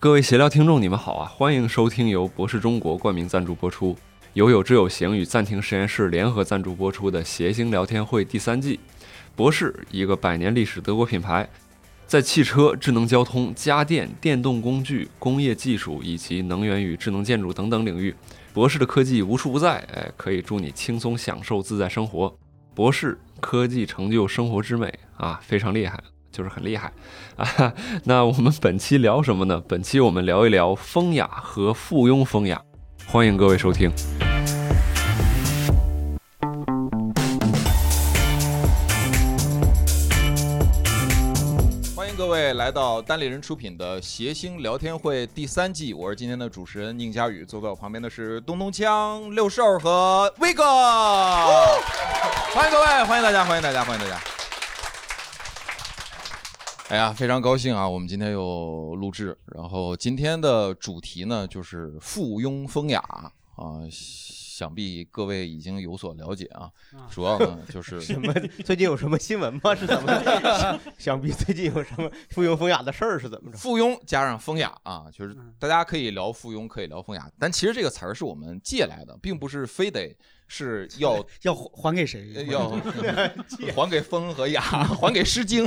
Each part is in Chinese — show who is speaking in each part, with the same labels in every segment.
Speaker 1: 各位闲聊听众，你们好啊！欢迎收听由博士中国冠名赞助播出，由有知有行与暂停实验室联合赞助播出的《谐星聊天会》第三季。博士，一个百年历史德国品牌，在汽车、智能交通、家电、电动工具、工业技术以及能源与智能建筑等等领域，博士的科技无处不在。哎，可以助你轻松享受自在生活。博士科技成就生活之美啊，非常厉害，就是很厉害。 啊，那我们本期聊什么呢？本期我们聊一聊风雅和附庸风雅，欢迎各位收听。
Speaker 2: 欢迎各位来到单立人出品的《谐星聊天会》第三季，我是今天的主持人宁佳宇，坐在我旁边的是东东锵、六兽和威哥。欢迎各位，欢迎大家，欢迎大家，欢迎大家。哎呀，非常高兴啊！我们今天又录制，然后今天的主题呢就是附庸风雅啊、想必各位已经有所了解啊。主要呢就是
Speaker 3: 什么？最近有什么新闻吗？是怎么的？ 想想必最近有什么附庸风雅的事儿是怎么着？
Speaker 2: 附庸加上风雅啊，就是
Speaker 4: 嗯
Speaker 2: 大家可以聊附庸，可以聊风雅，但其实这个词儿是我们借来的，并不是非得是要
Speaker 4: 要还给谁？
Speaker 2: 要 还给风和雅， 还给《诗经》，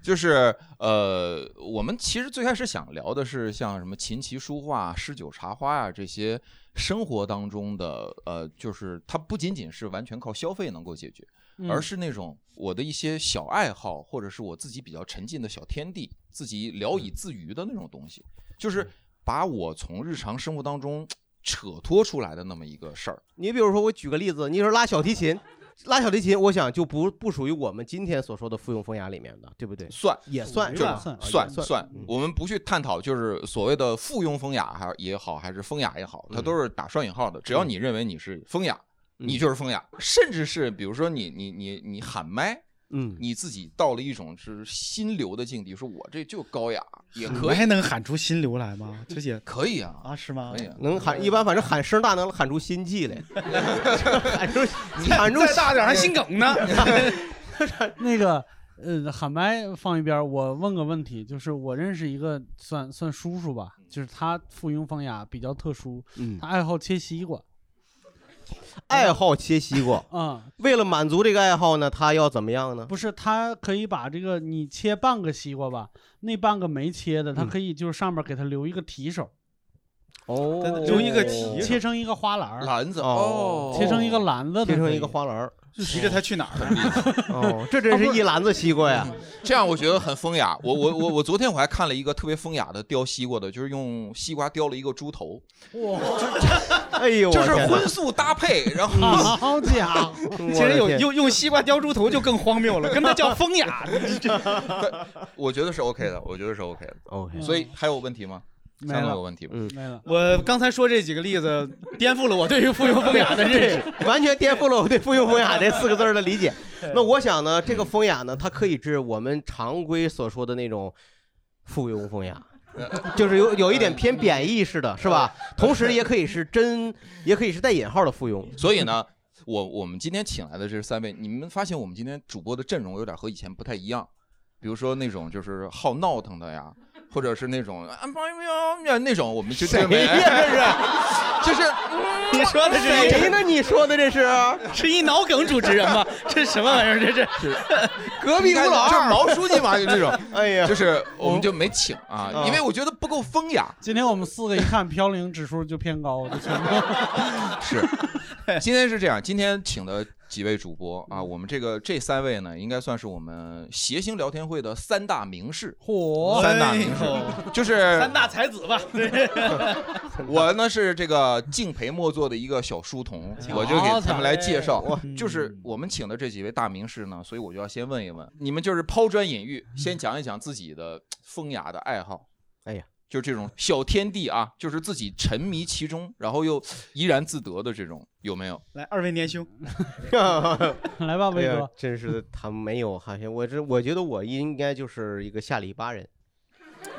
Speaker 2: 就是呃，我们其实最开始想聊的是像什么琴棋书画、诗酒茶花啊这些生活当中的呃，就是它不仅仅是完全靠消费能够解决，
Speaker 4: 嗯
Speaker 2: 而是那种我的一些小爱好，或者是我自己比较沉浸的小天地，自己聊以自娱的那种东西，就是把我从日常生活当中扯脱出来的那么一个事儿。
Speaker 3: 你比如说，我举个例子，你说拉小提琴，拉小提琴，我想就不不属于我们今天所说的附庸风雅里面的，对不对？
Speaker 2: 算
Speaker 3: 也算
Speaker 2: 就是
Speaker 3: 吧？
Speaker 2: 算
Speaker 3: 啊也
Speaker 2: 算
Speaker 3: 算，
Speaker 2: 我们不去探讨，就是所谓的附庸风雅还也好，还是风雅也好，
Speaker 3: 嗯
Speaker 2: 它都是打双引号的。只要你认为你是风雅，你就是风雅，甚至是比如说你你你你喊麦。
Speaker 3: 嗯，
Speaker 2: 你自己到了一种是心流的境地，说我这就高雅，也
Speaker 4: 我
Speaker 2: 可以
Speaker 4: 还，能喊出心流来吗？这也
Speaker 2: 可以啊，
Speaker 4: 啊，是吗
Speaker 2: 可？以啊。
Speaker 3: 能喊一般，反正喊声大能喊出心悸 来， 喊出喊出
Speaker 4: 再大点儿还心梗 呢。
Speaker 5: 那个呃，喊麦放一边儿，我问个问题，就是我认识一个算算叔叔吧，
Speaker 2: 嗯
Speaker 5: 就是他附庸风雅比较特殊，
Speaker 3: 嗯
Speaker 5: 他爱好切西瓜
Speaker 3: 爱好切西瓜。
Speaker 5: 啊、
Speaker 3: 为了满足这个爱好呢，他要怎么样呢？
Speaker 5: 不是他可以把这个你切半个西瓜吧，那半个没切的，他
Speaker 3: 嗯
Speaker 5: 可以就是上面给他留一个提手，
Speaker 3: 哦
Speaker 4: 留一个蹄
Speaker 5: 切成一个花篮儿，
Speaker 2: 篮子
Speaker 3: 哦
Speaker 5: 切成一个篮子，
Speaker 3: 切成一个，花篮儿。
Speaker 4: 提着他去哪儿？
Speaker 3: 哦，这真是一篮子西瓜呀！
Speaker 2: 这样我觉得很风雅。我我我我昨天我还看了一个特别风雅的雕西瓜的，就是用西瓜雕了一个猪头，
Speaker 3: 哎呦，
Speaker 2: 就是
Speaker 3: 我天哪
Speaker 2: 荤素搭配，然后
Speaker 5: 好家伙！
Speaker 4: 其实有
Speaker 3: 我的天
Speaker 4: 用用西瓜雕猪头就更荒谬了，跟他叫风雅，这这
Speaker 2: 我觉得是 OK 的，我觉得是 OK 的。
Speaker 3: OK，
Speaker 5: 嗯
Speaker 2: 所以还有问题吗？
Speaker 5: 没
Speaker 2: 三有
Speaker 5: 了
Speaker 2: 问题吗？
Speaker 3: 嗯
Speaker 5: 没了，
Speaker 4: 我呃刚才说这几个例子，颠覆了我对于附庸风雅的认识。
Speaker 3: 完全颠覆了我对“附庸风雅”这四个字儿的理解。那我想呢，这个风雅呢，它可以指我们常规所说的那种附庸风雅，就是有有一点
Speaker 4: 嗯
Speaker 3: 偏贬义似的，是吧？同时也可以 是真，也可以是带引号的附庸。
Speaker 2: 所以呢，我我们今天请来的这三位，你们发现我们今天主播的阵容有点和以前不太一样，比如说那种就是好闹腾的呀，或者是那种啊喵喵喵那种，我们就认
Speaker 3: 谁
Speaker 2: 为
Speaker 3: 呀？
Speaker 2: 就是
Speaker 4: 你说的
Speaker 3: 这是谁
Speaker 4: 是
Speaker 3: 呢？你说的这是
Speaker 4: 是一脑梗主持人 吗？这什么玩意儿？这这
Speaker 3: 隔壁吴老
Speaker 2: 就是
Speaker 3: 二？
Speaker 2: 毛书记嘛，就这种，
Speaker 3: 哎呀
Speaker 2: 就，是我们就没请啊，
Speaker 3: 嗯
Speaker 2: 因为我觉得不够风雅。
Speaker 5: 今天我们四个一看飘零指数就偏高，就全都
Speaker 2: 是，
Speaker 3: 嗯
Speaker 2: 今天是这样，今天请的几位主播啊，我们这个这三位呢，应该算是我们谐星聊天会的三大名士，
Speaker 5: 火
Speaker 2: 三大
Speaker 4: 哎
Speaker 2: 名士，
Speaker 4: 呦
Speaker 2: 就是
Speaker 4: 三大才子吧？对
Speaker 2: 我呢是这个敬陪末座的一个小书童，我就给他们来介绍。
Speaker 3: 嗯
Speaker 2: 就是我们请的这几位大名士呢，所以我就要先问一问你们，就是抛砖引玉，先讲一讲自己的风雅的爱好。
Speaker 3: 哎呀，
Speaker 2: 就这种小天地啊，就是自己沉迷其中，然后又怡然自得的这种，有没有？
Speaker 4: 来，二位年兄，
Speaker 5: 来
Speaker 4: 啊
Speaker 5: 吧，
Speaker 3: 哎
Speaker 5: 威
Speaker 3: 呀
Speaker 5: 哥，，
Speaker 3: 真是的，他没有，好像我这，我觉得我应该就是一个下里巴人，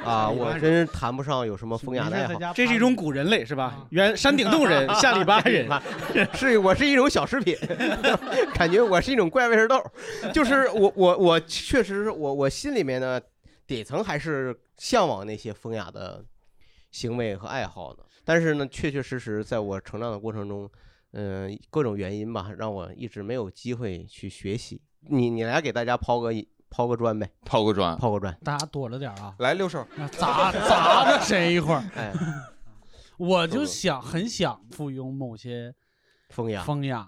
Speaker 3: 啊，
Speaker 4: 下里巴
Speaker 3: 我
Speaker 4: 人
Speaker 3: 真是谈不上有什么风雅的爱好，，
Speaker 4: 这是一种古人类是
Speaker 5: 啊
Speaker 4: 吧？原山顶洞 人，下里巴人，
Speaker 3: 是我是一种小食品， 感觉我是一种怪味儿豆，就是我我我确实是我我心里面呢底层还是向往那些风雅的行为和爱好的。但是呢，确确实实在我成长的过程中，嗯、各种原因吧，让我一直没有机会去学习。你你来给大家抛个抛个砖呗，
Speaker 2: 抛个砖，
Speaker 3: 抛个砖。
Speaker 5: 大家躲着点儿啊，
Speaker 2: 来六兽，
Speaker 5: 那砸砸着谁一会儿？
Speaker 3: 哎，
Speaker 5: 我就想很想附庸某些
Speaker 3: 风雅，
Speaker 5: 风雅，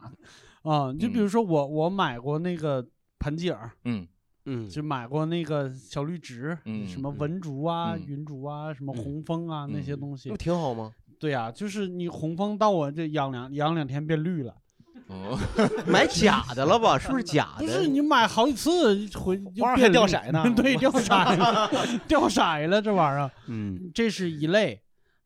Speaker 5: 啊、就比如说我我买过那个盆景儿，
Speaker 2: 嗯
Speaker 3: 嗯，
Speaker 5: 就买过那个小绿植，
Speaker 2: 嗯
Speaker 5: 什么文竹啊、
Speaker 2: 嗯
Speaker 5: 云竹啊、什么
Speaker 2: 嗯
Speaker 5: 红枫啊、那些
Speaker 2: 嗯
Speaker 5: 东西
Speaker 3: 那不。挺好吗？
Speaker 5: 对呀、就是你红枫到我这养两养两天变绿了，
Speaker 2: 哦，
Speaker 3: 买假的了吧？是不是假的？
Speaker 5: 不是你买好几次回就
Speaker 4: 花儿还
Speaker 5: 变
Speaker 4: 掉
Speaker 5: 绿
Speaker 4: 色呢
Speaker 5: 对，掉色了掉色了这玩意儿，
Speaker 3: 嗯
Speaker 5: 这是一类。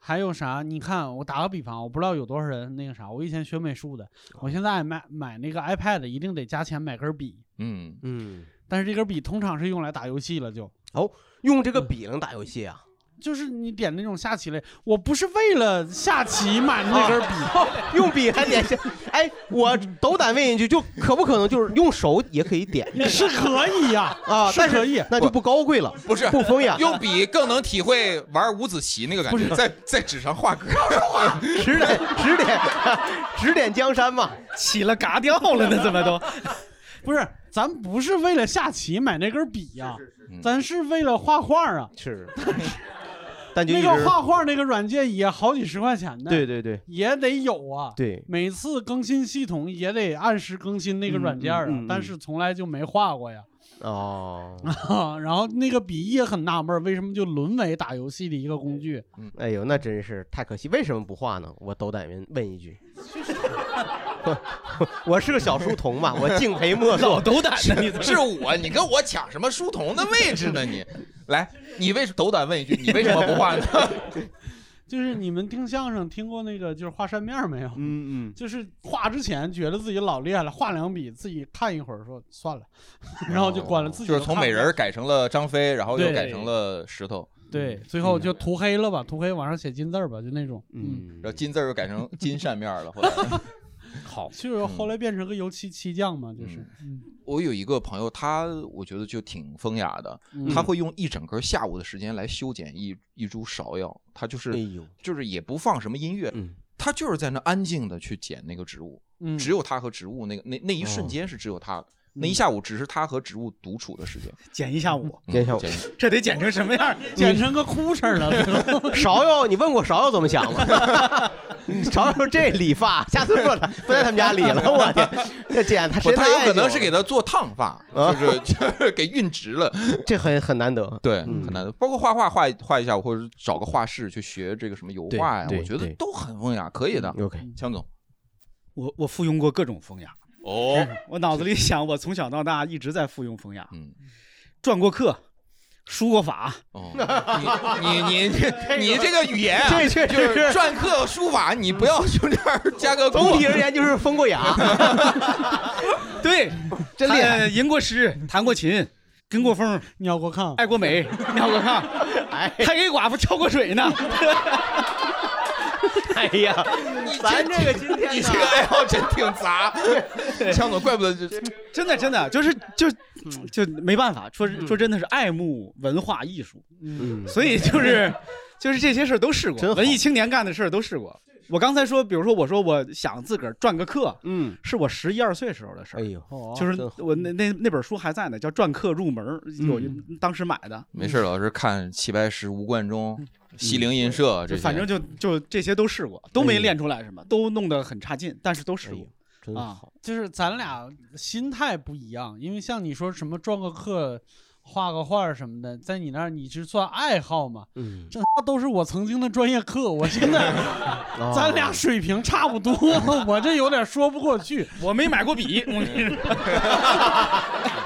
Speaker 5: 还有啥？你看，我打个比方，我不知道有多少人那个啥，我以前学美术的，我现在买买那个 iPad 一定得加钱买根笔，
Speaker 2: 嗯，
Speaker 3: 嗯，哦
Speaker 5: 但是这根笔通常是用来打游戏了就，
Speaker 3: 用这个笔能打游戏啊？
Speaker 5: 就是你点那种下棋类，我不是为了下棋买的那根笔，
Speaker 3: 用笔还点下？哎，我斗胆问一句，就可不可能就是用手也可以点
Speaker 5: 是可以呀、
Speaker 3: 啊？
Speaker 5: 是
Speaker 3: 但
Speaker 5: 可
Speaker 3: 是
Speaker 5: 以。
Speaker 3: 那就不高贵了，
Speaker 2: 不是，
Speaker 3: 不风雅。
Speaker 2: 用笔更能体会玩五子棋那个感
Speaker 5: 不
Speaker 2: 觉
Speaker 5: 是，
Speaker 2: 在在纸上画 格，
Speaker 3: 指点指点指点江山嘛。
Speaker 4: 起了嘎掉了呢，怎么都？
Speaker 5: 不是，咱不是为了下棋买那根笔呀、
Speaker 2: 是
Speaker 5: 咱是为了画画啊。
Speaker 3: 是，但就一
Speaker 5: 那
Speaker 3: 直
Speaker 5: 个画画那个软件也好几十块钱呢，
Speaker 3: 对对对
Speaker 5: 也得有啊。
Speaker 3: 对，
Speaker 5: 每次更新系统也得按时更新那个软件啊，
Speaker 3: 嗯嗯嗯嗯
Speaker 5: 但是从来就没画过呀。 啊
Speaker 3: 哦，
Speaker 5: 然后那个笔也很纳闷儿，为什么就沦为打游戏的一个工具？
Speaker 2: 嗯
Speaker 3: 哎呦，那真是太可惜。为什么不画呢？我斗胆问问一句。我 我是个小书童 嘛，我敬陪莫
Speaker 4: 老
Speaker 3: 作。
Speaker 4: 斗胆呢，你
Speaker 2: 是我，你跟我 抢什么书童的位置呢？你来，你为斗胆问一句，你为什么不画呢？
Speaker 5: 就是你们听相声听过那个就是画扇面儿没有？
Speaker 3: 嗯嗯，
Speaker 5: 就是画之前觉得自己老厉害了，画两笔自己看一会儿说算了， 然后就关了，自己
Speaker 2: 哦就是
Speaker 5: 都
Speaker 2: 从
Speaker 5: 看
Speaker 2: 美
Speaker 5: 不
Speaker 2: 人儿改成了张飞，然后又
Speaker 5: 对
Speaker 2: 改成了石头，
Speaker 5: 对，最后就涂黑了吧，涂黑往上写金字儿吧，就那种，嗯，
Speaker 3: 嗯
Speaker 2: 然后，金字儿又改成金扇面儿了。后 来，
Speaker 3: 好，
Speaker 2: 嗯
Speaker 5: 就是后来变成个油漆漆匠嘛，就是，嗯
Speaker 2: 我有一个朋友，他我觉得就挺风雅的，
Speaker 5: 嗯
Speaker 2: 他会用一整个下午的时间来修剪一一株芍药，他就
Speaker 3: 哎
Speaker 2: 是
Speaker 3: 呦，
Speaker 2: 就是也不放什么音乐，
Speaker 3: 嗯，
Speaker 2: 他就是在那安静的去剪那个植物，
Speaker 5: 嗯
Speaker 2: 只有他和植物那个那那一
Speaker 4: 哦
Speaker 2: 瞬间是只有他，那一下午只是他和植物独处的时间。
Speaker 4: 嗯
Speaker 2: 嗯
Speaker 4: 剪一下午，
Speaker 3: 见效。
Speaker 4: 这得剪成什么样？
Speaker 5: 剪成个哭声了，最 后
Speaker 3: 芍药，你问过芍药怎么想吗？ 芍药说这理发，下次不不在他们家理了，我天，这剪他
Speaker 2: 不，
Speaker 3: 谁
Speaker 2: 他有可能是给
Speaker 3: 给
Speaker 2: 他做烫发，
Speaker 3: 啊
Speaker 2: 就是就是 给熨直了。
Speaker 3: 这很很难得，
Speaker 2: 对，
Speaker 3: 嗯
Speaker 2: 很难。包括画画画画一下，或者是找个画室去学这个什么油画呀，
Speaker 3: 对对
Speaker 2: 我觉得
Speaker 3: 对嗯
Speaker 2: 都很风雅，可以的。
Speaker 3: OK，
Speaker 4: 嗯
Speaker 2: 强总，
Speaker 4: 我我附庸过各种风雅，嗯
Speaker 2: 哦，
Speaker 4: 我脑子里想，我从小到大一直在附庸风雅，
Speaker 2: 嗯。
Speaker 4: 转过课，输过法，
Speaker 2: 哦，你你你 你这个语言啊，
Speaker 3: 这确
Speaker 2: 就
Speaker 3: 实
Speaker 2: 是
Speaker 3: 是
Speaker 2: 篆刻书法，你不要就这样加 个
Speaker 3: 总
Speaker 2: 过
Speaker 3: 体而言就是风过雅，
Speaker 4: 对，
Speaker 3: 真厉害。
Speaker 4: 呃，吟过诗，弹过琴，跟过风，
Speaker 5: 尿过炕，
Speaker 4: 爱过美， 尿过炕，
Speaker 3: 哎
Speaker 4: 还给寡妇跳过水 呢。
Speaker 3: 哎呀，咱这个今天
Speaker 2: 你
Speaker 3: 呢
Speaker 2: 这个爱好真挺杂，强总，怪不得这
Speaker 4: 真的真的就是就就没办法，说
Speaker 2: 嗯
Speaker 4: 说真的是爱慕文化艺术，
Speaker 5: 嗯，
Speaker 4: 所以就是就是这些事儿都试过，
Speaker 3: 真好
Speaker 4: 文艺青年干的事儿都试过。我刚才说，比如说我说我想自个儿转个课，
Speaker 3: 嗯，
Speaker 4: 是我十一二岁时候的事
Speaker 3: 哎
Speaker 4: 儿。
Speaker 3: 呦，
Speaker 5: 哦
Speaker 4: 就是
Speaker 3: 真好
Speaker 4: 我那那那本书还在呢，叫《篆刻入门》，有一当时买的，
Speaker 2: 嗯没事，老师看齐白石、吴冠中、西泠印社啊这
Speaker 4: 嗯就
Speaker 2: 些，哎
Speaker 4: 反正就就这些都试过，都没
Speaker 3: 嗯
Speaker 4: 练出来什么，都弄得很差劲，但是都试
Speaker 3: 哎
Speaker 4: 过
Speaker 3: 呦。，真
Speaker 4: 啊
Speaker 3: 好，
Speaker 5: 就是咱俩心态不一样，因为像你说什么转个课、画个画儿什么的，在你那儿你是算爱好嘛？
Speaker 3: 嗯，
Speaker 5: 这他妈都是我曾经的专业课，我现在 咱俩
Speaker 3: 哦
Speaker 5: 水平差不多， 我这有点说不过去。
Speaker 4: 我没买过笔，我跟你说，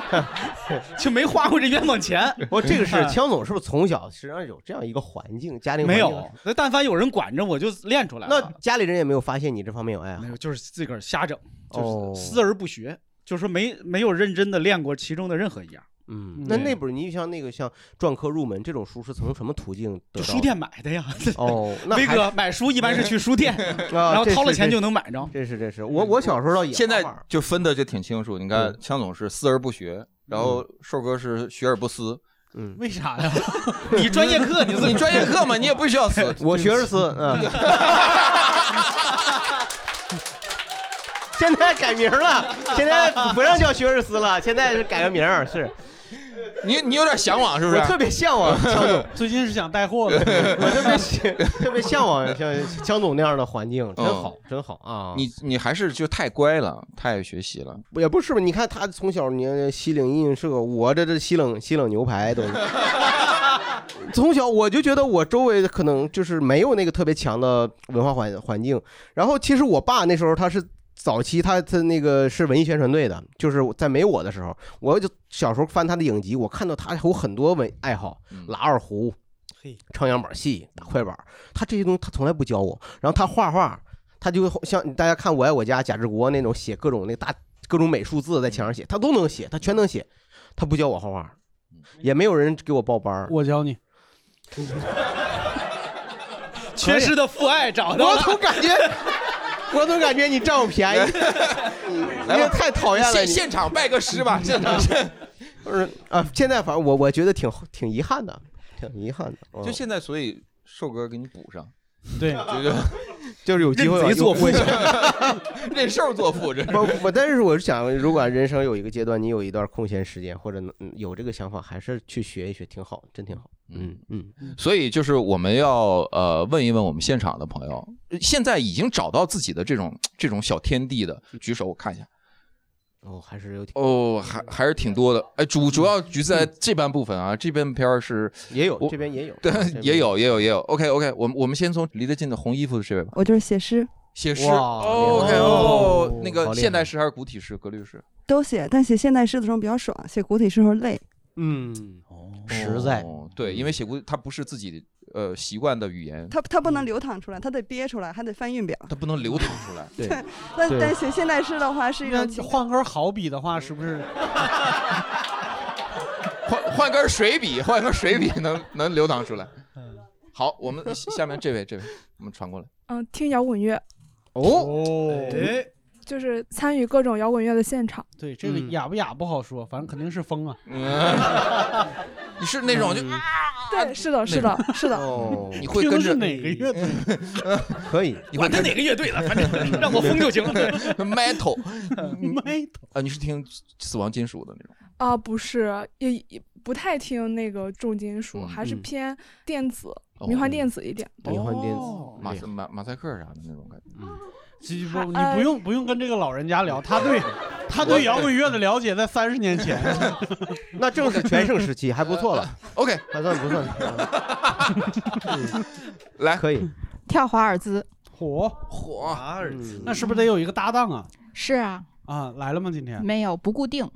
Speaker 4: 就没花过这冤枉钱。
Speaker 3: 不，这个是
Speaker 4: 啊
Speaker 3: 枪总是不是从小实际上有这样一个环境，家庭环
Speaker 4: 没
Speaker 3: 境啊
Speaker 4: 有，，那但凡有人管着，我就练出来
Speaker 3: 那
Speaker 4: 了。
Speaker 3: 家里人也没有发现你这方面有爱好
Speaker 4: 没，有，就是自个儿瞎整，就
Speaker 3: 哦
Speaker 4: 是思而不学，就是说没没有认真的练过其中的任何一样，
Speaker 3: 嗯
Speaker 5: 嗯，
Speaker 3: 那那本儿你像那个像篆刻入门这种书是从什么途径得
Speaker 4: 就
Speaker 3: 到？
Speaker 4: 书店买的呀。
Speaker 3: 哦，那
Speaker 4: 威
Speaker 3: 还
Speaker 4: 哥买书一般是去书店，
Speaker 3: 啊，
Speaker 4: 然后
Speaker 3: 这
Speaker 4: 掏了
Speaker 3: 是
Speaker 4: 钱
Speaker 3: 这
Speaker 4: 就能买着。
Speaker 3: 这是这是我我小时候倒也
Speaker 2: 现在
Speaker 3: 画画
Speaker 2: 就分的就挺清楚。你看
Speaker 3: 嗯，
Speaker 2: 强总是思而不学，然后瘦哥是学而不思，
Speaker 3: 嗯，。
Speaker 5: 为啥呀？
Speaker 4: 你专业课你自
Speaker 2: 你
Speaker 4: 己
Speaker 2: 专业课嘛，你也不需要死
Speaker 3: 我学而 思，嗯。 现在改名了，现在不让叫学而思了，现在是改个名儿，是
Speaker 2: 你你有点向往是不
Speaker 3: 我
Speaker 2: 是？
Speaker 3: 特别向 往乔总，
Speaker 5: 最近是想带货了，
Speaker 3: 我特别喜 特别向往像乔总那样的环境，真好，
Speaker 2: 哦
Speaker 3: 真好
Speaker 2: 嗯
Speaker 3: 啊！
Speaker 2: 你你还是就太乖了，太爱学习了。
Speaker 3: 也不是吧？你看他从小，你看西岭印社，我这这西冷西冷牛排都是。从小我就觉得我周围可能就是没有那个特别强的文化环环境。然后其实我爸那时候他是早期他他那个是文艺宣传队的，就是在没我的时候，我就小时候翻他的影集，我看到他有很多文爱好，拉二胡
Speaker 4: 嘿、
Speaker 3: 唱样板戏、打快板，他这些东西他从来不教我。然后他画画，他就像大家看《我爱我家》贾志国那种写各种那大各种美术字在墙上写，他都能写，他全能写，他不教我画画，也没有人给我报班儿。哎
Speaker 5: 我教你。
Speaker 4: 缺失的父爱找到
Speaker 3: 我
Speaker 4: 了。
Speaker 3: 总感觉， 我总感觉你占我便 宜， 你
Speaker 2: 来
Speaker 3: 也
Speaker 2: 吧
Speaker 3: 太讨厌了
Speaker 2: 现
Speaker 3: 你。
Speaker 2: 现场拜个师 吧，现场。
Speaker 3: 不是啊，现在反正我我觉得挺挺遗憾的，挺遗憾的。嗯
Speaker 2: 就现在，所以瘦哥给你补上，
Speaker 5: 对，
Speaker 2: 这个
Speaker 3: 就是有机会吧
Speaker 4: 认贼作父
Speaker 3: 有
Speaker 2: 认瘦作父 这是。
Speaker 3: 我我，但是我是想，如果啊人生有一个阶段，你有一段空闲时间，或者能嗯有这个想法，还是去学一学，挺好，真挺好。嗯嗯，
Speaker 2: 所以就是我们要呃问一问我们现场的朋友，呃现在已经找到自己的这种这种小天地的，举手我看一下。
Speaker 3: 哦，还是有挺
Speaker 2: 哦，还还是挺多的。哎，主主要局在这半部分啊，这边片儿是
Speaker 3: 也有
Speaker 2: 我
Speaker 3: 这边也有，
Speaker 2: 对
Speaker 3: 这边
Speaker 2: 也。有也有也有。OK OK，我们我们先从离得近的红衣服的这位吧，
Speaker 6: 我就是写诗，
Speaker 2: 写诗。
Speaker 3: 哇
Speaker 2: OK
Speaker 3: 厉害
Speaker 2: 哦
Speaker 3: 哦，
Speaker 2: 那
Speaker 3: 好
Speaker 2: 个
Speaker 3: 厉害
Speaker 2: 现代诗还是古体诗、格律诗？
Speaker 6: 都写，但写现代诗的时候比较爽，写古体诗的时候累。
Speaker 3: 嗯，实在
Speaker 2: 哦对，因为写古他不是自己呃习惯的语
Speaker 3: 嗯
Speaker 2: 言，
Speaker 6: 它它不能流淌出来，它得憋出来，还得翻韵表。
Speaker 2: 他不能流淌出来。
Speaker 3: 对，
Speaker 6: 但
Speaker 3: 对
Speaker 6: 但写现代诗的话是一
Speaker 5: 那
Speaker 6: 种情
Speaker 5: 换根好笔的话，是不是
Speaker 2: 换换根水笔，换根水笔能能流淌出来。
Speaker 3: 嗯
Speaker 2: 好，我们下下面这位，这位，我们传过来。
Speaker 7: 嗯，听摇滚乐，
Speaker 3: 哦，
Speaker 5: 哦
Speaker 4: 哎，
Speaker 7: 就是参与各种摇滚乐的现场。
Speaker 5: 对，这个
Speaker 3: 嗯
Speaker 5: 哑不哑不好说，反正肯定是疯啊。嗯
Speaker 2: 嗯， 你是那种就啊
Speaker 7: 对，是的，是的，是的。
Speaker 3: 哦，
Speaker 2: 你会跟
Speaker 5: 听
Speaker 2: 着
Speaker 5: 是哪个乐队？
Speaker 3: 可以，
Speaker 2: 你会
Speaker 4: 管他
Speaker 2: 跟着
Speaker 4: 哪个乐队了，反正让我疯就行。
Speaker 2: metal
Speaker 5: 没头
Speaker 2: 啊，你是听死亡金属的那种。
Speaker 7: 啊、不是，也也不太听那个重金属，
Speaker 2: 嗯
Speaker 7: 还是
Speaker 3: 嗯
Speaker 7: 偏电子、
Speaker 2: 哦
Speaker 7: 迷幻电子一点。
Speaker 3: 迷幻电子
Speaker 2: 哦马赛马马赛克啥的那种感觉。
Speaker 5: 这嗯不，你
Speaker 7: 呃
Speaker 5: 不用不用跟这个老人家聊，他 对他对摇滚乐的了解在三十年前。
Speaker 3: 那正是 全盛时期，还不错 了，
Speaker 2: OK，
Speaker 3: 还算不算，
Speaker 2: 来，
Speaker 3: 可以。
Speaker 8: 跳华尔兹。
Speaker 5: 嚯，
Speaker 2: 火
Speaker 3: 嗯
Speaker 5: 那是不是得有一个搭档啊？
Speaker 8: 是啊，
Speaker 5: 啊，来了吗？今天？
Speaker 8: 没有不固定，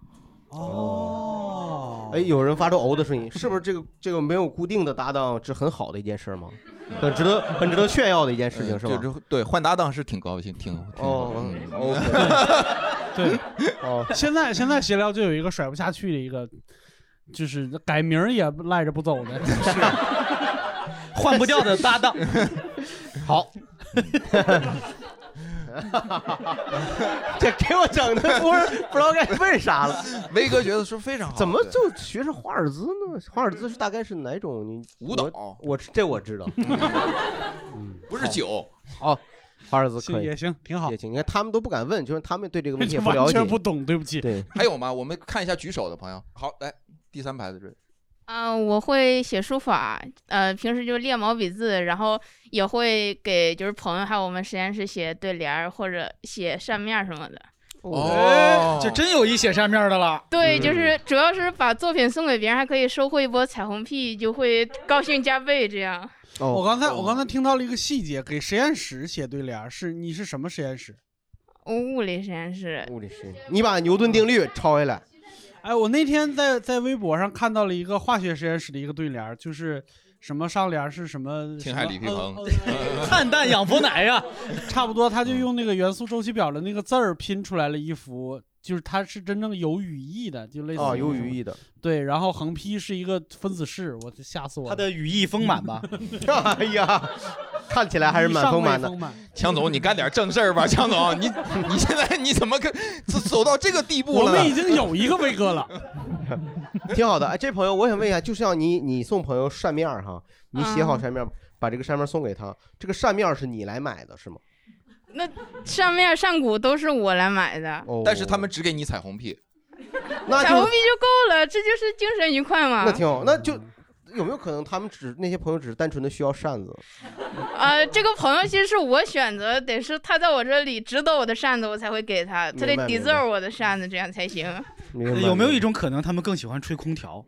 Speaker 5: 哦
Speaker 3: 哎，，有人发出哦的声音，是不是这个这个没有固定的搭档是很好的一件事吗？很值得很值得炫耀的一件事情是吧？
Speaker 2: 嗯就是 对换搭档是挺高兴，挺挺
Speaker 3: 哦
Speaker 2: 嗯
Speaker 3: ，OK，
Speaker 5: 对，
Speaker 3: 哦，
Speaker 5: 现在现在闲聊就有一个甩不下去的一个，就是改名儿也赖着不 走的。
Speaker 4: 换不掉的搭档，
Speaker 3: 好。 这给我整的不是不知道该问啥 了，
Speaker 2: 威哥觉得说非常好，
Speaker 3: 怎么
Speaker 2: 对
Speaker 3: 就学是华尔兹呢？华尔兹是大概是哪种？你
Speaker 2: 舞蹈
Speaker 3: 我这我 知道，哦
Speaker 2: 不是酒？
Speaker 3: 华尔兹
Speaker 5: 行
Speaker 3: 可以
Speaker 5: 也。行，挺好
Speaker 3: 也。行，你看他们都不敢问，就是他们对这个问题也不
Speaker 5: 完
Speaker 3: 了解
Speaker 5: 全。不懂，对不起。
Speaker 3: 对，
Speaker 2: 还有吗？我们看一下举手的朋友。好，来第三排的这位。
Speaker 9: 啊、我会写书法，呃，平时就练毛笔字，然后也会给就是朋友还有我们实验室写对联儿或者写扇面儿什么的。
Speaker 2: 哦
Speaker 4: 哎就真有一写扇面的了。
Speaker 9: 对，
Speaker 3: 嗯
Speaker 9: 就是主要是把作品送给别人，还可以收获一波彩虹屁，就会高兴加倍。这样，
Speaker 5: 我
Speaker 3: 哦，
Speaker 5: 刚才我刚才听到了一个细节，给实验室写对联儿是你是什么实验室？
Speaker 9: 我哦物理实验室，
Speaker 3: 物理学，你把牛顿定律抄下来。
Speaker 5: 哎，我那天在在微博上看到了一个化学实验室的一个对联儿，就是什么上联儿是什么
Speaker 2: 青海
Speaker 5: 什么
Speaker 2: 李皮鹏
Speaker 5: N-
Speaker 4: 碳氮养氟啊奶呀，
Speaker 5: N- 差不多他就用那个元素周期表的那个字儿拼出来了一幅，就是它是真正有语义的，就
Speaker 4: 嗯
Speaker 5: 类似
Speaker 3: 哦，
Speaker 5: 于
Speaker 3: 有
Speaker 5: 什么
Speaker 3: 语义的。
Speaker 5: 对，然后横批是一个分子式，我吓死我
Speaker 4: 它
Speaker 5: 了。
Speaker 4: 的 语义丰满吧？
Speaker 3: 哎呀，看起来还是蛮丰满的。
Speaker 2: 强总，你干点正事儿吧，强总，你你现在你怎么跟走走到这个地步
Speaker 3: 我
Speaker 2: 了呢？
Speaker 3: 们已经
Speaker 5: 有一个威哥了，
Speaker 3: 挺好的。哎，这朋友，我想问一下，就像你你送朋友扇面儿哈，你写好
Speaker 9: 嗯
Speaker 3: 扇面儿，把这个扇面儿送给他，这个扇面儿是你来买的是吗？
Speaker 9: 那扇面扇骨都是我来买的，
Speaker 3: 哦，
Speaker 2: 但是他们只给你彩虹屁，
Speaker 3: 那
Speaker 9: 彩虹
Speaker 3: 就
Speaker 9: 屁就够了，这就是精神愉快嘛。
Speaker 3: 那挺好，那就。有没有可能他们只那些朋友只是单纯的需要扇子？
Speaker 9: 呃，这个朋友其实是我选择，得是他在我这里指导我的扇子，我才会给他，他
Speaker 4: 明
Speaker 9: 得
Speaker 4: 白明白
Speaker 9: deserve 我的扇子，这样才行。
Speaker 4: 有没有一种可能，他们更喜欢吹空调？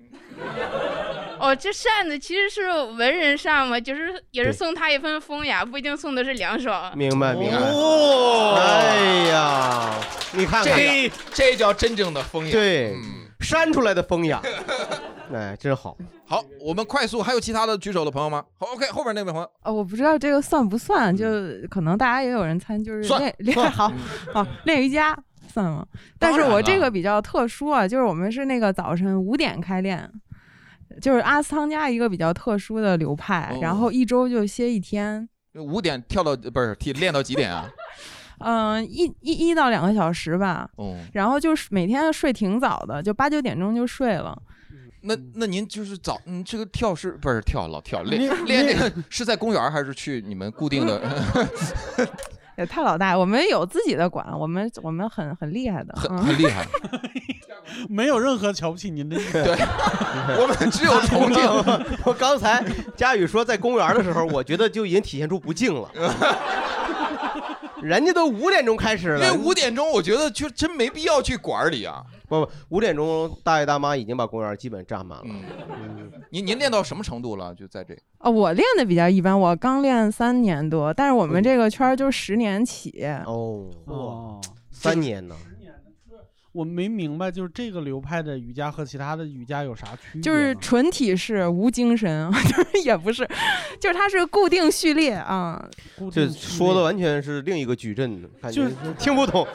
Speaker 9: 哦，这扇子其实是文人扇嘛，就是也
Speaker 4: 对
Speaker 9: 是送他一份风雅，不一定送的是凉爽。
Speaker 3: 明白明白。
Speaker 2: 哦
Speaker 3: 哎呀，你看看，
Speaker 2: 这这叫真正的风雅。
Speaker 3: 对
Speaker 2: 嗯，
Speaker 3: 扇出来的风 雅，哎，真好。
Speaker 2: 好，我们快速还有其他的举手的朋友吗？好，OK，后边那位朋友，
Speaker 8: 呃，我不知道这个算不算，就
Speaker 5: 嗯
Speaker 8: 可能大家也有人参，就是
Speaker 2: 算
Speaker 8: 练练
Speaker 2: 算嗯
Speaker 8: 好好练瑜伽算吗？但是
Speaker 10: 当然
Speaker 8: 我
Speaker 10: 了
Speaker 8: 这个比较特殊啊，就是我们是那个早晨五点开练，就是阿斯汤加一个比较特殊的流派，
Speaker 2: 哦
Speaker 8: 然后一周就歇一天，
Speaker 2: 五点跳到不是踢练到几 点啊？
Speaker 8: 嗯、一一一到两个小时吧，
Speaker 2: 哦，
Speaker 8: 然后就是每天睡挺早的，就八九点钟就睡了。
Speaker 2: 那那您就是早，嗯，这个跳是不是跳老跳
Speaker 8: 你
Speaker 2: 练练
Speaker 8: 你
Speaker 2: 那个是在公园儿还是去你们固定的？
Speaker 8: 也太老大，我们有自己的馆，我们我们很很厉害的，啊很
Speaker 2: 很厉 害。
Speaker 5: 没有任何瞧不起您的意思。
Speaker 2: 对，我们只有
Speaker 5: 崇敬
Speaker 3: 我刚才佳宇说在公园的时候，我觉得就已经体现出不敬 了。人家都五点钟开始了，
Speaker 2: 那五点钟我觉得就真没必要去馆儿里啊。
Speaker 3: 不不，五点钟大爷大妈已经把公园基本占满了。
Speaker 2: 嗯
Speaker 3: 嗯
Speaker 2: 您您练到什么程度了？就在这
Speaker 8: 哦，我练的比较一般，我刚练三年多，但是我们这个圈儿就十年起。
Speaker 3: 哦，
Speaker 5: 哦，
Speaker 3: 三年呢，
Speaker 5: 我没明白，就是这个流派的瑜伽和其他的瑜伽有啥区别？
Speaker 8: 就是纯体式无精神， 就是也不是，就是它是固定序列啊。
Speaker 3: 这说的完全是另一个矩阵，感觉
Speaker 5: 就是
Speaker 3: 听不懂。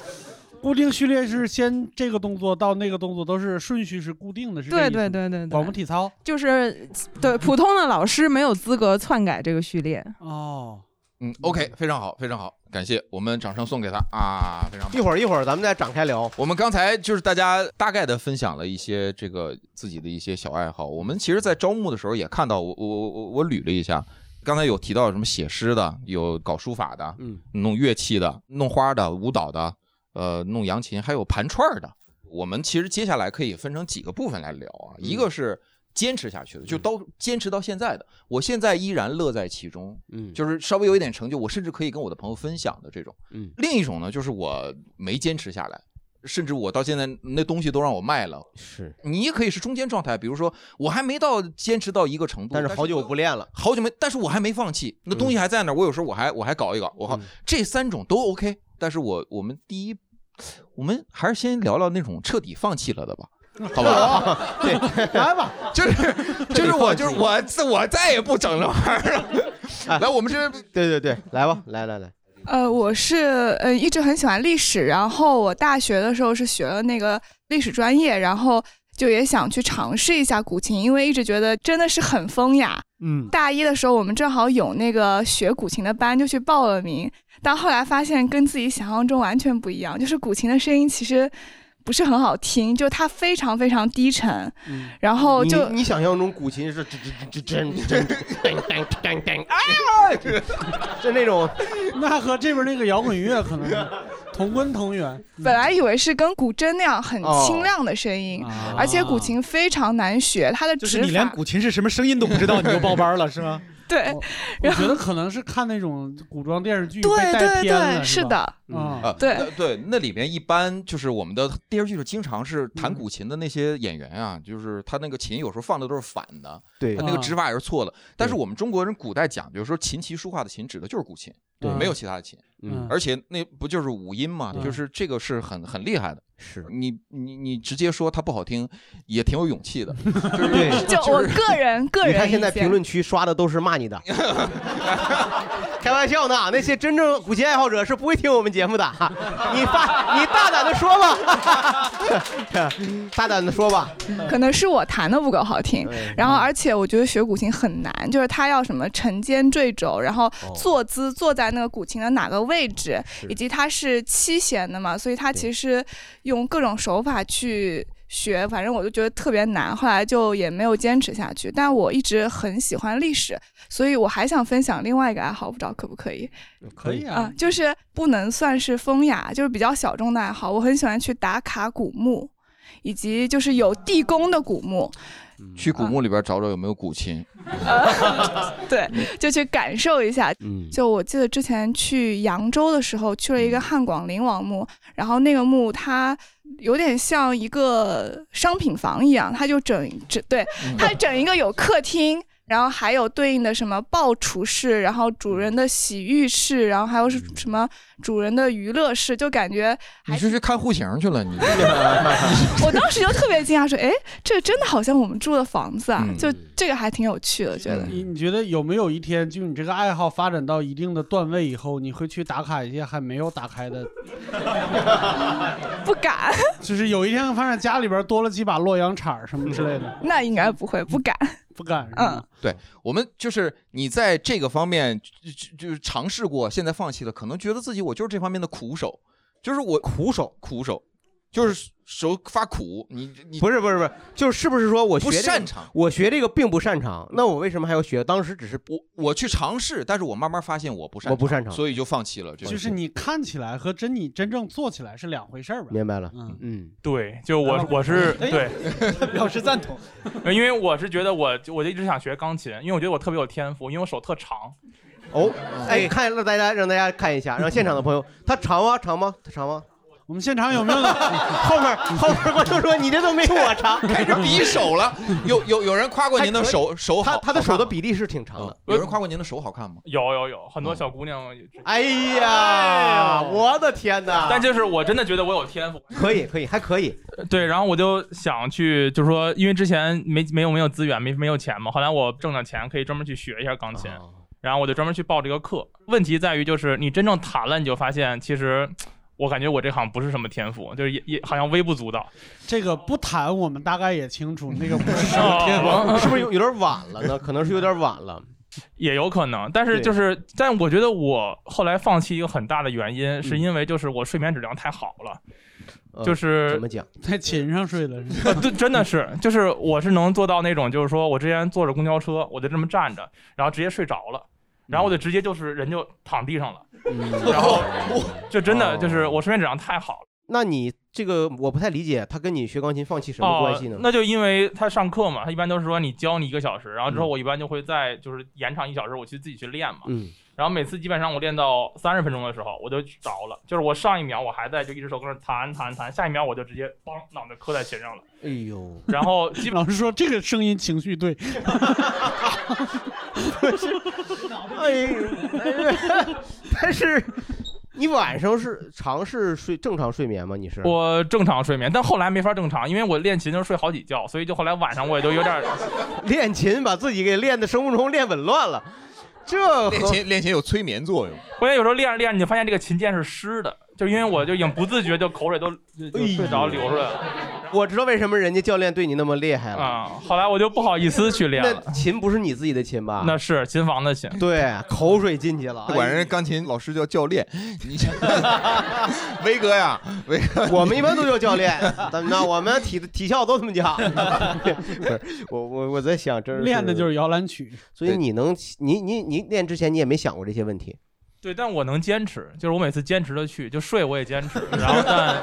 Speaker 5: 固定序列是先这个动作到那个动作都是顺序是固定的，是这
Speaker 8: 对
Speaker 5: 意思
Speaker 8: 对
Speaker 5: 吗
Speaker 8: 对对对
Speaker 5: 广播体操
Speaker 8: 就是对普通的老师没有资格篡改这个序列。
Speaker 5: 哦，
Speaker 2: 嗯，OK，非常好，非常好，感谢，我们掌声送给他啊，非常棒。
Speaker 3: 一会儿一会儿咱们再展开聊。
Speaker 2: 我们刚才就是大家大概的分享了一些这个自己的一些小爱好。我们其实，在招募的时候也看到，我我我我我捋了一下，刚才有提到什么写诗的，有搞书法的，
Speaker 3: 嗯，
Speaker 2: 弄乐器的，弄花的，舞蹈的，呃，弄扬琴，还有盘串儿的。我们其实接下来可以分成几个部分来聊啊，
Speaker 3: 嗯
Speaker 2: 一个是坚持下去的，就到坚持到现在的，我现在依然乐在其中，
Speaker 3: 嗯
Speaker 2: 就是稍微有一点成就，我甚至可以跟我的朋友分享的这种。
Speaker 3: 嗯，
Speaker 2: 另一种呢，就是我没坚持下来，甚至我到现在那东西都让我卖了。
Speaker 3: 是
Speaker 2: 你也可以是中间状态，比如说我还没到坚持到一个程度，
Speaker 3: 但
Speaker 2: 但
Speaker 3: 是好久不练了，嗯
Speaker 2: 好久没，但是我还没放弃，那东西还在那儿，我有时候我还我还搞一搞，我好、这三种都 OK，但是我我们第一，我们还是先聊聊那种彻底放弃了的吧。 好吧， 对，
Speaker 5: 来吧，
Speaker 2: 就是就是我就是我自我再也不整这玩意儿 了。来，我们这
Speaker 3: 啊对对对，来吧，来来来，
Speaker 10: 呃，我是呃一直很喜欢历史，然后我大学的时候是学了那个历史专业，然后就也想去尝试一下古琴，因为一直觉得真的是很风雅。
Speaker 5: 嗯
Speaker 10: 大一的时候我们正好有那个学古琴的班，就去报了名，但后来发现跟自己想象中完全不一样，就是古琴的声音其实不是很好听，就它非常非常低沉，然后
Speaker 3: 嗯你
Speaker 10: 哦就
Speaker 3: 你想象中古琴是吱吱吱吱吱吱噔噔噔噔啊， 就那种，
Speaker 5: 那和这边那个摇滚乐可 能是同根同源。
Speaker 10: 本来以为是跟古筝那样很
Speaker 5: 哦
Speaker 10: 清亮的声音，而且古琴非常难学，它的指法
Speaker 4: 就是你连古琴是什么声音都不知道，你就报班了是吗？
Speaker 10: 对，
Speaker 5: 我觉得可能是看那种古装电视剧被
Speaker 10: 对
Speaker 5: 带
Speaker 10: 对
Speaker 5: 偏
Speaker 10: 对
Speaker 5: 了，是吧
Speaker 10: 是的
Speaker 11: 嗯
Speaker 3: 嗯
Speaker 5: 啊，
Speaker 2: 啊，
Speaker 10: 对
Speaker 2: 那对，那里面一般就是我们的电视剧里经常是
Speaker 3: 嗯
Speaker 2: 弹古琴的那些演员啊，就是他那个琴有时候放的都是反的，
Speaker 3: 对
Speaker 2: 他那个
Speaker 3: 啊
Speaker 2: 指法也是错的。但是我们中国人古代讲究说琴棋书画的琴指的就是古琴，
Speaker 3: 对
Speaker 2: 没有其他的琴，
Speaker 3: 嗯
Speaker 2: 而且那不就是五音嘛，
Speaker 3: 对
Speaker 2: 就是这个是很很厉害的。
Speaker 3: 是
Speaker 2: 你你你直接说它不好听，也挺有勇气 的。
Speaker 3: 对
Speaker 10: 就我个人个人
Speaker 3: 你看现在
Speaker 10: 意见
Speaker 3: 评论区刷的都是骂你的，开玩笑呢。那些真正古琴爱好者是不会听我们节目的，你发你大胆的说 吧，大胆的说吧。嗯
Speaker 10: 可能是我弹的不够好听，然后而且我觉得学古琴很难，就是它要什么沉肩坠肘，然后
Speaker 3: 哦
Speaker 10: 坐姿坐在那个古琴的哪个位置，以及它是七弦的嘛，所以它其实用各种手法去学，反正我就觉得特别难，后来就也没有坚持下去。但我一直很喜欢历史，所以我还想分享另外一个爱好，不知道可不可以？
Speaker 5: 可
Speaker 12: 哎
Speaker 5: 以
Speaker 10: 啊、就是不能算是风雅，就是比较小众的爱好。我很喜欢去打卡古墓，以及就是有地宫的古墓，
Speaker 2: 去古墓里边找找有没有古琴。
Speaker 10: 对，就去感受一下。
Speaker 2: 嗯
Speaker 10: 就我记得之前去扬州的时候，去了一个汉广陵王墓，然后那个墓它有点像一个商品房一样，它就整整对，它整一个有客厅。然后还有对应的什么爆厨室，然后主人的洗浴室，然后还有是什么主人的娱乐室，就感觉
Speaker 2: 你是去看户型去了？ 你
Speaker 10: 我当时就特别惊讶，说：“哎，这真的好像我们住的房子
Speaker 2: 嗯
Speaker 10: 啊！”就这个还挺有趣的，觉得。
Speaker 5: 你你觉得有没有一天，就你这个爱好发展到一定的段位以后，你会去打卡一些还没有打开的？
Speaker 10: 不敢。
Speaker 5: 就是有一天发现家里边多了几把洛阳铲儿什么之类的，
Speaker 10: 那应该不会，不敢，
Speaker 5: 不敢。
Speaker 10: 嗯，
Speaker 2: 对我们就是你在这个方面就就就是尝试过，现在放弃了，可能觉得自己我就是这方面的苦手，就是我
Speaker 3: 苦手
Speaker 2: 苦手，就是手发苦。你你
Speaker 3: 不是不是不是，就是是不是说我学
Speaker 2: 不
Speaker 3: 这个
Speaker 2: 擅长
Speaker 3: 我学这个并不擅长，那我为什么还要学？当时只是
Speaker 2: 我我去尝试，但是我慢慢发现我不擅
Speaker 3: 我不擅长
Speaker 2: 所以就放弃
Speaker 11: 嗯
Speaker 2: 了。这个
Speaker 5: 就是你看起来和真你真正做起来是两回事儿吧？
Speaker 3: 明白了，
Speaker 5: 嗯
Speaker 3: 嗯，
Speaker 11: 对，就我我是
Speaker 5: 哎
Speaker 11: 对， 呃
Speaker 5: 表 示赞同。
Speaker 11: 因为我是觉得我我就一直想学钢琴，因为我觉得我特别有天赋，因为我手特长。
Speaker 3: 哦，哎，看让大家让大家看一下，让现场的朋友，他长吗？长吗？他长吗？
Speaker 5: 我们现场有没有
Speaker 3: 后面后面观众说你这都没有我长，
Speaker 2: 开
Speaker 3: 哎
Speaker 2: 始比手了。有有有人夸过您的手手好，哦
Speaker 3: 他他的手的比例是挺长的。呃
Speaker 2: 有人夸过您的手好看吗？嗯
Speaker 11: 有有有，很多小姑娘。
Speaker 3: 哎
Speaker 2: 哎
Speaker 3: 呀，我的天哪！
Speaker 11: 但就是我真的觉得我有天 赋，
Speaker 3: 可以可以还可以，
Speaker 11: 呃对，然后我就想去，就是说，因为之前没没有没有资源，没没有钱嘛，后来我挣了钱，可以专门去学一下钢琴，
Speaker 3: 哦
Speaker 11: 然后我就专门去报这个课。问题在于，就是你真正弹了，你就发现其实。我感觉我这行不是什么天赋，就是也也好像微不足道。
Speaker 5: 这个不谈，我们大概也清楚那 个不是什么天
Speaker 11: 哦
Speaker 5: 赋，
Speaker 11: 是不是有有
Speaker 3: 点晚了呢？可能是有点晚了。
Speaker 11: 也有可能，但是
Speaker 5: 对
Speaker 11: 就是，但我觉得我后来放弃一个很大的原因，
Speaker 3: 嗯
Speaker 11: 是因为就是我睡眠质量太好了，就是
Speaker 3: 呃怎么讲？
Speaker 5: 在琴上睡的是 吧？
Speaker 11: 呃，对，真的是，就是我是能做到那种，就是说我之前坐着公交车，我就这么站着，然后直接睡着了，然后我就直接就是人就躺地上了，
Speaker 13: 嗯
Speaker 11: 然后就真
Speaker 3: 哦
Speaker 11: 的就是我睡眠质量太好了。
Speaker 3: 那你这个我不太理解，他跟你学钢琴放弃什么
Speaker 11: 哦
Speaker 3: 关系呢？
Speaker 11: 那就因为他上课嘛，他一般都是说你教你一个小时，然后之后我一般就会再就是延长一小时，我去自己去练嘛。
Speaker 3: 嗯，
Speaker 11: 然后每次基本上我练到三十分钟的时候，我就着了，就是我上一秒我还在就一只手跟那弹弹弹，下一秒我就直接梆脑袋磕在琴上了。
Speaker 3: 哎呦，
Speaker 11: 然 后基
Speaker 5: 老师说这个声音情绪对，
Speaker 3: 哎呦，但是你晚上是尝试睡正常睡眠吗？你是？
Speaker 11: 我正常睡眠，但后来没法正常，因为我练琴就睡好几觉，所以就后来晚上我也就有点儿
Speaker 3: 练琴把自己给练的生物钟练紊乱了，这
Speaker 11: 练琴
Speaker 2: 练琴有催眠作用。
Speaker 11: 关键有时候练着练着，你就发现这个琴键是湿的，就因为我就已经不自觉就口水都就
Speaker 3: 哎
Speaker 11: 就睡着流出来了。
Speaker 3: 我知道为什么人家教练对你那么厉害了
Speaker 11: 啊！后来我就不好意思去练了。
Speaker 3: 哎那琴不是你自己的琴吧？
Speaker 11: 那是琴房的琴。
Speaker 3: 对，口水进去了。哎
Speaker 11: 不管人
Speaker 2: 家钢琴老师叫教练，你威哥呀，威哥，
Speaker 3: 我们一般都叫教 练，怎么着？我们体体校都这么叫。不是我我我在想，这。
Speaker 5: 练的就是是摇篮曲。
Speaker 3: 所以你能，你你你练之前你也没想过这些问 题。
Speaker 11: 对，但我能坚持，就是我每次坚持的去，就睡我也坚持，然后但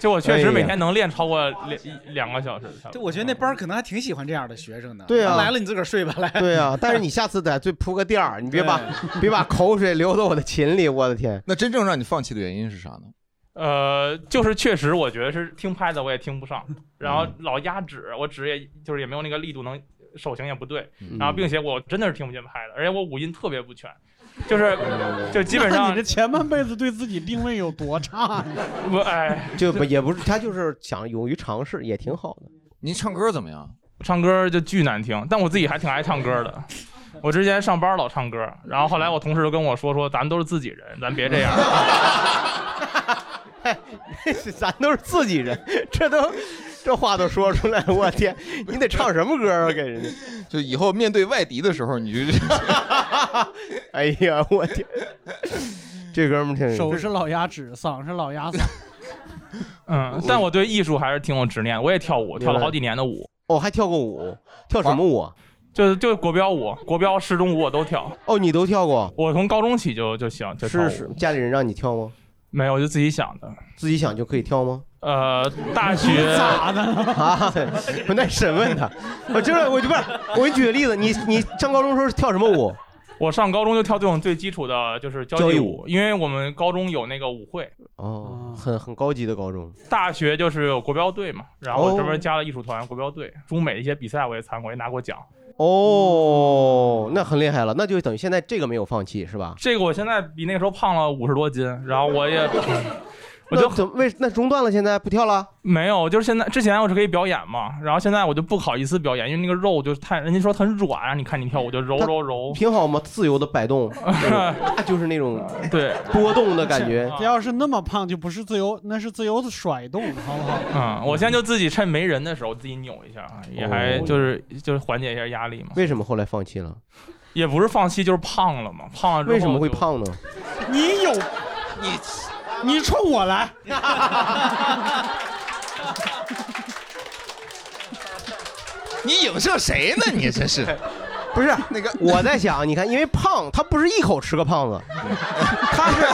Speaker 11: 就我确实每天能练超过两一两个小时。差不
Speaker 4: 对，
Speaker 11: 多
Speaker 4: 我觉得那班儿可能还挺喜欢这样的学生的。
Speaker 3: 对啊
Speaker 4: 来了你自个儿睡吧，来。
Speaker 3: 对啊，但是你下次得最铺个垫儿，你别把
Speaker 4: 对
Speaker 3: 别把口水流到我的琴里，我的天！
Speaker 2: 那真正让你放弃的原因是啥呢？
Speaker 11: 呃，就是确实，
Speaker 3: 嗯
Speaker 11: 我觉得是听拍子我也听不上，然后老压指，我指也就是也没有那个力度能手型也不对
Speaker 5: 嗯，
Speaker 11: 然后并且我真的是听不见拍的，而且我五音特别不全， 就是
Speaker 3: 嗯
Speaker 11: 就基本
Speaker 5: 那
Speaker 11: 上
Speaker 5: 你这前半辈子对自己定位有多 差呀？
Speaker 11: 我哎，
Speaker 3: 就不也不是他就是想勇于尝试，也挺好的。
Speaker 2: 你唱歌怎么样？
Speaker 11: 唱歌就巨难听，但我自己还挺爱唱歌的。我之前上班老唱歌，然后后来我同事就跟我说说，咱们都是自己人，咱别这样。
Speaker 3: 咱都是自己人，这都这话都说出来，我天，你得唱什么歌啊？给人家，
Speaker 2: 就以后面对外敌的时候，你就，
Speaker 3: 哎呀，我 天， 这哥们儿挺
Speaker 5: 手是老鸭指，嗓是 老鸭嗓。
Speaker 11: 嗯，但我对艺术还是挺有执念，我也跳舞，跳了好几年的舞。啊
Speaker 3: 哦，还跳过舞？跳什么舞？啊
Speaker 11: 就是就是国标舞、国标、十中舞我都跳。
Speaker 3: 哦，你都跳过？
Speaker 11: 我从高中起就就行，就是
Speaker 3: 是家里人让你跳吗？
Speaker 11: 没有，我就自己想的。
Speaker 3: 自己想就可以跳吗？
Speaker 11: 呃，大学
Speaker 3: 咋
Speaker 5: 的
Speaker 3: 啊，我那审问他，我就是我就不是，我给你举个例子，你你上高中时候跳什么舞？
Speaker 11: 我上高中就跳这嗯种最基础的，就是交
Speaker 3: 交
Speaker 11: 际
Speaker 3: 际
Speaker 11: 舞，因为我们高中有那个舞会，
Speaker 3: 哦，很很高级的高中，
Speaker 11: 大学就是有国标队嘛，然后我
Speaker 3: 哦
Speaker 11: 专门加了艺术团、国标队，中美一些比赛我也参过，也拿过奖。
Speaker 2: 嗯
Speaker 3: 哦，那很厉害了，那就等于现在这个没有放弃是吧？
Speaker 11: 这个我现在比那个时候胖了五十多斤，然后我 也，我
Speaker 3: 那
Speaker 11: 就
Speaker 3: 怎么为那中断了？现在不跳了？
Speaker 11: 没有，就是现在之前我是可以表演嘛，然后现在我就不好意思表演，因为那个肉就是太，人家说很软，你看你跳舞就揉揉揉，
Speaker 3: 挺好嘛， 自由的摆动，那种就是那种
Speaker 11: 对
Speaker 3: 波动的感觉。
Speaker 5: 这要是那么胖，就不是自由，那是自由的甩动，好不好？
Speaker 11: 嗯，我现在就自己趁没人的时候自己扭一下，啊也还
Speaker 3: 哦
Speaker 11: 就是就是缓解一下压力嘛，
Speaker 3: 为什么后来放弃了？
Speaker 11: 也不是放弃，就是胖了嘛，胖了之后
Speaker 3: 为什么会
Speaker 11: 就
Speaker 3: 胖呢？
Speaker 5: 你有你，你冲我来！
Speaker 2: 你影射谁呢？ 你这是
Speaker 3: 不是那个？我在想，你看，因为胖，他不是一口吃个胖子，他是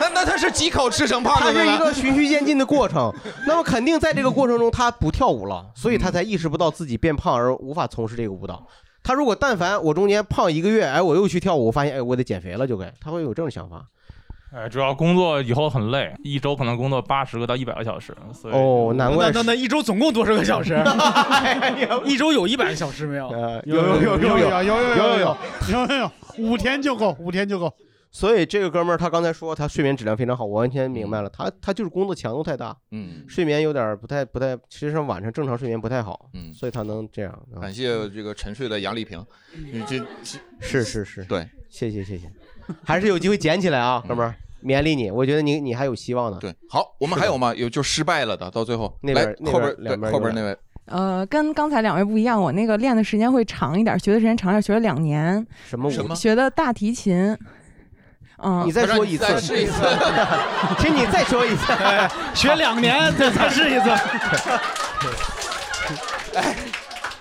Speaker 2: 那 那他是几口吃成胖
Speaker 3: 他
Speaker 2: 子的
Speaker 3: 是一
Speaker 2: 呢
Speaker 3: 个？循序渐进的过程。那么肯定在这个过程中，他不跳舞了，所以他才意识不到自己变胖而无法从事这个舞蹈。他如果但凡我中间胖一个月，哎，我又去跳舞，发现哎，我得减肥了，就该他会有这种想法。
Speaker 11: 哎，主要工作以后很累，一周可能工作八十个到一百个小时，所以
Speaker 3: 哦，难怪
Speaker 11: 那
Speaker 3: 是
Speaker 11: 那
Speaker 4: 那一周总共多少个小 时？一周有一百个小时没有？
Speaker 3: 有呃有有有有
Speaker 5: 有有
Speaker 3: 有有
Speaker 5: 有有有有，五天就够，五天就够。
Speaker 3: 所以这个哥们儿他刚才说他睡眠质量非常好，我完全明白了，他他就是工作强度太大，
Speaker 2: 嗯，
Speaker 3: 睡眠有点儿不太不太，其实上晚上正常睡眠不太好，
Speaker 2: 嗯
Speaker 3: 所以他能这样。啊
Speaker 2: 感谢这个沉睡的杨丽萍，你这这
Speaker 3: 是是是，
Speaker 2: 对，
Speaker 3: 谢谢谢谢，还是有机会捡起来啊，哥们儿，勉励你，我觉得你你还有希望呢。
Speaker 2: 对，好，我们还有吗？有就失败了的，到最后
Speaker 3: 那
Speaker 2: 来
Speaker 3: 边那
Speaker 2: 后
Speaker 3: 边
Speaker 2: 边
Speaker 3: 两
Speaker 2: 对
Speaker 3: 边
Speaker 2: 后
Speaker 3: 有
Speaker 2: 边那
Speaker 3: 两
Speaker 2: 位，
Speaker 8: 呃，跟刚才两位不一样，我那个练的时间会长一点，学的时间长一点，学了两年。
Speaker 3: 什么舞什么
Speaker 8: 学的大提琴。嗯，
Speaker 3: 你再说一次， 请你再说一次，
Speaker 4: 哎学两 年再再试一次。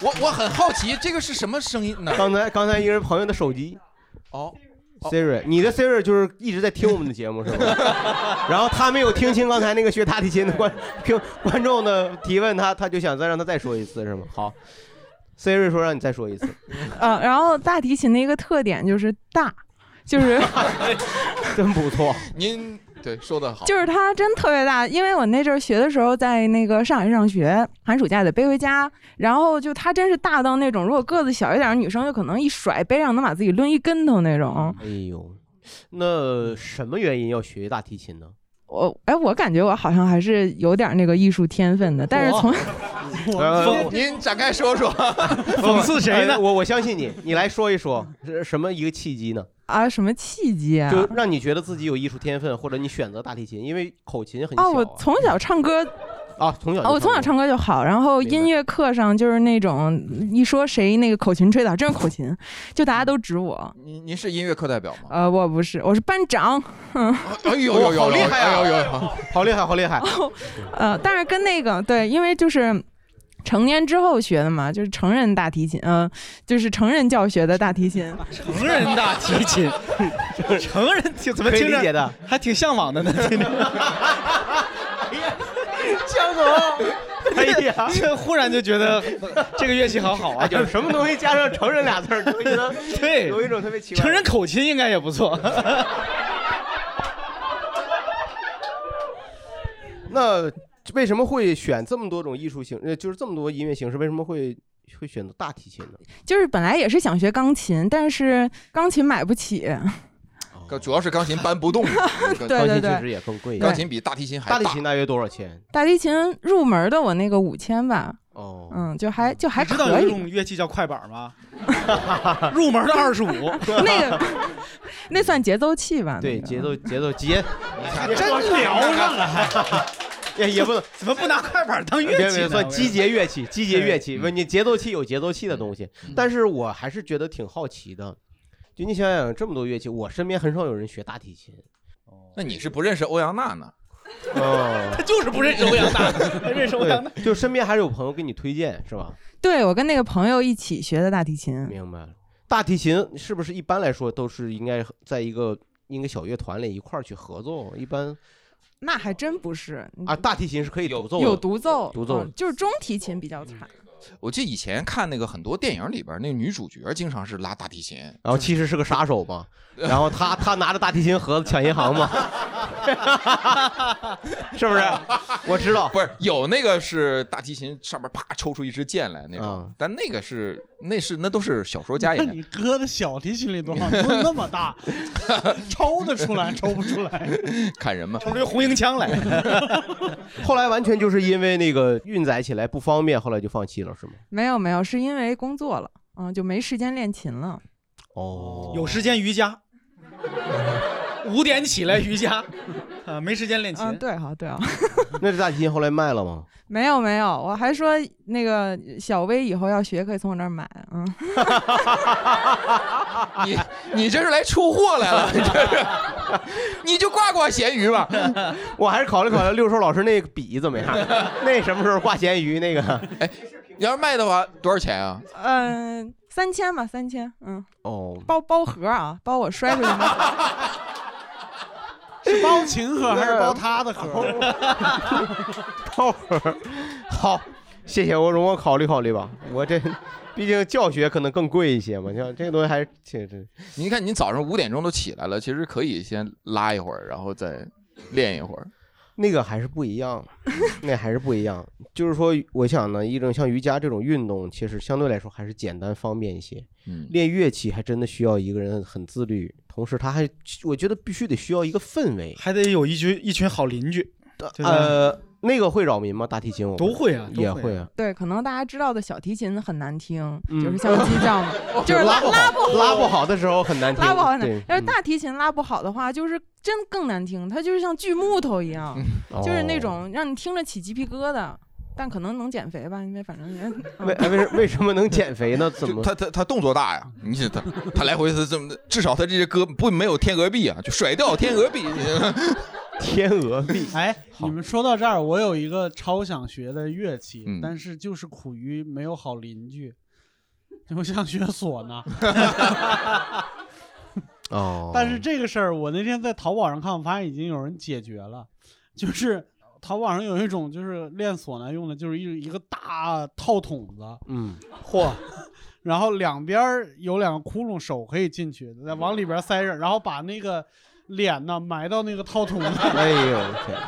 Speaker 2: 我我很哎好奇这个是什么声音呢？
Speaker 3: 刚才刚才一个朋友的手机
Speaker 2: 哦，
Speaker 3: Siri，你的 Siri 就是一直在听我们的节目是 吧？然后他没有听清刚才那个学大提琴的观听观众的提问他，他就想再让他再说一次是吗？好，Siri 说让你再 说一次，
Speaker 8: 呃，然后大提琴的一个特点就是大， 就是。
Speaker 3: 真不错。
Speaker 2: 您对说的好，
Speaker 8: 就是它真特别大，因为我那阵儿学的时候在那个上海上学，寒暑假得背回家，然后就它真是大到那种，如果个子小一点儿的女生，就可能一甩背上能把自己抡一跟头那种。
Speaker 3: 哎呦，那什么原因要学大提琴呢？
Speaker 8: 我哎，我感觉我好像还是有点那个艺术天分的，但是从
Speaker 3: 呃
Speaker 2: 您展开说说，
Speaker 8: 讽刺谁 呢
Speaker 3: 呃我我相信你，你来说一说是什么一个契机呢？
Speaker 8: 啊什么契机啊？
Speaker 3: 就让你觉得自己有艺术天分，或者你选择大提琴，因为口琴很小
Speaker 8: 啊，我从小唱歌
Speaker 3: 啊，从小就
Speaker 8: 啊，我从小唱歌就好，然后音乐课上就是那种一说谁那个口琴吹的好，真是口琴，就大家都指我。
Speaker 2: 您您是音乐课代表吗？
Speaker 8: 呃，我不是，我是班长。嗯，
Speaker 2: 哎呦呦呦，
Speaker 3: 好厉害啊
Speaker 2: 呦呦呦，好
Speaker 3: 好厉害，好厉害！
Speaker 8: 呃，但是跟那个对，因为就是成年之后学的嘛，就是成人大提琴，嗯、就是成人教学的大提琴。
Speaker 4: 成人大提琴，成人听怎么
Speaker 3: 可以
Speaker 4: 听着
Speaker 3: 理解的，
Speaker 4: 还挺向往的 呢。听着，
Speaker 3: 江 总，
Speaker 4: 哎呀， 这忽然就觉得这个乐器好好啊，
Speaker 3: 就是哎什么东西加上“成人”俩字儿，就觉得
Speaker 4: 对
Speaker 3: 有一种特别奇怪。
Speaker 4: 成人口琴应该也不 错。
Speaker 3: 那为什么会选这么多种艺术形，呃，就是这么多音乐形式？为什么会会选择大提琴呢？
Speaker 8: 就是本来也是想学钢琴，但是钢琴买不起。
Speaker 2: 主要是钢琴搬不 动，
Speaker 8: 对对对
Speaker 3: 确实也更贵一点，
Speaker 2: 钢琴比大提琴还
Speaker 3: 大提琴大约多少钱？
Speaker 8: 大提琴入门的我那个五千吧，
Speaker 3: 哦，
Speaker 8: 嗯，就还就还
Speaker 4: 知道
Speaker 8: 可
Speaker 4: 有一
Speaker 8: 以。
Speaker 4: 种乐器叫快板 吗？入门的 二十五，
Speaker 8: 那个那算节奏器吧？嗯
Speaker 3: 对，节奏节奏节，
Speaker 4: 真聊上了还。
Speaker 3: 也也不能
Speaker 4: 怎么不拿快板当乐
Speaker 3: 别
Speaker 4: 器
Speaker 3: 别
Speaker 4: 呢？
Speaker 3: 算击节乐器，击节乐器，
Speaker 4: 对嗯
Speaker 3: 不，你节奏器有节奏器的东西，但是我还是觉得挺好奇的。就你想想，这么多乐器，我身边很少有人学大提琴。
Speaker 2: 那你是不认识欧阳娜娜？
Speaker 3: 哦，
Speaker 4: 他就是不认识欧阳娜娜，他 认识欧阳娜
Speaker 3: 对，就身边还是有朋友给你推荐，是吧？
Speaker 8: 对我跟那个朋友一起学的大提琴。
Speaker 3: 明白了。大提琴是不是一般来说都是应该在一个一个小乐团里一块儿去合奏？一般
Speaker 8: 那还真不是
Speaker 3: 啊，大提琴是可以独奏的，
Speaker 8: 有独奏，
Speaker 3: 独奏的嗯
Speaker 8: 嗯就是中提琴比较惨。
Speaker 2: 我记得以前看那个很多电影里边，那个女主角经常是拉大提琴，
Speaker 3: 然后哦其实是个杀手嘛，然后他他拿着大提琴盒子抢银 行嘛， 是不是？我知道，
Speaker 2: 不是有那个是大提琴上面啪抽出一支箭来那
Speaker 3: 嗯
Speaker 2: 种，但那个是那是那都是小说
Speaker 3: 哎
Speaker 2: 家
Speaker 5: 那
Speaker 2: 演 的。
Speaker 5: 你搁在小提琴里多好，你那么 大，抽得出来，抽不出来。
Speaker 2: 砍人嘛，
Speaker 4: 抽出红缨枪来。
Speaker 3: 后来完全就是因为那个运载起来不方便，后来就放弃了，是吗？
Speaker 8: 没有没有，是因为工作了，嗯，就没时间练琴了。
Speaker 3: 哦，
Speaker 4: 有时间瑜伽，五点起来瑜伽， 啊，没时间练琴。
Speaker 8: 嗯，对哈、对啊，
Speaker 3: 那这大提琴后来卖了吗？
Speaker 8: 没有没有，我还说那个小薇以后要学可以从我那儿买，嗯，
Speaker 2: 你你这是来出货来了，你这 是，你就挂挂闲鱼吧。
Speaker 3: 我还是考虑考虑六兽老师那个笔怎么 样？那什么时候挂咸鱼那个？
Speaker 2: 哎，你要是卖的话多少钱啊？
Speaker 8: 嗯、三千吧，三千，嗯，
Speaker 3: 哦，
Speaker 8: 包包盒啊，包我摔出去吗？
Speaker 5: 是包琴盒还是包他的盒？
Speaker 3: 泡会儿，好，谢谢我容我考虑考虑吧。我这毕竟教学可能更贵一些嘛，你看这个东西还是挺这。
Speaker 2: 你看你早上五点钟都起来了，其实可以先拉一会儿，然后再练一会儿。
Speaker 3: 那个还是不一样，那还是不一样。就是说，我想呢，一种像瑜伽这种运动，其实相对来说还是简单方便一些。
Speaker 2: 嗯
Speaker 3: 练乐器还真的需要一个人很自律，同时他还，我觉得必须得需要一个氛围，
Speaker 4: 还得有一群一群好邻居。对吧
Speaker 3: 呃，那个会扰民吗？大提琴我
Speaker 4: 都会啊都
Speaker 3: 也
Speaker 4: 会啊
Speaker 3: 会啊。，
Speaker 8: 对，可能大家知道的小提琴很难听，就是像鸡叫嘛 就是
Speaker 3: 拉
Speaker 8: 拉
Speaker 3: 拉
Speaker 8: 不好
Speaker 3: 拉不好的时候很难听，
Speaker 8: 拉不
Speaker 3: 对
Speaker 8: 好
Speaker 3: 嗯
Speaker 8: 呢。
Speaker 4: 嗯
Speaker 8: 要是大提琴拉不好的话，就是真更难听，它就是像锯木头一样，
Speaker 4: 哦
Speaker 8: 就是那种让你听着起鸡皮疙瘩。但可能能减肥吧，因为反正也
Speaker 3: 为哎为为什么能减肥呢？怎么
Speaker 2: 他他他动作大呀？你这他他来回是这么，至少他这些胳膊不没有天鹅臂啊，就甩掉天鹅 臂。
Speaker 3: 天鹅臂，
Speaker 5: 哎，你们说到这儿，我有一个超想学的乐器，
Speaker 2: 嗯
Speaker 5: 但是就是苦于没有好邻居。 我想学唢 呐，
Speaker 3: 哦
Speaker 5: 但是这个事儿，我那天在淘宝上看，我发现已经有人解决了，就是淘宝上有一种就是练唢呐用的，就是一一个大套筒子，
Speaker 3: 嗯，
Speaker 5: 嚯， 然后两边儿有两个窟窿，手可以进去，再往里边塞着，然后把那个脸呢埋到那个 套筒里。
Speaker 3: 哎呦我天，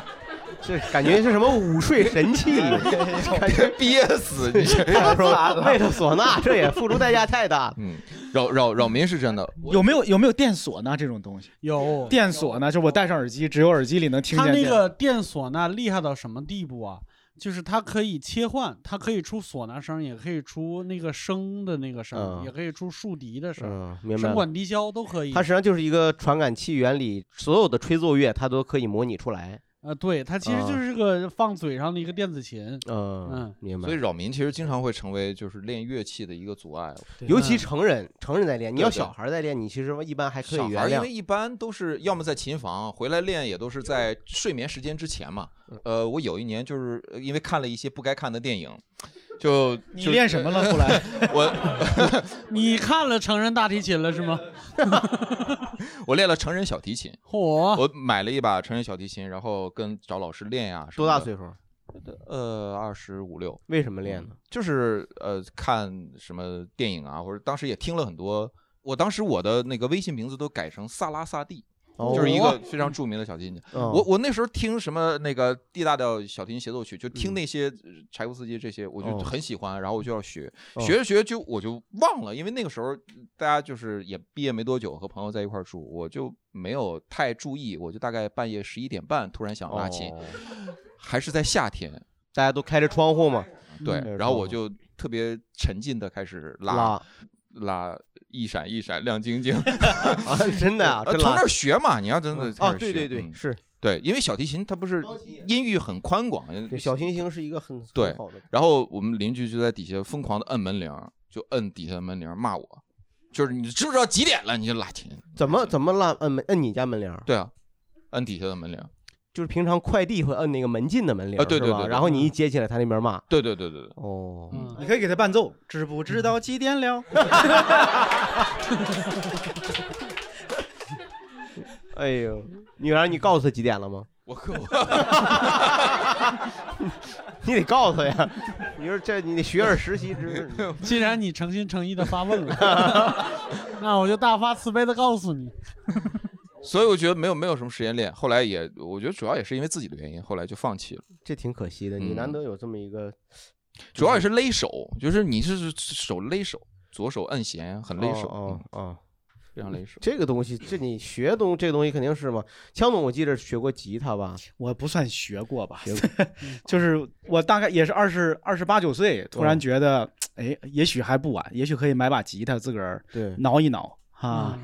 Speaker 3: 这感觉是什么午睡 神器，感觉
Speaker 2: 憋死你 这
Speaker 3: 他说为了唢呐，这也付出代价太大了。
Speaker 2: 嗯，扰扰扰民是真的。
Speaker 4: 有没有有没有电唢呐这种东西？
Speaker 5: 有
Speaker 4: 电唢呐，就我戴上耳机，只有耳机里能听
Speaker 5: 它
Speaker 4: 见
Speaker 5: 那
Speaker 4: 电。
Speaker 5: 个电唢呐厉害到什么地步啊？就是它可以切换，它可以出唢呐声，也可以出那个笙的那个声，
Speaker 3: 嗯
Speaker 5: 也可以出竖笛的声，
Speaker 3: 嗯明白
Speaker 5: 笙
Speaker 3: 了
Speaker 5: 管笛箫都可以。
Speaker 3: 它实际上就是一个传感器原理，所有的吹奏乐它都可以模拟出来。
Speaker 5: 呃，对，它其实
Speaker 3: 啊
Speaker 5: 就是个放嘴上的一个电子琴。
Speaker 3: 嗯，明白
Speaker 2: 所以。扰民其实经常会成为就是练乐器的一个阻碍，
Speaker 3: 尤其成
Speaker 5: 嗯
Speaker 3: 人，成人在练，你要
Speaker 2: 对对
Speaker 3: 小孩儿在练，你其实一般还可
Speaker 2: 小孩
Speaker 3: 以原
Speaker 2: 儿因为
Speaker 3: 谅。
Speaker 2: 一般都是要么在琴房回来练，也都是在睡眠时间之前嘛。
Speaker 3: 嗯
Speaker 2: 呃，我有一年就是呃因为看了一些不该看的电影，就
Speaker 4: 你
Speaker 2: 就
Speaker 4: 练什么了？后来
Speaker 2: 我
Speaker 5: 你看了成人大提琴了是吗？
Speaker 2: 我练了成人小提琴，
Speaker 5: 嚯
Speaker 2: 我买了一把成人小提琴，然后跟找老师练呀、
Speaker 3: 多大岁数？
Speaker 2: 呃，二十五六。嗯
Speaker 3: 为什么练呢？
Speaker 2: 就是呃，看什么电影啊，或者当时也听了很多。我当时我的那个微信名字都改成萨拉萨蒂，
Speaker 3: 哦
Speaker 2: 就是一 个非常著名的小提琴家。
Speaker 3: 嗯
Speaker 2: 我我那时候听什么那个 D 大调小提琴协奏曲，就
Speaker 3: 嗯
Speaker 2: 听那些呃柴可夫斯基这些，我就
Speaker 3: 哦
Speaker 2: 很喜欢，然后我就要学，
Speaker 3: 哦
Speaker 2: 学着学着就我就忘了，因为那个时候大家就是也毕业没多久，和朋友在一块儿住，我就没有太注意，我就大概半夜十一点半突然想拉琴，还是在夏天，
Speaker 3: 哦大家都开着窗户嘛。
Speaker 2: 对，
Speaker 3: 嗯
Speaker 2: 然后我就特别沉浸的开始拉拉一闪一闪亮晶晶，啊
Speaker 3: 真 的啊
Speaker 2: 从
Speaker 3: 真
Speaker 2: 那
Speaker 3: 拉
Speaker 2: 儿学嘛，你要真的开
Speaker 3: 啊
Speaker 2: 始
Speaker 3: 对
Speaker 2: 学
Speaker 3: 对对
Speaker 2: 嗯
Speaker 3: 是
Speaker 2: 对，因为小提琴它不是音域很宽广，
Speaker 3: 对，小行星是一个很很
Speaker 2: 对
Speaker 3: 好的，
Speaker 2: 然后我们邻居就在底下疯狂的摁门铃儿，就摁底下的门铃儿骂我，就是你知不知道几点了？你就拉琴，
Speaker 3: 怎么怎么拉摁门摁你家门铃儿？
Speaker 2: 对啊，摁底下的门铃儿。
Speaker 3: 就是平常快递会摁那个门禁的门铃儿，
Speaker 2: 啊对对
Speaker 3: 是吧
Speaker 2: 对对
Speaker 3: 然后
Speaker 4: 嗯
Speaker 3: 你一接起来，他那边骂。
Speaker 2: 对对对对对。
Speaker 3: 哦，
Speaker 4: 你可以给他伴奏，知不知道几点了？
Speaker 3: 哎呦，女儿，你告诉他几点了吗？
Speaker 2: 我可我
Speaker 3: 你得告诉他呀，你说这你得学而时习之。
Speaker 5: 既然你诚心诚意的发 问了，那我就大发慈悲的告诉你，
Speaker 2: 所以我觉得没有没有什么时间练，后来也我觉得主要也是因为自己的原因，后来就放弃了。
Speaker 3: 这挺可惜的，你
Speaker 2: 嗯
Speaker 3: 难得有这么一个
Speaker 2: 主要也是勒手，就是你是手勒手，左手摁弦哎很勒手，嗯
Speaker 3: 哦哦哦，
Speaker 2: 非常勒手。
Speaker 3: 这个东西，这你学东这个东西肯定是嘛。枪总，我记得学过吉他吧？
Speaker 4: 我不算学过吧，就是我大概也是二十二十八九岁，突
Speaker 3: 嗯
Speaker 4: 然觉得，哎，也许还不晚，也许可以买把吉他自个儿
Speaker 3: 对
Speaker 4: 挠一挠啊，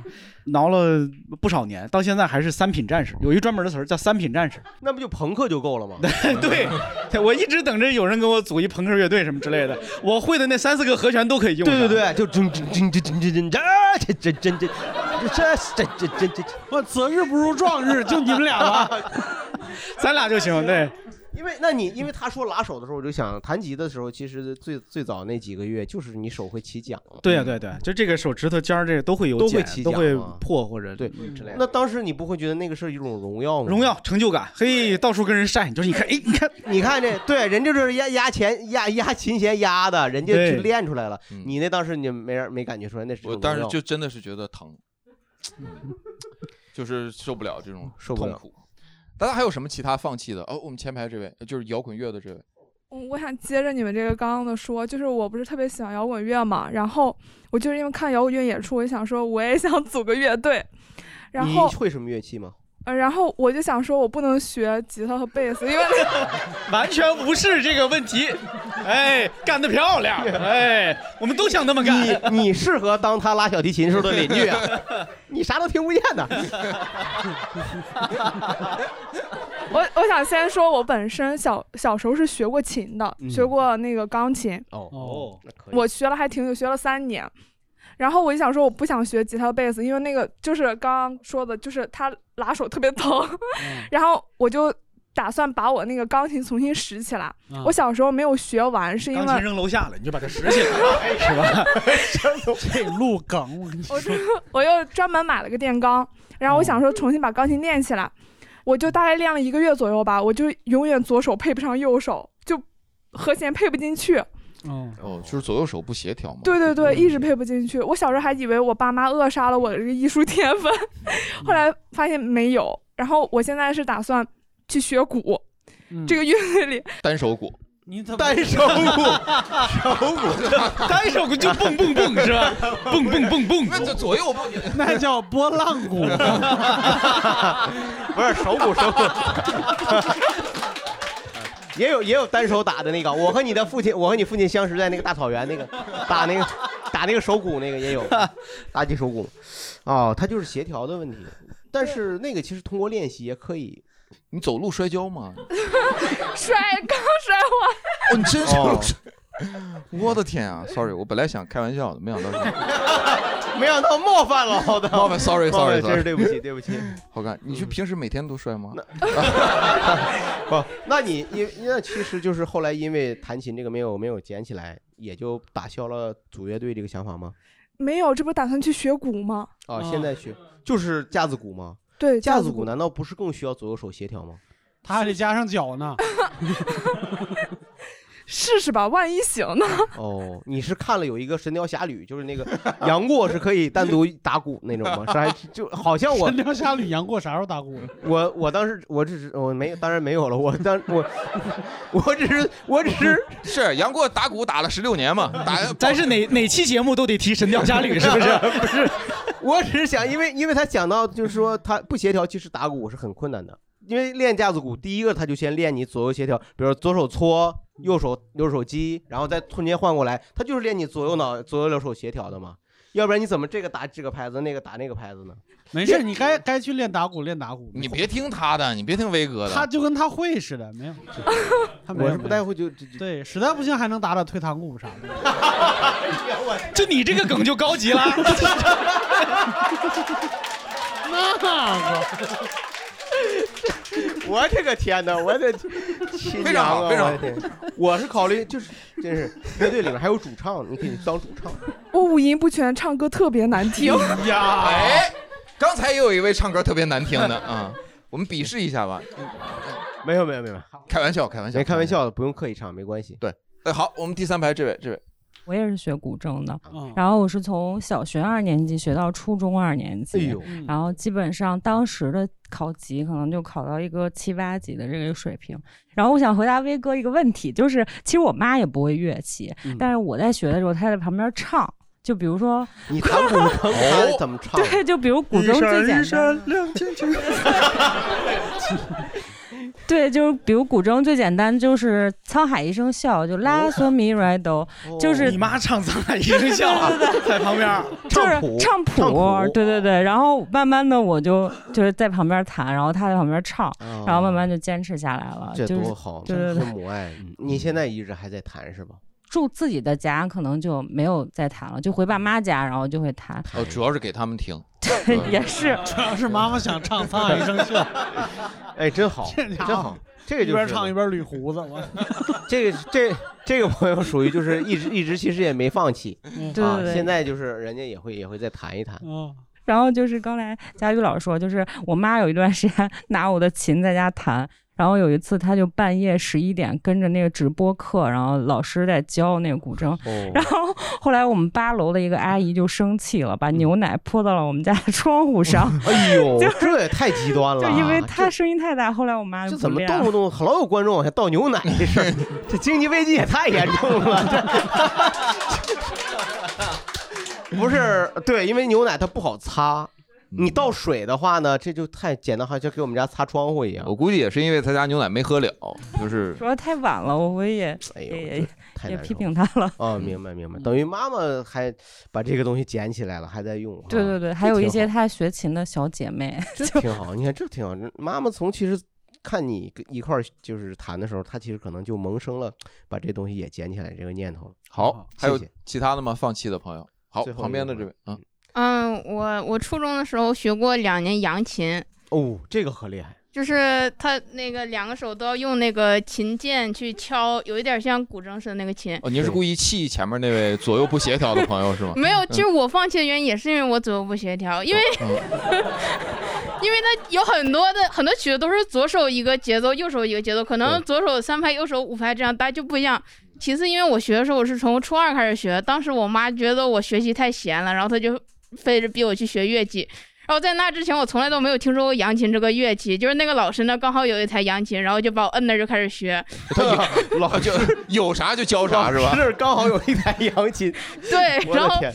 Speaker 4: 挠了不少年，到现在还是三品战士，有一专门的词儿叫三品战士。
Speaker 3: 那不就朋克就够了吗？
Speaker 4: 对我一直等着有人给我组一朋克乐队什么之类的，我会的那三四个和弦都可以用。
Speaker 3: 对对 对，就真真真真真真真
Speaker 4: 哎
Speaker 3: 真真真真。这这这这 这，
Speaker 5: 我择日不如撞日，就你们 俩吧，
Speaker 4: 咱俩就行。对，
Speaker 3: 因为那你因为他说拉手的时候，我就想弹吉的时候，其实最最早那几个月就是你手会起茧了。
Speaker 4: 对呀、对对，就这个手指头尖儿这个都会有
Speaker 3: 都会
Speaker 4: 茧
Speaker 3: 起
Speaker 4: 都
Speaker 3: 茧
Speaker 4: 会
Speaker 3: 啊
Speaker 4: 破或者
Speaker 3: 对
Speaker 4: 之类的。
Speaker 3: 嗯那当时你不会觉得那个是一种荣耀吗？
Speaker 4: 荣耀成就感，嘿，到处跟人晒，你说你看，哎，你看，
Speaker 3: 你看这，对，人家就是压压钱压压琴弦压的，人家
Speaker 4: 对
Speaker 3: 去练出来了。你那当时你没人没感觉出来，那是
Speaker 2: 嗯我当时就真的是觉得疼， 就是受不了这种
Speaker 3: 受不
Speaker 2: 痛
Speaker 3: 了
Speaker 2: 苦。大家还有什么其他放弃的？哦，我们前排这位就是摇滚乐的这位，
Speaker 14: 嗯我想接着你们这个刚刚的说，就是我不是特别喜欢摇滚乐嘛，然后我就是因为看摇滚乐演出，我就想说我也想组个乐队，然后
Speaker 3: 你会什么乐器吗？
Speaker 14: 呃，然后我就想说，我不能学吉他和贝斯，因为
Speaker 4: 完全无视这个问题，哎，干得漂亮，哎，我们都想那么干。
Speaker 3: 你你适合当他拉小提琴时候的邻 居啊，你啥都听不见 的。
Speaker 14: 我我想先说，我本身小小时候是学过琴的，
Speaker 3: 嗯
Speaker 14: 学过那个钢琴，
Speaker 3: 哦哦，那可以。
Speaker 14: 我学了还挺久，学了三年。然后我就想说，我不想学吉他、贝斯，因为那个就是刚刚说的，就是他拉手特别疼。
Speaker 3: 嗯
Speaker 14: 然后我就打算把我那个钢琴重新拾起来。
Speaker 4: 啊
Speaker 3: 嗯
Speaker 14: 我小时候没有学完，是因为
Speaker 4: 钢琴扔楼下了，你就把它拾起来，是吧？
Speaker 5: 这路梗，我 跟你说，
Speaker 14: 我又专门买了个电
Speaker 3: 哦
Speaker 14: 钢，然后我想说重新把钢琴练起来，
Speaker 3: 嗯
Speaker 14: 我就大概练了一个月左右吧，我就永远左手配不上右手，就和弦配不进去。
Speaker 2: 哦，就是左右手不协调嘛。
Speaker 14: 对对对，一直配不进去。我小时候还以为我爸妈扼杀了我的这个艺术天分，后来发现没有。然后我现在是打算去学鼓，这个乐队里
Speaker 2: 单手鼓，
Speaker 5: 你怎么
Speaker 3: 单手鼓， 手鼓，
Speaker 4: 单手鼓就蹦蹦蹦是吧？蹦蹦蹦蹦，
Speaker 2: 那这左右不
Speaker 5: 那叫波浪鼓，
Speaker 3: 不是手鼓手鼓。 也有也有单手打的那个，我和你的父亲，我和你父亲相识在那个大草原那个，打那个打那个手鼓那个 也有，打击手鼓，哦，它就是协调的问题，但是那个其实通过练习也可以。
Speaker 2: 你走路摔跤吗？
Speaker 14: 摔刚摔完。
Speaker 2: 哦，你真是
Speaker 3: 哦
Speaker 2: 我的天啊！Sorry，我本来想开玩笑的，没想到是
Speaker 3: 没想到冒犯 了，好的，
Speaker 2: 冒犯，sorry，sorry，
Speaker 3: 真是
Speaker 2: sorry
Speaker 3: 对不起，对不起。
Speaker 2: 好看。你是平时每天都摔吗？
Speaker 3: 不，那你因那其实就是后来因为弹琴这个没有没有捡起来，也就打消了组乐队这个想法吗？
Speaker 14: 没有，这不打算去学鼓吗？
Speaker 3: 啊，
Speaker 2: 哦
Speaker 3: 现在
Speaker 5: 嗯
Speaker 3: 学就是架子鼓吗？
Speaker 14: 对
Speaker 3: 架
Speaker 14: 架
Speaker 3: 子
Speaker 14: 子
Speaker 3: 鼓难道不是更需要左右手协调吗？
Speaker 5: 他还得加上脚呢。
Speaker 10: 试试吧，万一行 呢？
Speaker 3: 哦，你是看了有一个《神雕侠侣》，就是那个 杨过是可以单独打鼓那种吗？是还就好像我
Speaker 5: 神雕侠侣杨过啥时候打鼓？
Speaker 3: 我我当时我只是我没有当然没有了，我当我我只是我只是
Speaker 2: 是杨过打鼓打了十六年嘛，打
Speaker 4: 咱是哪哪期节目都得提《神雕侠侣》，是不是？
Speaker 3: 不是， 我只是想，因为因为他讲到就是说他不协调，其实打鼓是很困难的，因为练架子鼓，第一个他就先练你左右协调，比如说左手搓，右手右手击，然后再瞬间换过来，他就是练你左右脑左右两手协调的嘛，要不然你怎么这个打这个拍子，那个打那个拍子呢？
Speaker 5: 没事，你该该去练打鼓，练打鼓。
Speaker 2: 你别听他的，你别听威哥的，
Speaker 5: 他就跟他会似的，没有。他没有
Speaker 3: 我是不太会就
Speaker 5: 对，实在不行还能打打退堂鼓啥的。
Speaker 4: 就你这个梗 就高级了。
Speaker 5: 那个，
Speaker 3: 我这个天哪，我的亲
Speaker 2: 非常好
Speaker 3: 娘啊
Speaker 2: 非常
Speaker 3: 我的天我是考虑就是真是乐队里面还有主唱，你可以当主唱。
Speaker 10: 我五音不全，唱歌特别难听。
Speaker 2: 呀，哎，刚才也有一位唱歌特别难听的啊，我们比试一下吧。
Speaker 3: 没有没有没有，
Speaker 2: 开玩笑开玩笑，
Speaker 3: 没开玩笑的，不用刻意唱，没关系。
Speaker 2: 对，哎，好，我们第三排这位这位，
Speaker 15: 我也是学古筝的，然后我是从小学二年级学到初中二年级，
Speaker 3: 哎呦
Speaker 15: 然后基本上当时的考级可能就考到一个七八级的这个水平。然后我想回答威哥一个问题，就是其实我妈也不会乐器，
Speaker 3: 嗯
Speaker 15: 但是我在学的时候，她在旁边唱，就比如说
Speaker 3: 你弹古筝，他怎么唱？啊
Speaker 15: 对，就比如古筝最简单。
Speaker 3: 亮晶 晶。
Speaker 15: 对，就是比如古筝最简单就是《沧海一声笑》，就拉索米来哆，就是
Speaker 4: 你妈唱《沧海一声笑》啊在旁边，
Speaker 15: 就是唱谱，对对对。然后慢慢的我就就是在旁边弹，然后他在旁边唱，然后慢慢就坚持下来了。
Speaker 3: 哦这
Speaker 15: 就是
Speaker 3: 多好，
Speaker 15: 对对
Speaker 3: 真是
Speaker 15: 对，
Speaker 3: 母爱。你现在一直还在弹是吧？
Speaker 15: 住自己的家可能就没有再弹了，就回爸妈家，然后就会弹。
Speaker 2: 哦，主要是给他们听，
Speaker 15: 也是，
Speaker 5: 主要是妈妈想唱《沧海一声笑》，
Speaker 3: 哎，真 好，
Speaker 5: 这
Speaker 3: 真
Speaker 5: 家伙
Speaker 3: 好。这个
Speaker 5: 一
Speaker 3: 就是
Speaker 5: 边唱一边捋胡子，我
Speaker 3: 嗯这个这这个朋友属于就是一直一直其实也没放弃
Speaker 15: 嗯对
Speaker 3: 啊
Speaker 15: 对，对嗯
Speaker 3: 现在就是人家也会也会再弹一弹。
Speaker 15: 然后就是刚才佳宇老师说，就是我妈有一段时间拿我的琴在家弹，然后有一次她就半夜十一点跟着那个直播课，然后老师在教那个古
Speaker 3: 哦
Speaker 15: 筝，
Speaker 2: 哦
Speaker 15: 然后后来我们八楼的一个阿姨就生气了，把牛奶泼到了我们家的窗户上，
Speaker 3: 哎 呦，这也太极端了
Speaker 15: 就
Speaker 3: 啊！
Speaker 15: 因为她声音太大，后来我妈就
Speaker 3: 这
Speaker 15: 不
Speaker 3: 怎么
Speaker 15: 练啊
Speaker 3: 动
Speaker 15: 了
Speaker 3: 不动老有观众往下倒 牛奶这事儿？这经济危机也太严重了。 这不是对，因为牛奶它不好擦，
Speaker 2: 嗯
Speaker 3: 你倒水的话呢，这就太简单，好像给我们家擦窗户一样。
Speaker 2: 我估计也是因为他家牛奶没喝了，就是
Speaker 15: 主要太晚了，我我也也也
Speaker 3: 哎太
Speaker 15: 也
Speaker 3: 难
Speaker 15: 批
Speaker 3: 受
Speaker 15: 评她了。
Speaker 3: 哦，明白明
Speaker 15: 嗯
Speaker 3: 白，等于妈妈还把这个东西捡起来了，还在用哈。
Speaker 15: 对对对，
Speaker 3: 这
Speaker 15: 还有一
Speaker 3: 挺
Speaker 15: 些她学琴的小姐妹，
Speaker 3: 这挺好，你看这挺好。这妈妈从其实看你跟一块儿就是谈的时候，她其实可能就萌生了把这东西也捡起来这个念头了。
Speaker 2: 好，还有
Speaker 3: 谢谢
Speaker 2: 其他的吗？放弃的朋友，好，
Speaker 3: 最后一
Speaker 2: 旁边的
Speaker 3: 位
Speaker 2: 这位，嗯，
Speaker 9: 嗯，我我初中的时候学过两年扬琴，
Speaker 3: 哦，这个可厉害，
Speaker 9: 就是他那个两个手都要用那个琴键去敲，有一点像古筝似的那个琴。？
Speaker 2: 哦，您是故意气前面那位左右不协调的朋友是吗
Speaker 9: 没有，
Speaker 2: 嗯
Speaker 9: 其实我放弃的原因也是因为我左右不协调，因为、
Speaker 4: 嗯
Speaker 2: 嗯
Speaker 9: 因为它有很多的很多曲子都是左手一个节奏，右手一个节奏，可能左手三拍，右手五拍这样，大家就不一样。其次，因为我学的时候我是从初二开始学，当时我妈觉得我学习太闲了，然后她就非着逼我去学乐器。然后在那之前，我从来都没有听说过扬琴这个乐器，就是那个老师呢刚好有一台扬琴，然后就把我摁那儿就开始学。
Speaker 2: 老啊就有啥就教啥是吧？
Speaker 3: 是刚好有一台扬
Speaker 2: ，
Speaker 3: 琴，
Speaker 9: 对
Speaker 2: 我的
Speaker 9: 然后
Speaker 2: 天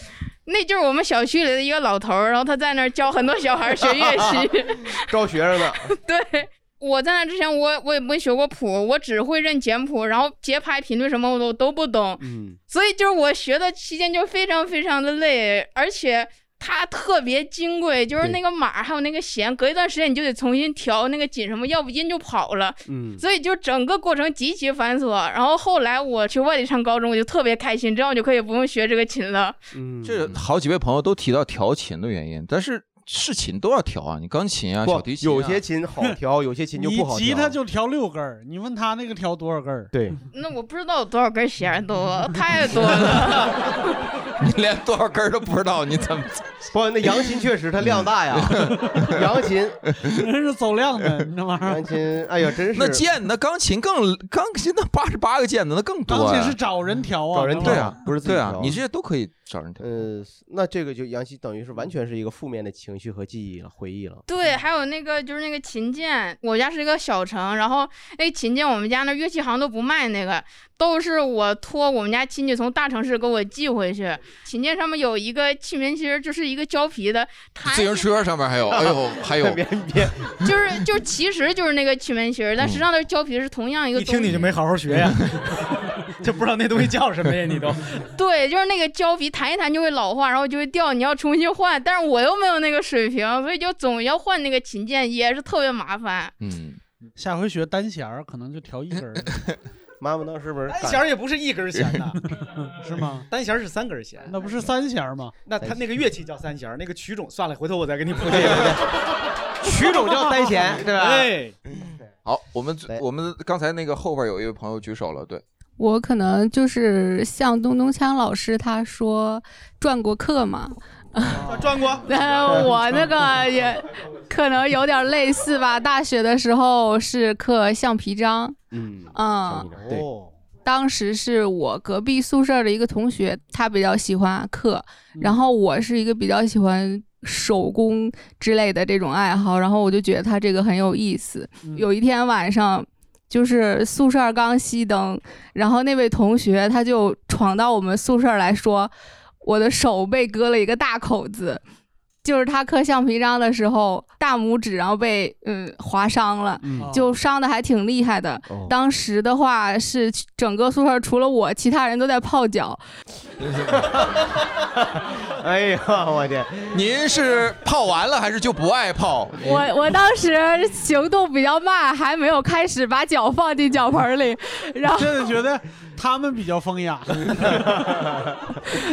Speaker 9: 那就是我们小区里的一个老头儿，然后他在那儿教很多小孩儿学乐器。
Speaker 3: 招学生呢。
Speaker 9: 对，我在那之前我我也没学过谱，我只会认简谱，然后节拍、频率什么我都都不懂，
Speaker 3: 嗯，
Speaker 9: 所以就是我学的期间就非常非常的累，而且。它特别金贵，就是
Speaker 16: 对
Speaker 9: 那个码还有那个弦，隔一段时间你就得重新调那个紧什么，要不音就跑了。
Speaker 3: 嗯
Speaker 9: 所以就整个过程极其繁琐。然后后来我去外地上高中，我就特别开心，这样我就可以不用学这个琴了。
Speaker 3: 嗯
Speaker 5: 嗯
Speaker 2: 这好几位朋友都提到调琴的原因，但是是琴都要调啊，你钢琴啊、
Speaker 3: 不
Speaker 2: 小提琴、啊，
Speaker 3: 有些琴好调，有些琴就
Speaker 5: 你
Speaker 3: 不好
Speaker 5: 吉
Speaker 3: 调。
Speaker 5: 他就调六根儿，你问他那个调多少根儿？
Speaker 3: 对，
Speaker 9: 那我不知道有多少根弦儿都太多了。
Speaker 2: 你连多少根儿都不知道，你怎么？
Speaker 3: 不，那扬琴确实它量大呀， 扬琴
Speaker 5: 人是走量的，你知道吗？
Speaker 3: 扬琴，哎呀，真是
Speaker 2: 那键，那钢琴更 钢琴那八十八个键子那更多、
Speaker 5: 钢
Speaker 2: 啊。
Speaker 5: 琴是找人调啊，
Speaker 2: 对
Speaker 5: 吧
Speaker 2: 啊，不是对啊，你这些都可以找人调。
Speaker 3: 呃，那这个就杨希等于是完全是一个负面的情绪和记忆了，回忆了。
Speaker 9: 对，
Speaker 4: 嗯
Speaker 9: 还有那个就是那个琴键，我家是一个小城，然后那个琴键我们家那乐器行都不卖那个，都是我托我们家亲戚从大城市给我寄回去。琴键上面有一个气门芯儿，就是一个胶皮的，它
Speaker 2: 自行车上面还有，哎呦，还有
Speaker 3: 别别，
Speaker 9: 就是就是其实就是那个气门芯儿，但实际上它是胶皮，是同样一个
Speaker 4: 嗯一
Speaker 9: 东西。
Speaker 4: 听你就没好好学呀，就不知道那东西叫什么呀，你都。
Speaker 9: 对，就是那个胶皮弹一弹就会老化，然后就会掉，你要重新换。但是我又没有那个水平，所以就总要换那个琴键，也是特别麻烦。
Speaker 2: 嗯，
Speaker 5: 下回学单弦儿，可能就调一根儿。
Speaker 3: 妈妈当时 不是
Speaker 4: 单弦儿也不是一根儿弦 呐，
Speaker 5: 是吗？
Speaker 4: 单弦儿是三根儿弦，
Speaker 5: 那不是三弦儿吗？
Speaker 4: 那他那个乐器叫三弦儿，那个曲种算了，回头我再给 你补。
Speaker 3: 曲种叫 单 弦，对吧？
Speaker 4: 对。
Speaker 2: 好，我们最我们刚才那个后边有一位朋友举手了，对，
Speaker 16: 我可能就是像东东锵老师他说转过课嘛，
Speaker 4: 转 过。
Speaker 16: 呃，我那个也可能有点类似吧。大学的时候是刻橡皮章，
Speaker 3: 嗯
Speaker 16: 嗯，
Speaker 3: 对，
Speaker 16: 当时是我隔壁宿舍的一个同学，他比较喜欢刻，然后我是一个比较喜欢手工之类的这种爱好，然后我就觉得他这个很有意思。有一天晚上。就是宿舍刚熄灯，然后那位同学他就闯到我们宿舍来说，我的手被割了一个大口子，就是他刻橡皮章的时候，大拇指然后被嗯划伤了，
Speaker 17: 嗯
Speaker 16: 就伤的还挺厉害的。
Speaker 17: 哦
Speaker 16: 当时的话是整个宿舍除了我，其他人都在泡脚。
Speaker 3: 哎呀，我天！
Speaker 2: 您是泡完了还是就不爱泡？
Speaker 3: 哎
Speaker 16: 我我当时行动比较慢，还没有开始把脚放进脚盆里，然 后
Speaker 5: 真的觉得他们比较 风雅。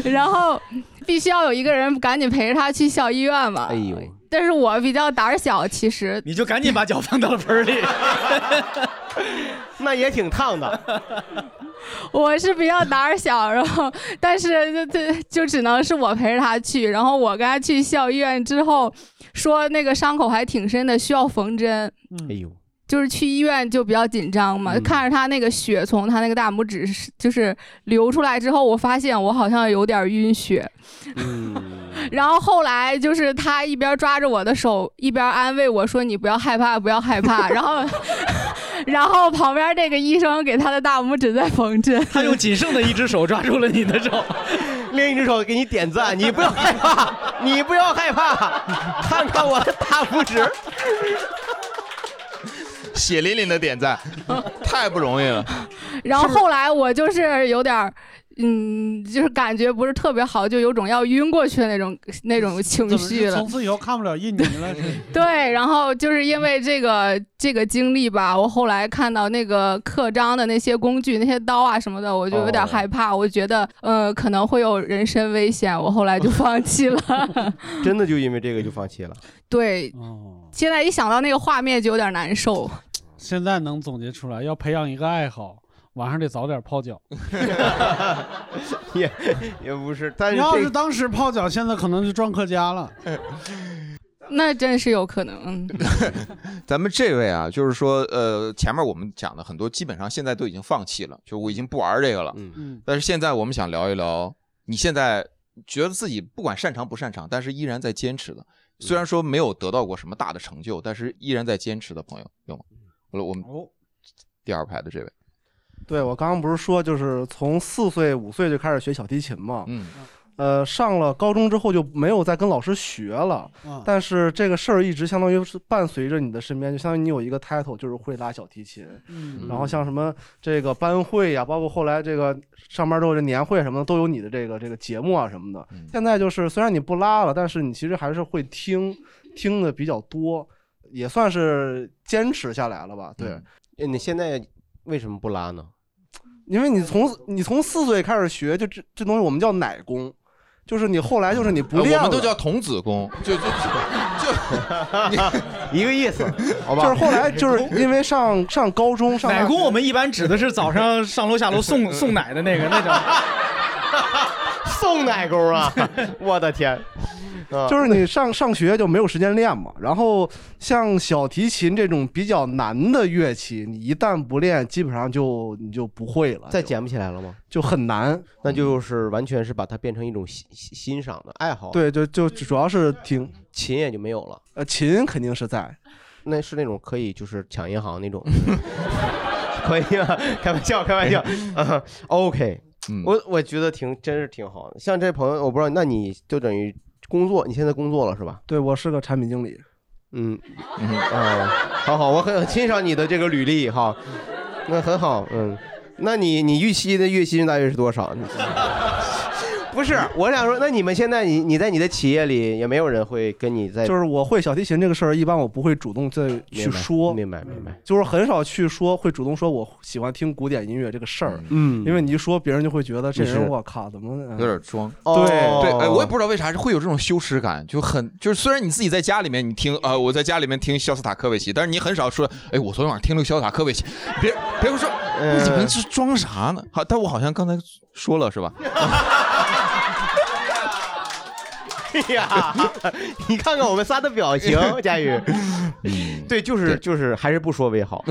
Speaker 16: 然后必须要有一个人赶紧陪着他去校医院嘛。
Speaker 3: 哎呦，
Speaker 16: 但是我比较胆儿小，其实
Speaker 4: 你就赶紧把脚放到了盆儿里。
Speaker 3: 那也挺烫的。
Speaker 16: 我是比较胆儿小，然后但是就就就只能是我陪着他去，然后我跟他去校医院之后，说那个伤口还挺深的，需要缝针。
Speaker 3: 哎呦，
Speaker 16: 就是去医院就比较紧张
Speaker 5: 嗯
Speaker 16: 嘛，看着他那个血从他那个大拇指是就是流出来之后，我发现我好像有点晕血。
Speaker 5: 嗯
Speaker 16: 然后后来就是他一边抓着我的手，一边安慰我说：“你不要害怕，不要害怕。” 然后，然后旁边这个医生给他的大拇指在缝针。
Speaker 4: 他用仅剩的一只手抓住了你的手，
Speaker 3: 另一只手给你点赞，你不要害怕，你不要害怕，看看我的大拇指。
Speaker 2: 血淋淋的点赞，太不容易了。
Speaker 16: 然后后来我就是有点儿，嗯，就是感觉不是特别好，就有种要晕过去的那种那种情
Speaker 5: 怎么
Speaker 16: 绪
Speaker 5: 就
Speaker 16: 了
Speaker 5: 从。此以后看不了印尼了？是
Speaker 16: 对，然后就是因为这个这个经历吧，我后来看到那个刻章的那些工具、那些刀啊什么的，我就有
Speaker 3: 哦
Speaker 16: 点害怕，我觉得呃可能会有人身危险，我后来就放弃了。
Speaker 3: 真的就因为这个就放弃了。
Speaker 16: 对，
Speaker 3: 哦
Speaker 16: 现在一想到那个画面就有点难受。
Speaker 5: 现在能总结出来，要培养一个爱好，晚上得早点泡脚。
Speaker 3: 也也不是，但是
Speaker 5: 要
Speaker 3: 这
Speaker 5: 是当时泡脚，现在可能就撞客 家了。
Speaker 16: 那真是有可能。嗯
Speaker 2: 咱们这位啊，就是说，呃，前面我们讲的很多，基本上现在都已经放弃了，就我已经不玩这个了。
Speaker 5: 嗯
Speaker 2: 但是现在我们想聊一聊，你现在觉得自己不管擅长不擅长，但是依然在坚持的，虽
Speaker 18: 嗯
Speaker 2: 然说没有得到过什么大的成就，但是依然在坚持的朋友有吗？我我们第二排的这位，
Speaker 18: 对，我刚刚不是说，就是从四岁、五岁就开始学小提琴嘛。
Speaker 2: 嗯。
Speaker 18: 呃，上了高中之后就没有再跟老师学了，
Speaker 5: 嗯
Speaker 18: 但是这个事儿一直相当于是伴随着你的身边，就相当于你有一个 title，就是会拉小提琴。
Speaker 5: 嗯
Speaker 18: 然后像什么这个班会呀、包括后来这个上班之后这年会什么的，都有你的这个这个节目啊什么的。
Speaker 2: 嗯
Speaker 18: 现在就是虽然你不拉了，但是你其实还是会听，听的比较多，也算是坚持下来了吧？对。
Speaker 2: 嗯
Speaker 3: 对，哎你现在为什么不拉呢？
Speaker 18: 因为你从你从四岁开始学，就这这东西我们叫奶功，就是你后来就是你不
Speaker 2: 呃
Speaker 18: 练了，
Speaker 2: 我们都叫童子功，就就
Speaker 3: 就 一个意 思，
Speaker 2: 好
Speaker 18: 就
Speaker 2: 吧？
Speaker 18: 是后 来就是因为上上高中上大
Speaker 4: 奶工 我们一般指的是早上上楼下楼送送奶的那个那种。
Speaker 3: 送奶工啊！我的 天，啊
Speaker 18: 就是你上上学就没有时间练嘛。然后像小提琴这种比较难的乐器，你一旦不练，基本上就你就不会了，
Speaker 3: 再捡不起来了吗？
Speaker 18: 就很难。
Speaker 3: 那就是完全是把它变成一种欣欣欣赏的爱好。
Speaker 18: 对，，就就主要是听
Speaker 3: 琴也就没有了。
Speaker 18: 呃，琴肯定是在，
Speaker 3: 那是那种可以就是抢银行那种。 可以啊， 开玩笑，开玩笑。
Speaker 18: 哎
Speaker 3: 啊 OK，我我觉得挺真是挺好的。像这朋友，我不知道，那你就等于工作，你现在工作了是吧？
Speaker 18: 对我是个产品经理。
Speaker 3: 嗯嗯啊，好好，我很很欣赏你的这个履历哈，那很好，嗯，那你你预期的月薪大约是多少？你 不是，我想说，那你们现在你你在你的企业里也没有人会跟你在
Speaker 18: 就是我会小提琴这个事儿，一般我不会主动再去说，
Speaker 3: 哎明白明白，
Speaker 18: 就是很少去说，会主动说我喜欢听古典音乐这个事儿，
Speaker 3: 嗯
Speaker 18: 因为你一说，别人就会觉得这
Speaker 2: 你
Speaker 18: 人
Speaker 2: 是
Speaker 18: 我靠，怎么哎
Speaker 2: 有点装。
Speaker 18: 对
Speaker 3: 哦
Speaker 2: 对，哎，我也不知道为啥会有这种羞耻感，就很就是虽然你自己在家里面你听啊、我在家里面听肖斯塔科维奇，但是你很少说，哎，我昨天晚上听了肖斯塔科维奇，别别说，你们是装啥呢？好，但我好像刚才说了是吧？
Speaker 3: 哎呀，你看看我们仨的表 情，佳宇，
Speaker 2: 嗯
Speaker 3: 对，就是就是还是不说为好。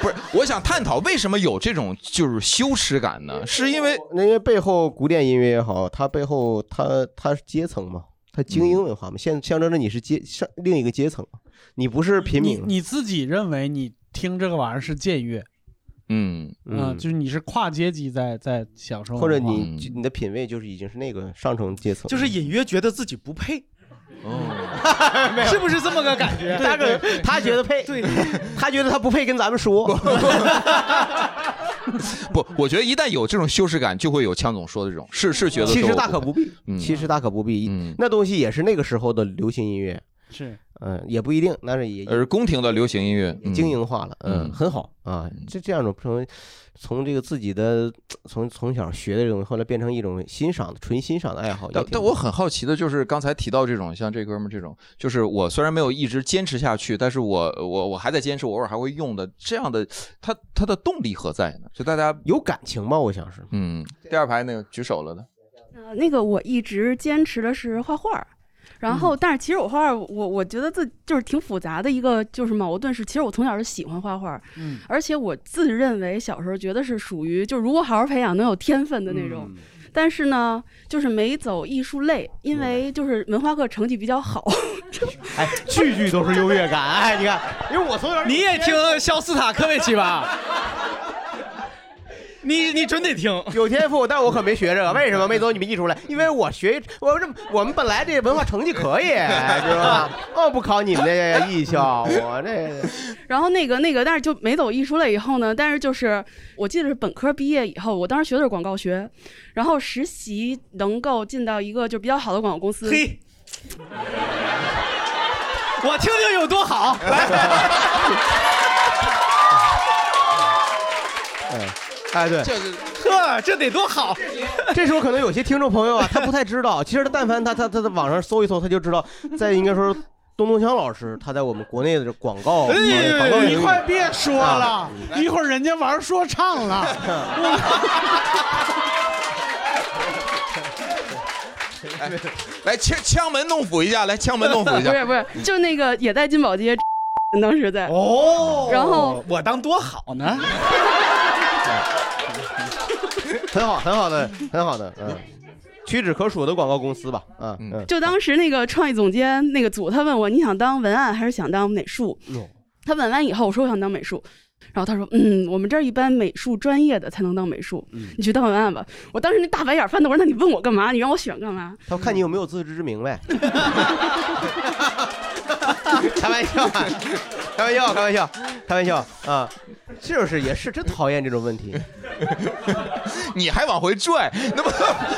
Speaker 2: 不是，我想探讨为什么有这种就是羞耻感呢？是因为
Speaker 3: 那因为背后古典音乐也好，它背后它它是阶层嘛，它精英文化嘛，象象征着你是阶上另一个阶层嘛，你不是平
Speaker 5: 你
Speaker 3: 民。
Speaker 5: 你自己认为你听这个玩意儿是僭越，
Speaker 2: 嗯
Speaker 5: 嗯，就是你是跨阶级在在享受文化，
Speaker 3: 或者你就你的品味就是已经是那个上层阶层，
Speaker 4: 就是隐约觉得自己不配，
Speaker 3: 没有
Speaker 4: 是不是这么个感觉？
Speaker 3: 他可他觉得配，对，他觉得他不配跟咱们 说。
Speaker 2: 不，我觉得一旦有这种羞耻感，就会有枪总说的这嗯种，是是觉得
Speaker 3: 其
Speaker 2: 说
Speaker 3: 实
Speaker 2: 我
Speaker 3: 大可
Speaker 2: 不
Speaker 3: 不必，其实大可不必，
Speaker 2: 嗯
Speaker 3: 那东西也是那个时候的流行音乐，
Speaker 5: 是
Speaker 3: 嗯，也不一定，但是也
Speaker 2: 而宫廷的流行音乐嗯
Speaker 3: 经营化了，嗯，
Speaker 2: 嗯
Speaker 3: 很好啊。这这样一种从从这个自己的从从小学的这种，后来变成一种欣赏的纯欣赏的爱好。
Speaker 2: 但呃但我很好奇的就是，刚才提到这种像这哥们儿这种，就是我虽然没有一直坚持下去，但是我我我还在坚持，我偶尔还会用的这样的，它它的动力何在呢？就大家
Speaker 3: 有感情吗？我想是，
Speaker 2: 嗯，第二排那个举手了 的，
Speaker 17: 呃，那个我一直坚持的是画画儿，然后但是其实我画画儿，我我觉得自就是挺复杂的一个就是矛盾是，其实我从小就喜欢画画儿，
Speaker 5: 嗯
Speaker 17: 而且我自认为小时候觉得是属于就如果好好培养能有天分的那种。但是呢，就是没走艺术类，因为就是文化课成绩比较好。
Speaker 3: 哎，句句都是优越感。哎，你看，因为我从小
Speaker 4: 你也听肖斯塔科维奇吧？你你真得听，
Speaker 3: 有天赋，但我可没学这个。为什么没走你们艺术类？因为我学我这我们本来这文化成绩可以，知道吧？ 哦，不考你们这艺校，我这
Speaker 17: 然后那个那个，但是就没走艺术类以后呢，但是就是我记得是本科毕业以后，我当时学的是广告学，然后实习能够进到一个就比较好的广告公司。
Speaker 4: 嘿，我听听有多好。
Speaker 3: 哎哎对，
Speaker 4: 呵，这得多好！
Speaker 3: 这时候可能有些听众朋友啊，他不太知道，其实他但凡他他他在网上搜一搜，他就知道，在应该说东东强老师，他在我们国内的广 告，广告
Speaker 5: 哎你
Speaker 3: 领域
Speaker 5: 你快别说了
Speaker 3: 啊，
Speaker 5: 一会儿人家玩说唱了，
Speaker 2: 哎来枪枪门弄斧一下，来枪门弄斧一下，
Speaker 17: 不是不是，就那个也在金宝街， 当时在
Speaker 4: 哦
Speaker 17: 然后
Speaker 4: 我当多好呢，
Speaker 3: 很好很好的很好的，嗯，屈指可数的广告公司吧，啊嗯，
Speaker 17: 就当时那个创意总监那个组，他问我你想当文案还是想当美术？他问完以后，我说我想当美术，然后他说嗯，我们这儿一般美术专业的才能当美术，
Speaker 2: 嗯
Speaker 17: 你去当文案吧。我当时那大白眼翻的，我说那你问我干嘛？你让我选干嘛？
Speaker 3: 他看你有没有自知之明呗。 开玩笑，啊开玩笑，开玩笑，开玩笑啊！就是也是真讨厌这种问题，
Speaker 2: 你还往回拽，那不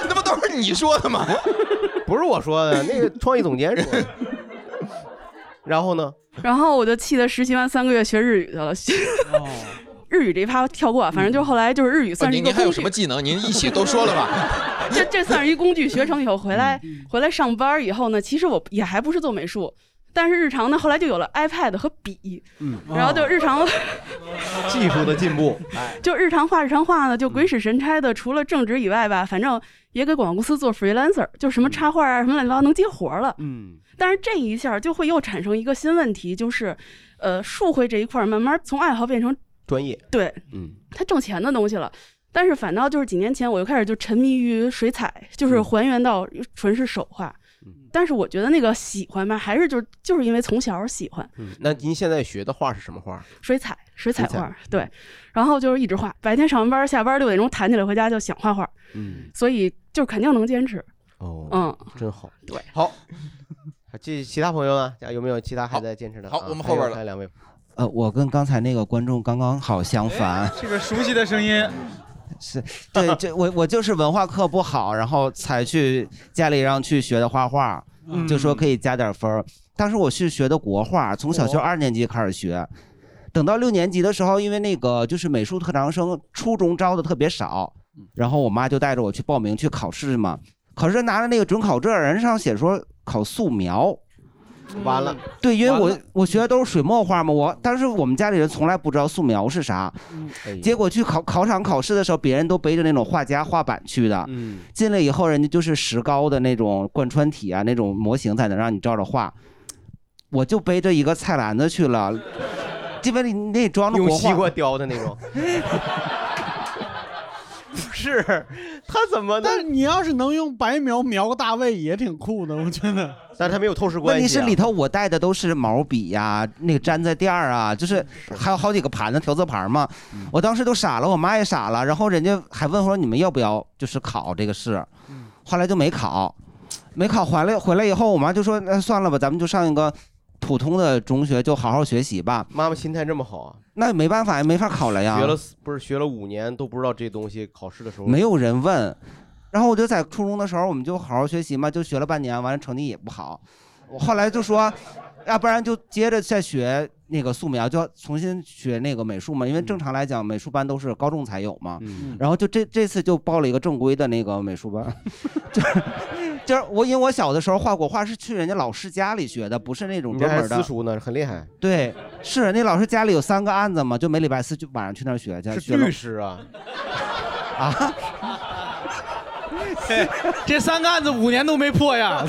Speaker 2: 那不都是你说的吗？
Speaker 3: 不是我说的，那个创意总监说 的。然后呢？
Speaker 17: 然后我就气得实习完三个月学日语去了。
Speaker 2: 哦
Speaker 17: 日语这一趴跳过，啊反正就是后来就是日语
Speaker 2: 啊
Speaker 17: 算是一
Speaker 2: 您
Speaker 17: 个
Speaker 2: 您还
Speaker 17: 工
Speaker 2: 有
Speaker 17: 具
Speaker 2: 什么。技能？您一起都说了吧？嗯
Speaker 17: 这这算是一工具，学成以后回来回来上班以后呢，其实我也还不是做美术，但是日常呢，后来就有了 iPad 和笔，
Speaker 3: 嗯 哦
Speaker 17: 然
Speaker 2: 哦
Speaker 17: 后就日常、
Speaker 3: 技术的进步，
Speaker 17: 就日常画日常画呢，就鬼使神差的，除了正职以外吧，反正也给广告公司做 freelancer，就什么插画啊什么乱七八糟能接活儿了。
Speaker 3: 嗯，
Speaker 17: 但是这一下就会又产生一个新问题，就是，呃，术会这一块儿慢慢从爱好变成
Speaker 3: 专业，
Speaker 17: 对
Speaker 3: 嗯，
Speaker 17: 它挣钱的东西了。但是反倒就是几年前我又开始就沉迷于水彩，就是还原到纯是手画。但是我觉得那个喜欢吧，还是就是就是因为从小喜欢
Speaker 3: 嗯，那您现在学的画是什么画？
Speaker 17: 水彩，水彩
Speaker 3: 水彩嗯
Speaker 17: 画，对。然后就是一直画，白天上完班儿下班儿六点钟弹起来回家就想画画，
Speaker 3: 嗯，
Speaker 17: 所以就肯定能坚持。
Speaker 3: 哦，
Speaker 17: 嗯，
Speaker 3: 真好，
Speaker 17: 对，
Speaker 3: 好。 这其他朋友呢？啊有没有其他还在坚持的？
Speaker 2: 好
Speaker 3: 啊
Speaker 2: 我们后边
Speaker 3: 还有
Speaker 2: 了
Speaker 3: 还有两位，
Speaker 13: 呃，我跟刚才那个观众刚刚好相
Speaker 3: 哎
Speaker 13: 反，
Speaker 4: 这个熟悉的声音，
Speaker 13: 是对，这我我就是文化课不好，然后才去家里让去学的画画，就说可以加点分儿。当时我是学的国画，从小学二年级开始学，等到六年级的时候，因为那个就是美术特长生初中招的特别少，然后我妈就带着我去报名去考试嘛，考试拿着那个准考证，人上写说考素描。
Speaker 3: 嗯完了，
Speaker 13: 对，因为我我学的都是水墨画嘛，我当时我们家里人从来不知道素描是啥，
Speaker 3: 嗯哎
Speaker 13: 结果去考考场考试的时候，别人都背着那种画夹画板去的，
Speaker 3: 嗯，
Speaker 13: 进来以后人家就是石膏的那种贯穿体啊，那种模型才能让你照着画，我就背着一个菜篮子去了，基本里那装的
Speaker 3: 用
Speaker 13: 国
Speaker 3: 西
Speaker 13: 画，
Speaker 3: 瓜雕的那种。 不是，他怎么？
Speaker 5: 但你要是能用白描描个大卫也挺酷的，我觉得。
Speaker 3: 但是他没有透视啊
Speaker 13: 问题是里头我带的都是毛笔呀、那个粘在垫儿啊，就是还有好几个盘子调色盘嘛。
Speaker 3: 嗯
Speaker 13: 我当时都傻了，我妈也傻了，然后人家还问说你们要不要就是考这个试，
Speaker 3: 嗯
Speaker 13: 后来就没考，没考回来回来以后，我妈就说那算了吧，咱们就上一个普通的中学，就好好学习吧。
Speaker 3: 妈妈心态这么好啊？
Speaker 13: 那也没办法，也没法考了呀。
Speaker 3: 学了四不是学了五年都不知道这东西，考试的时候
Speaker 13: 没有人问。然后我就在初中的时候，我们就好好学习嘛，就学了半年，完了成绩也不好。我后来就说，要不然就接着再学那个素描，就要重新学那个美术嘛，因为正
Speaker 3: 嗯
Speaker 13: 常来讲美术班都是高中才有嘛。然后就这这次就报了一个正规的那个美 术班，就是就是我因为我小的时候画国画是去人家老师家里学的，不是那种
Speaker 3: 你这
Speaker 13: 专
Speaker 3: 还
Speaker 13: 门的
Speaker 3: 私。塾呢，很厉害，
Speaker 13: 对，是那老师家里有三个案子嘛，就每礼拜四就晚上去那儿学去。
Speaker 3: 是
Speaker 13: 学了
Speaker 3: 律师啊。
Speaker 13: 啊，
Speaker 4: 这三个案子五年都没破呀。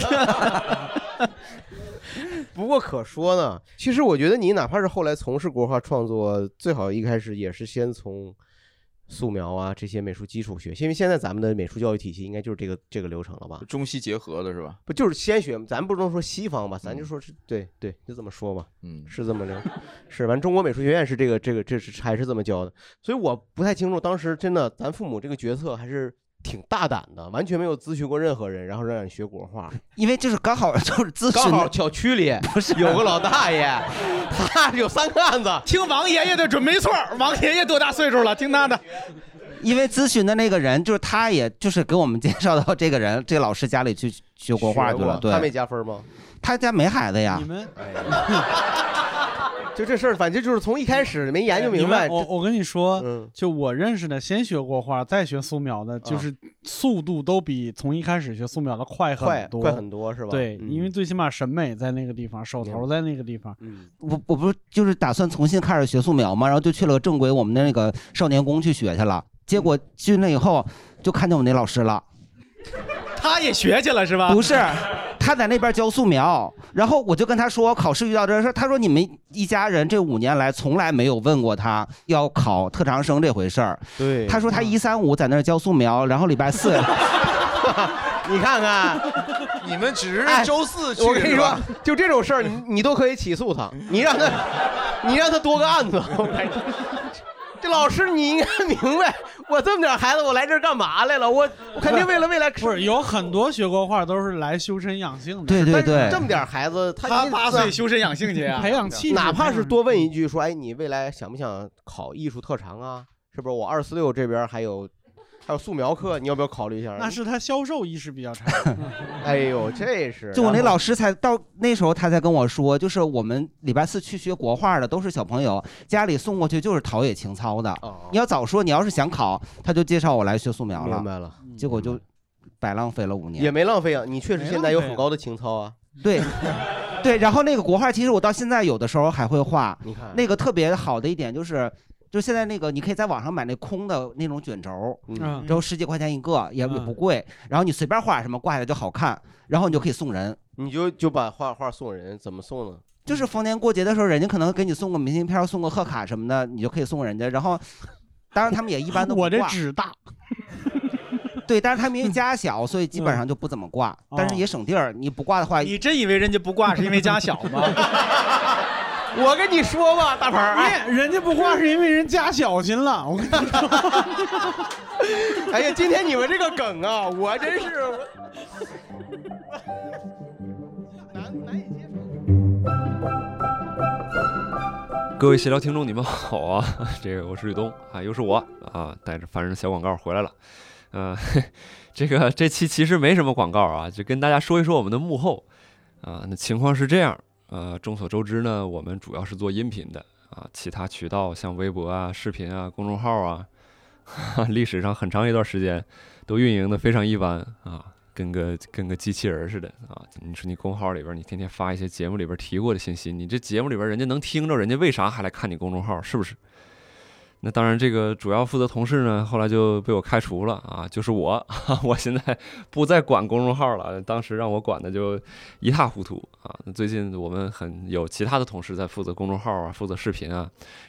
Speaker 3: 不过可说呢，其实我觉得你哪怕是后来从事国画创作，最好一开始也是先从素描啊这些美术基础学，因为现在咱们的美术教育体系应该就是这个这个流程了吧？
Speaker 2: 中西结合的是吧？
Speaker 3: 不就是先学？咱不能说西方吧，咱就说是对对，就这么说吧，
Speaker 2: 嗯，
Speaker 3: 是这么着，是完中国美术学院是这个这个这是还是这么教的，所以我不太清楚当时真的咱父母这个决策还是挺大胆的，完全没有咨询过任何人，然后让你学国画，
Speaker 13: 因为就是刚好就是咨询
Speaker 3: 刚好小区里
Speaker 13: 不是
Speaker 3: 有个老大爷，他有三个案子，
Speaker 4: 听王爷爷的准没错儿，王爷爷多大岁数了？听他的。
Speaker 13: 因为咨询的那个人就是他，也就是给我们介绍到这个人， 这个老师家里去学国画去了。对，
Speaker 3: 他没加分吗？
Speaker 13: 他家没孩子呀。
Speaker 5: 们
Speaker 3: 哎 就这事儿，反正就是从一开始没研究明白
Speaker 5: 哎
Speaker 3: 嗯
Speaker 5: 你们我我跟你说，就我认识的，先学国画，再学素描的，
Speaker 3: 啊
Speaker 5: 就是速度都比从一开始学素描的哦快
Speaker 3: 快
Speaker 5: 很多，
Speaker 3: 快很多是吧
Speaker 5: 对，
Speaker 3: 嗯
Speaker 5: 因为最起码审美在那个地方，手头在那个地方。
Speaker 3: 嗯
Speaker 13: 我我不是就是打算重新开始学素描嘛，然后就去了个正规我们的那个少年宫去学去了。结果去那以后就看见我那老师了，
Speaker 4: 他也学去了是吧？
Speaker 13: 不是，他在那边教素描，然后我就跟他说考试遇到这事儿，他说你们一家人这五年来从来没有问过他要考特长生这回事儿。
Speaker 3: 对
Speaker 13: 他说他一三五在那儿教素描，然后礼拜四。
Speaker 3: 你 看看，
Speaker 2: 你们只
Speaker 3: 哎
Speaker 2: 是周四去，
Speaker 3: 我跟你
Speaker 2: 是
Speaker 3: 说
Speaker 2: 吧，
Speaker 3: 就这种事儿，你你都可以起诉他，你让他，你让他多个案子。我跟你说这老师，你应该明白，我这么点孩子，我来这儿干嘛来了？我我肯定为了未来。
Speaker 5: 不是有很多学国画都是来修身养性的。
Speaker 13: 对对对
Speaker 3: 这么点孩子，
Speaker 5: 他
Speaker 3: 他
Speaker 5: 八岁修身养性去 啊培养嗯气质
Speaker 3: 哪怕是多问一句说，哎，你未来想不想考艺术特长啊？是不是？我二四六这边还有还有素描课，你要不要考虑一下？
Speaker 5: 那是他销售意识比 较差。
Speaker 3: 哎呦，这是
Speaker 13: 就我那
Speaker 3: 然后
Speaker 13: 老师才到那时候，他才跟我说，就是我们礼拜四去学国画的都是小朋友，家里送过去就是陶冶情操的。
Speaker 3: 哦
Speaker 13: 你要早说，你要是想考，他就介绍我来学素描了。
Speaker 3: 明白了，嗯
Speaker 13: 结果就白浪费了五年。
Speaker 3: 也没浪费啊，你确实现在有很高的情操啊。
Speaker 13: 对， 对，然后那个国画，其实我到现在有的时候还会画。
Speaker 3: 你看
Speaker 13: 那个特别好的一点就是，就现在那个你可以在网上买那空的那种卷轴，
Speaker 3: 嗯
Speaker 13: 只有十几块钱一个，也也不贵。然后你随便画什么挂下来就好看，然后你就可以送人。
Speaker 3: 你就就把画画送人，怎么 送呢？
Speaker 13: 就是逢年过节的时候，人家可能给你送个明信片、送个贺卡什么的，你就可以送人家。然后，当然他们也一般都
Speaker 4: 我这
Speaker 13: 纸大，对，但是他们因为家小，所以基本上就不怎么挂，但是也省地儿。你不挂的话，
Speaker 4: 哎你真以为人家不挂是因为家小吗？
Speaker 3: 我跟你说吧，大鹏儿，哎
Speaker 5: 人家 不挂是因为人家小 心了。我跟你说，
Speaker 3: 哎呀，今天你们这个梗啊，我真是。
Speaker 1: 各位闲聊听众，你们好啊！ 这个我是吕东啊，又是我啊，带着烦人的小广告回来了。呃， 这个这期其实没什么广告啊，就跟大家说一说我们的幕后啊。那情况是这样，呃，众所周知呢，我们主要是做音频的啊，其他渠道像微博啊、视频啊、公众号啊， 哈哈历史上很长一段时间都运营的非常一般啊，跟个跟个机器人儿似的啊。你说你公号里边儿，你天天发一些节目里边儿提过的信息，你这节目里边儿人家能听着，人家为啥还来看你公众号？是不是？那当然，这个主要负责同事呢，后来就被我开除了啊，就是我， 我现在不再管公众号了，当时让我管的就一塌糊涂啊。那最近我们很有其他的同事在负责公众号啊，负责视频啊，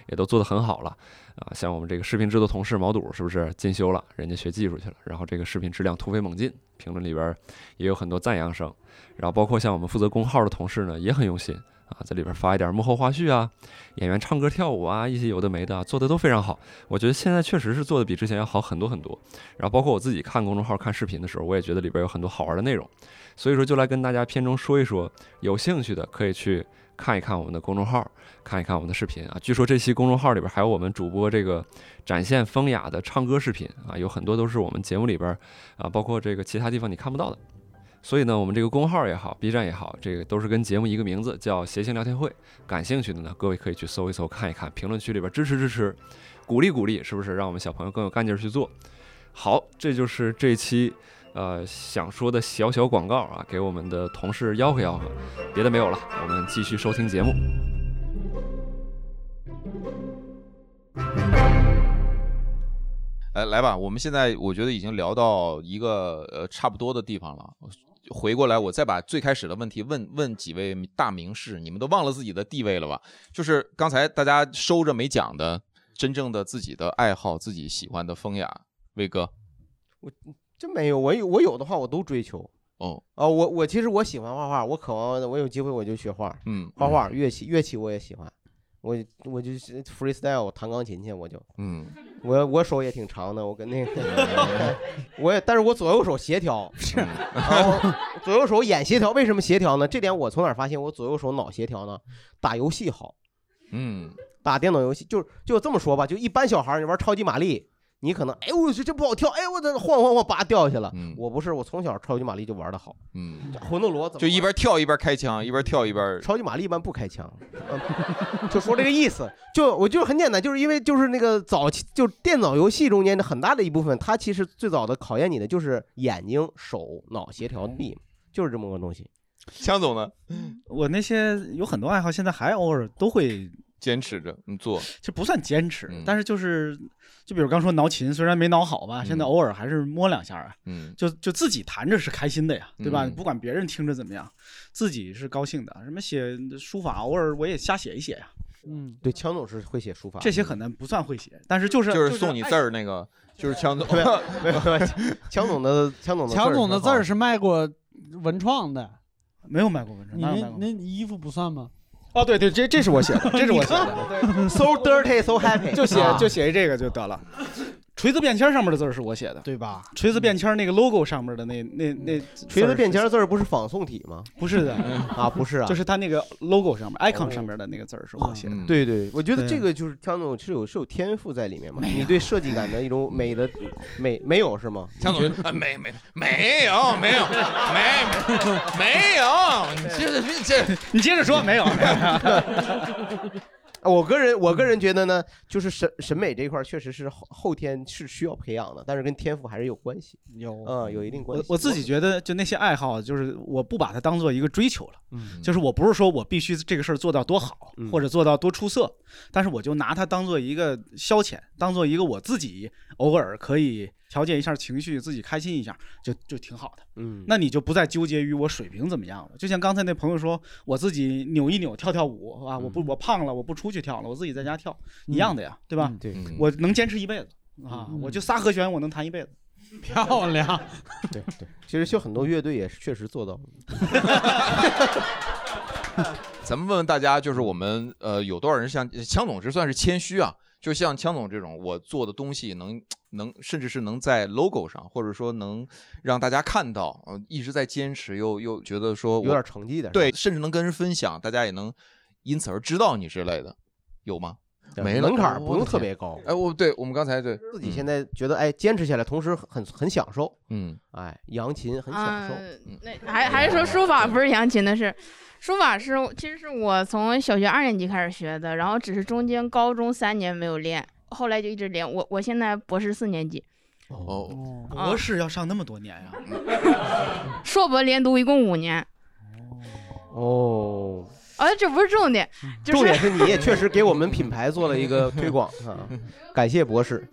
Speaker 1: 也都做得很好了啊。像我们这个视频制作同事毛肚，是不是进修了？人家学技术去了，然后这个视频质量突飞猛进，评论里边也有很多赞扬声。然后包括像我们负责公号的同事呢，也很用心啊，在里边发一点幕后花絮啊，演员唱歌跳舞啊，一些有的没的啊，做的都非常好。我觉得现在确实是做的比之前要好很多很多。然后包括我自己看公众号、看视频的时候，我也觉得里边有很多好玩的内容。所以说，就来跟大家片中说一说，有兴趣的可以去看一看我们的公众号，看一看我们的视频啊。据说这期公众号里边还有我们主播这个展现风雅的唱歌视频啊，有很多都是我们节目里边啊，包括这个其他地方你看不到的。所以呢，我们这个公号也好，B 站也好，这个都是跟节目一个名字，叫“谐星聊天会”。感兴趣的呢，各位可以去搜一搜，看一看，评论区里边支持支持，鼓励鼓励，是不是让我们小朋友更有干劲儿去做？好，这就是这期呃想说的小小广告啊，给我们的同事吆喝吆喝，别的没有了，我们继续收听节目。
Speaker 2: 哎，来吧，我们现在我觉得已经聊到一个呃差不多的地方了。回过来，我再把最开始的问题问问几位大名士，你们都忘了自己的地位了吧？就是刚才大家收着没讲的，真正的自己的爱好，自己喜欢的风雅，魏哥，
Speaker 3: 真没有，我有我有的话我都追求。
Speaker 2: 哦，
Speaker 3: 啊，我我其实我喜欢画画，我渴望我有机会我就学画，
Speaker 2: 嗯
Speaker 3: 画画、乐器、乐器我也喜欢，我我就是 freestyle 弹钢琴去，我就，
Speaker 2: 嗯，
Speaker 3: 我我手也挺长的，我跟那个， 我也，但是我左右手协 调，是，
Speaker 2: 啊
Speaker 3: 然后左右手眼协调，为什么协调呢？这点我从哪儿发现我左右手脑协调呢？打游戏好，
Speaker 2: 嗯，
Speaker 3: 打电脑游戏，就是就这么说吧，就一般小孩儿你玩超级玛丽，你可能哎我去这不好跳，哎我这晃晃晃叭掉下去了。我不是，我从小超级玛丽就玩的好，
Speaker 2: 嗯，
Speaker 3: 魂斗罗怎么
Speaker 2: 就一边跳一边开枪，一边跳一边。
Speaker 3: 超级玛丽一般不开枪， 就说这个意思。就我就是很简单，就是因为就是那个早期就电脑游戏中间的很大的一部分，它其实最早的考验你的就是眼睛、手、脑协调力，
Speaker 4: 嗯
Speaker 3: 就是这么个东西。
Speaker 2: 强总呢？
Speaker 4: 我那些有很多爱好，现在还偶尔都会
Speaker 2: 坚持着你做，
Speaker 4: 这不算坚持，
Speaker 2: 嗯
Speaker 4: 但是就是就比如刚说挠琴，虽然没挠好吧，现在偶尔还是摸两下啊，
Speaker 2: 嗯，
Speaker 4: 就就自己弹着是开心的呀，对吧？
Speaker 2: 嗯
Speaker 4: 不管别人听着怎么样，自己是高兴的。什么写书法，偶尔我也瞎写一写呀，
Speaker 5: 嗯，
Speaker 3: 对，强总是会写书法，
Speaker 4: 这些可能不算会写，但是就是哎
Speaker 2: 就是送你字儿那个，就是强总，没有
Speaker 3: 没有，强总的强总
Speaker 5: 强总的字儿是卖过文创的，
Speaker 4: 没有 卖过文创
Speaker 5: 你
Speaker 4: 哪有
Speaker 5: 那那衣服不算吗？
Speaker 4: 哦，对对，这这是我 写的，这是我写
Speaker 5: 你
Speaker 4: 的
Speaker 5: 看
Speaker 4: 对
Speaker 3: ，so dirty so happy，
Speaker 4: 就写
Speaker 3: 啊
Speaker 4: 就写这个就得了。锤子便签上面的字儿是我写的，
Speaker 5: 对吧？
Speaker 4: 锤子便签那个 logo 上面的那那那
Speaker 3: 嗯锤子便签字儿不是仿宋体吗？
Speaker 4: 不是的
Speaker 2: 嗯
Speaker 3: 啊，不是啊，
Speaker 4: 就是它那个 logo 上面 icon
Speaker 3: 哦
Speaker 4: 上面的那个字儿是我写的。
Speaker 3: 对对，我觉得
Speaker 4: 对
Speaker 3: 这个就是强总是有是有天赋在里面嘛，你对设计感的一种美的美没有是吗？
Speaker 2: 强总
Speaker 3: 你觉得
Speaker 2: 啊，没没没有哦没有没没有，你这这这，
Speaker 4: 你接着说，没有没有。
Speaker 3: 我个人我个人觉得呢，就是审审美这一块儿确实是后后天是需要培养的，但是跟天赋还是有关系，
Speaker 4: 有
Speaker 3: 嗯有一定关
Speaker 4: 我
Speaker 3: 系。
Speaker 4: 我自己觉得，就那些爱好，就是我不把它当做一个追求了，
Speaker 3: 嗯
Speaker 4: 就是我不是说我必须这个事儿做到多好，
Speaker 3: 嗯
Speaker 4: 或者做到多出色，但是我就拿它当做一个消遣，当做一个我自己偶尔可以调节一下情绪，自己开心一下，就就挺好的。
Speaker 3: 嗯
Speaker 4: 那你就不再纠结于我水平怎么样了。就像刚才那朋友说，我自己扭一扭，跳跳舞
Speaker 19: 嗯
Speaker 4: 啊，我不我胖了，我不出去跳了，我自己在家跳一样的呀，对
Speaker 19: 嗯
Speaker 4: 吧？
Speaker 3: 对
Speaker 4: 我能坚持一辈子啊，我就仨和弦，我能弹一辈子。
Speaker 19: 漂亮，
Speaker 3: 对对，其实就很多乐队也是确实做到了。
Speaker 2: 咱们问问大家，就是我们呃有多少人像强总，这算是谦虚啊？就像强总这种，我做的东西能能，甚至是能在 logo 上，或者说能让大家看到，呃，一直在坚持，又又觉得说我
Speaker 3: 有点成绩的是吧
Speaker 2: 对，甚至能跟人分享，大家也能因此而知道你之类的，有吗？没了，
Speaker 3: 门槛儿不
Speaker 2: 我
Speaker 3: 用
Speaker 2: 的天
Speaker 3: 特别高。
Speaker 2: 哎，我对我们刚才对
Speaker 3: 自己现在觉得哎，坚持下来，同时很很享受。
Speaker 2: 嗯，
Speaker 3: 哎，扬琴很享
Speaker 9: 啊
Speaker 3: 受。，
Speaker 4: 嗯
Speaker 9: 那 还还是说书法不是扬琴的事，书法是其实是我从小学二年级开始学的，然后只是中间高中三年没有练，后来就一直练。我我现在博士四年级，
Speaker 2: 哦，
Speaker 19: 啊
Speaker 4: 博士要上那么多年呀、
Speaker 19: 哦
Speaker 9: 硕博连读一共五年。
Speaker 3: 哦，
Speaker 9: 啊，这不是重点，就是
Speaker 3: 重点是你也确实给我们品牌做了一个推 广啊，感谢博士。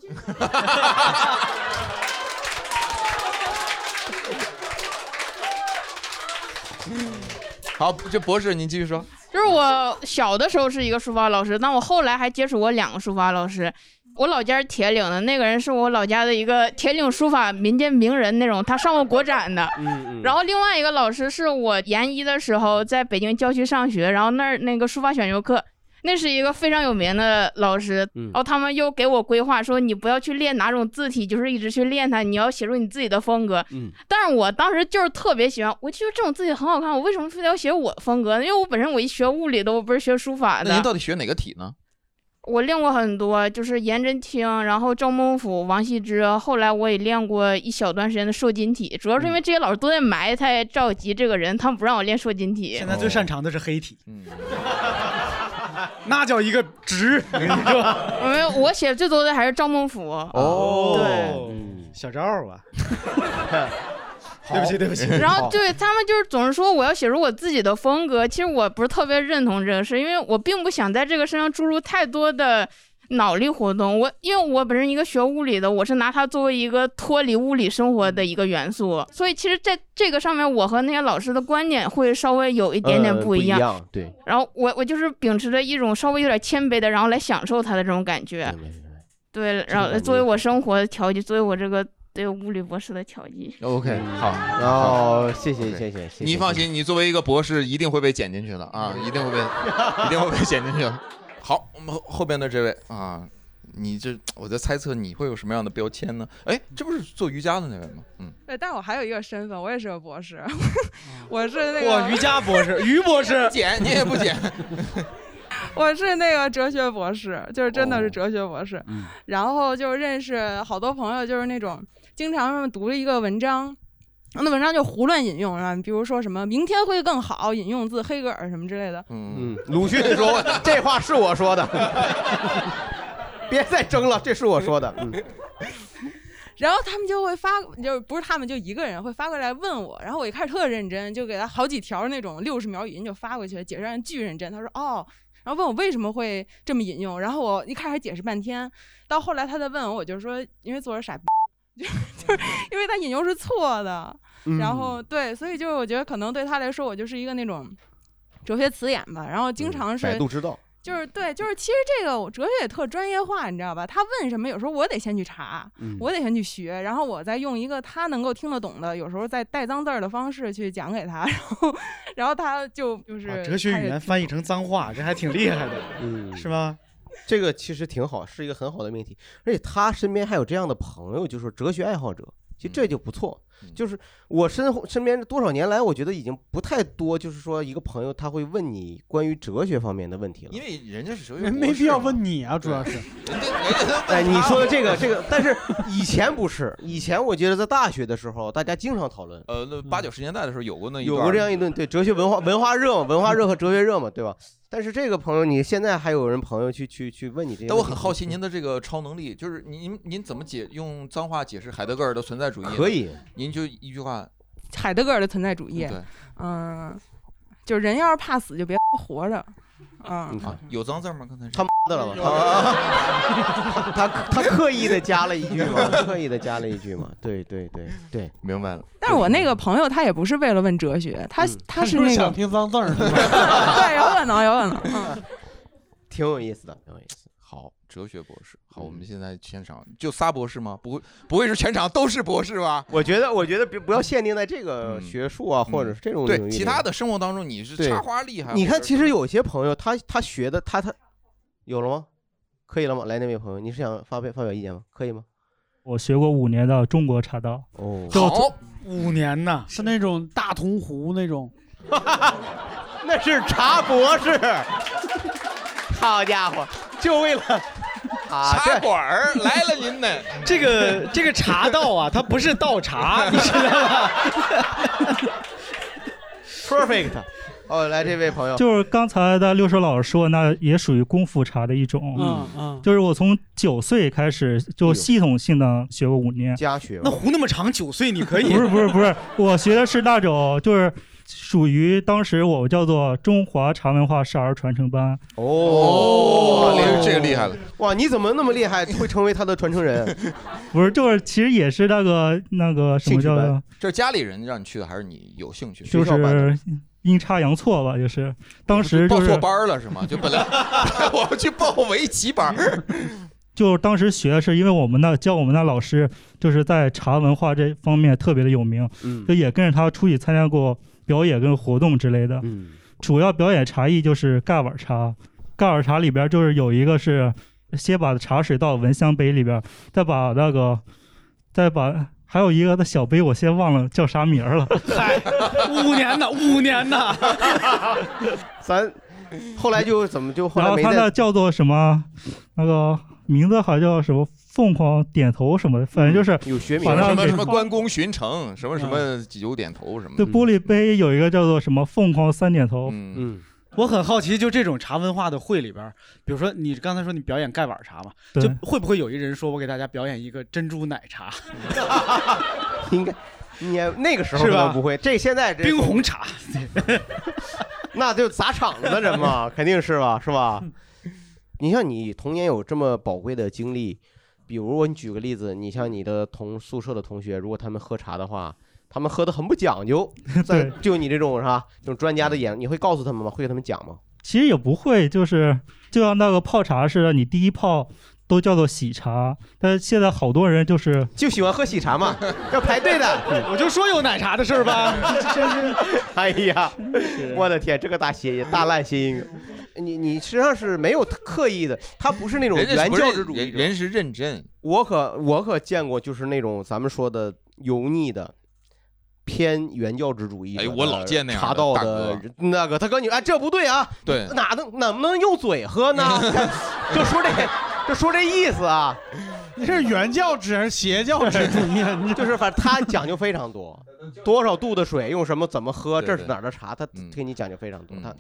Speaker 2: 好，这博士您继续说。
Speaker 9: 就是我小的时候是一个书法老师，但我后来还接触过两个书法老师。我老家是铁岭的，那个人是我老家的一个铁岭书法民间名人那种，他上过国展的。
Speaker 3: 嗯
Speaker 9: 然后另外一个老师是我研一的时候在北京郊区上学，然后那儿那个书法选修课，那是一个非常有名的老师。
Speaker 3: 嗯
Speaker 9: 然后他们又给我规划说，你不要去练哪种字体，就是一直去练它，你要写出你自己的风格。
Speaker 3: 嗯
Speaker 9: 但是我当时就是特别喜欢，我就觉得这种字体很好看，我为什么非得要写我的风格呢？因为我本身我一学物理的，我不是学书法
Speaker 2: 那您到
Speaker 9: 的。
Speaker 2: 底学哪个体呢？
Speaker 9: 我练过很多，就是颜真卿，然后赵孟俯、王羲之，后来我也练过一小段时间的瘦金体，主要是因为这些老师都在埋汰赵吉这个人，他们不让我练瘦金体。
Speaker 4: 现在最擅长的是黑体，
Speaker 19: 嗯
Speaker 4: 那叫一个值。我跟你说，
Speaker 9: 没有，我写最多的还是赵孟俯。
Speaker 4: 哦，小赵啊，
Speaker 19: 嗯
Speaker 4: 对不起，对 不起。
Speaker 9: 然后对他们就是总是说我要写出我自己的风格，其实我不是特别认同这个事，因为我并不想在这个身上注入太多的脑力活动。我因为我本身一个学物理的，我是拿它作为一个脱离物理生活的一个元素，所以其实在这个上面，我和那些老师的观点会稍微有一点点
Speaker 3: 呃不
Speaker 9: 一样。
Speaker 3: 样，对，
Speaker 9: 然后我我就是秉持着一种稍微有点谦卑的，然后来享受它的这种感觉。对，然后
Speaker 3: 感觉
Speaker 9: 作为我生活的调剂，作为我这个对物理博士的调剂。
Speaker 2: OK，好，
Speaker 3: 嗯哦，谢谢
Speaker 2: OK
Speaker 3: 谢谢谢谢嗯
Speaker 2: 你放心，你作为一个博士，一定会被剪进去的啊，一 定会被，一定会被剪进去的。好，我们后后边的这位啊，你这我在猜测你会有什么样的标签呢？哎，这不是做瑜伽的那位吗？嗯，
Speaker 8: 对，但我还有一个身份，我也是个博士， 我是那个
Speaker 4: 我瑜伽博士，于博士，
Speaker 2: 剪你也不 剪，
Speaker 8: 我是那个哲学博士，就是真
Speaker 4: 哦
Speaker 8: 的是哲学博士。
Speaker 4: 嗯
Speaker 8: 然后就认识好多朋友，就是那种经常他们读了一个文章，那文章就胡乱引用啊，比如说什么“明天会更好”，引用自黑格尔什么之类的。
Speaker 2: 嗯，
Speaker 3: 鲁迅说这话是 我说的， 别再争了，这是我说的。嗯，
Speaker 8: 然后他们就会发，就是不是他们就一个人会发过来问我，然后我一开始特认真，就给他好几条那种六十秒语音就发过去，解释完巨认真。他说哦，然后问我为什么会这么引用，然后我一开始还解释半天，到后来他再问我，我就说因为作者傻逼， 就是就是因为他引用是错的，
Speaker 3: 嗯
Speaker 8: 然后对，所以就是我觉得可能对他来说，我就是一个那种哲学词典吧，然后经常是、
Speaker 3: 嗯百度知道。
Speaker 8: 就是对，就是其实这个我哲学也特专业化，你知道吧？他问什么，有时候我得先去查，
Speaker 3: 嗯
Speaker 8: 我得先去学，然后我再用一个他能够听得懂的，有时候再带脏字儿的方式去讲给他，然后，然后他就就是、
Speaker 4: 哲学语言，翻译成脏话，这还挺厉害的。
Speaker 3: 嗯，
Speaker 4: 是吗？
Speaker 3: 这个其实挺好，是
Speaker 4: 嗯
Speaker 3: 一个很好的命题，而且他身边还有这样的朋友，就是说哲学爱好者，其实这就不错。就是我身后身边多少年来，我觉得已经不太多，就是说一个朋友他会问你关于哲学方面的问题了。
Speaker 2: 因为人家是哲学博士
Speaker 5: 没
Speaker 2: 嘛，
Speaker 5: 没 必要问你啊，主要是。
Speaker 3: 哎，你说的这个这个，但是以前不是，以前我觉得在大学的时候，大家经常讨 论，
Speaker 2: 呃，那八九十年代的时候有过那一
Speaker 3: 有
Speaker 2: 段
Speaker 3: 过这样一顿对哲学文化文化热嘛，文化热和哲学热嘛，对吧？但是这个朋友，你现在还有人朋友去去去问你这个问题？
Speaker 2: 但我很好奇您的这个超能力，就是您您怎么解用脏话解释海德格尔的存在主义呢？
Speaker 3: 可以
Speaker 2: 您就一句话，
Speaker 16: 海德格尔的存在主义
Speaker 2: 对，
Speaker 16: 嗯，就是人要是怕死 就别活着，嗯，
Speaker 2: 啊有脏字儿吗？刚才是
Speaker 3: 他妈的了吧？啊他他刻意的加了一句 嘛， 刻意的加了一句嘛，对对对对，
Speaker 2: 明白了。
Speaker 16: 但是我那个朋友他也不是为了问哲学，他他是 那个
Speaker 5: 想听脏字儿，
Speaker 16: 对，有可能，有可能，嗯。
Speaker 3: 挺有意思的，挺有意思。
Speaker 2: 好，哲学博士。好，我们现在现场就仨博士吗？不会，不会是全场都是博士吧？ 嗯
Speaker 3: 我觉得，我觉得别不要限定在这个学术啊，或者是这种领
Speaker 2: 对
Speaker 3: 域
Speaker 2: 其
Speaker 3: 里
Speaker 2: 他的生活当中，你是
Speaker 3: 对
Speaker 2: 插花厉害，
Speaker 3: 你看，
Speaker 2: 或者
Speaker 3: 其实有些朋友他他学的他他有了吗？可以了吗？来，那位朋友，你是想发表发表意见吗？可以吗？
Speaker 12: 我学过五年的中国茶道。
Speaker 3: 哦
Speaker 5: 好，五年呐，啊是那种大铜壶那种。
Speaker 3: 那是茶博士， 好家 伙，就为了啊
Speaker 2: 茶馆儿来了 您呢。
Speaker 20: 这个这个 茶道啊，它不是倒茶，你知道吗？
Speaker 3: perfect。哦，来这位朋友，
Speaker 12: 就是刚才的六叔老师说，那也属于功夫茶的一种。
Speaker 3: 嗯嗯
Speaker 12: 就是我从九岁开始就系统性的学过五年。
Speaker 3: 家学
Speaker 12: 那
Speaker 4: 胡那么长，九岁你可以。
Speaker 12: 不是不是不是，我学的是那种就是属于当时我叫做中华茶文化少儿传承班。
Speaker 3: 哦
Speaker 2: 哇这个厉害了！
Speaker 3: 哇，你怎么那么厉害，会成为他的传承人？
Speaker 12: 不是，就是其实也是那个那个什么叫做，
Speaker 2: 这是家里人让你去的，还是你有兴趣？
Speaker 12: 就
Speaker 2: 学校办的
Speaker 12: 是阴差阳错吧，就是当时
Speaker 2: 报
Speaker 12: 就
Speaker 2: 错
Speaker 12: 是
Speaker 2: 班儿了是吗？ 就本来我要去报围棋班儿，
Speaker 12: 就是当时学的是，因为我们那教我们那老师就是在茶文化这方面特别的有名，
Speaker 3: 嗯
Speaker 12: 就也跟着他出去参加过表演跟活动之类的。
Speaker 3: 嗯，
Speaker 12: 主要表演茶艺就是盖碗茶，盖碗茶里边就是有一个是先把茶水倒蚊香杯里边，再把那个，再把还有一个的小杯我先忘了叫啥名 儿了。
Speaker 4: 五年呐，五年 呐，
Speaker 3: 咱后来就怎么就后
Speaker 12: 然
Speaker 3: 来
Speaker 12: 后
Speaker 3: 没
Speaker 12: 他那
Speaker 3: 在？
Speaker 12: 叫做什么，那个名字好像叫什么凤凰点头什么的，反正就是
Speaker 3: 嗯有学
Speaker 2: 什
Speaker 12: 把那
Speaker 2: 么
Speaker 12: 给
Speaker 2: 什么关公巡城，什么什么九点头什么
Speaker 12: 对，
Speaker 2: 的。
Speaker 12: 玻璃杯有一个叫做什么凤凰三点头，
Speaker 2: 嗯，
Speaker 4: 我很好奇，就这种茶文化的会里边儿，比如说你刚才说你表演盖碗茶嘛，
Speaker 12: 对
Speaker 4: 就会不会有一人说我给大家表演一个珍珠奶茶？
Speaker 3: 应该，你那个时候
Speaker 4: 是吧
Speaker 3: 可能不会，这现在这
Speaker 4: 冰红茶，
Speaker 3: 那就砸场子的 人嘛，肯定是吧，是吧？你像你童年有这么宝贵的经历，比如我你举个例子，你像你的同宿舍的同学，如果他们喝茶的话，他们喝的很不 讲究，在就你这种是吧，这种专
Speaker 4: 嗯
Speaker 3: 家的眼，你会告诉他们吗？会跟他们讲吗？
Speaker 12: 其实也不会，就是就像那个泡茶似的，你第一泡都叫做喜茶，但是现在好多人就是
Speaker 3: 就喜欢喝喜茶 嘛，要排队的。
Speaker 4: 我就说有奶茶的事儿吧，
Speaker 3: 真是， 哎呀，我的天，这个大谐音，大烂谐音梗，你你实际上是没有刻意的，他不是那种
Speaker 2: 人家
Speaker 3: 原
Speaker 2: 不是
Speaker 3: 教旨主义
Speaker 2: 人人是认真，
Speaker 3: 我可我可见过，就是那种咱们说的油腻的。偏原教旨主义者的，
Speaker 2: 哎我老见那样的
Speaker 3: 茶道
Speaker 2: 大哥
Speaker 3: 的那个，他跟你哎，这不对啊，
Speaker 2: 对
Speaker 3: 哪能能不能用嘴喝呢？ 就说这，就说这意思啊，
Speaker 5: 你是原教旨还是邪 教旨主义啊？
Speaker 3: 就是反正他讲究非常 多，多少度的水用什么怎么喝，这是哪儿的茶，他
Speaker 2: 嗯
Speaker 3: 给你讲究非常多，他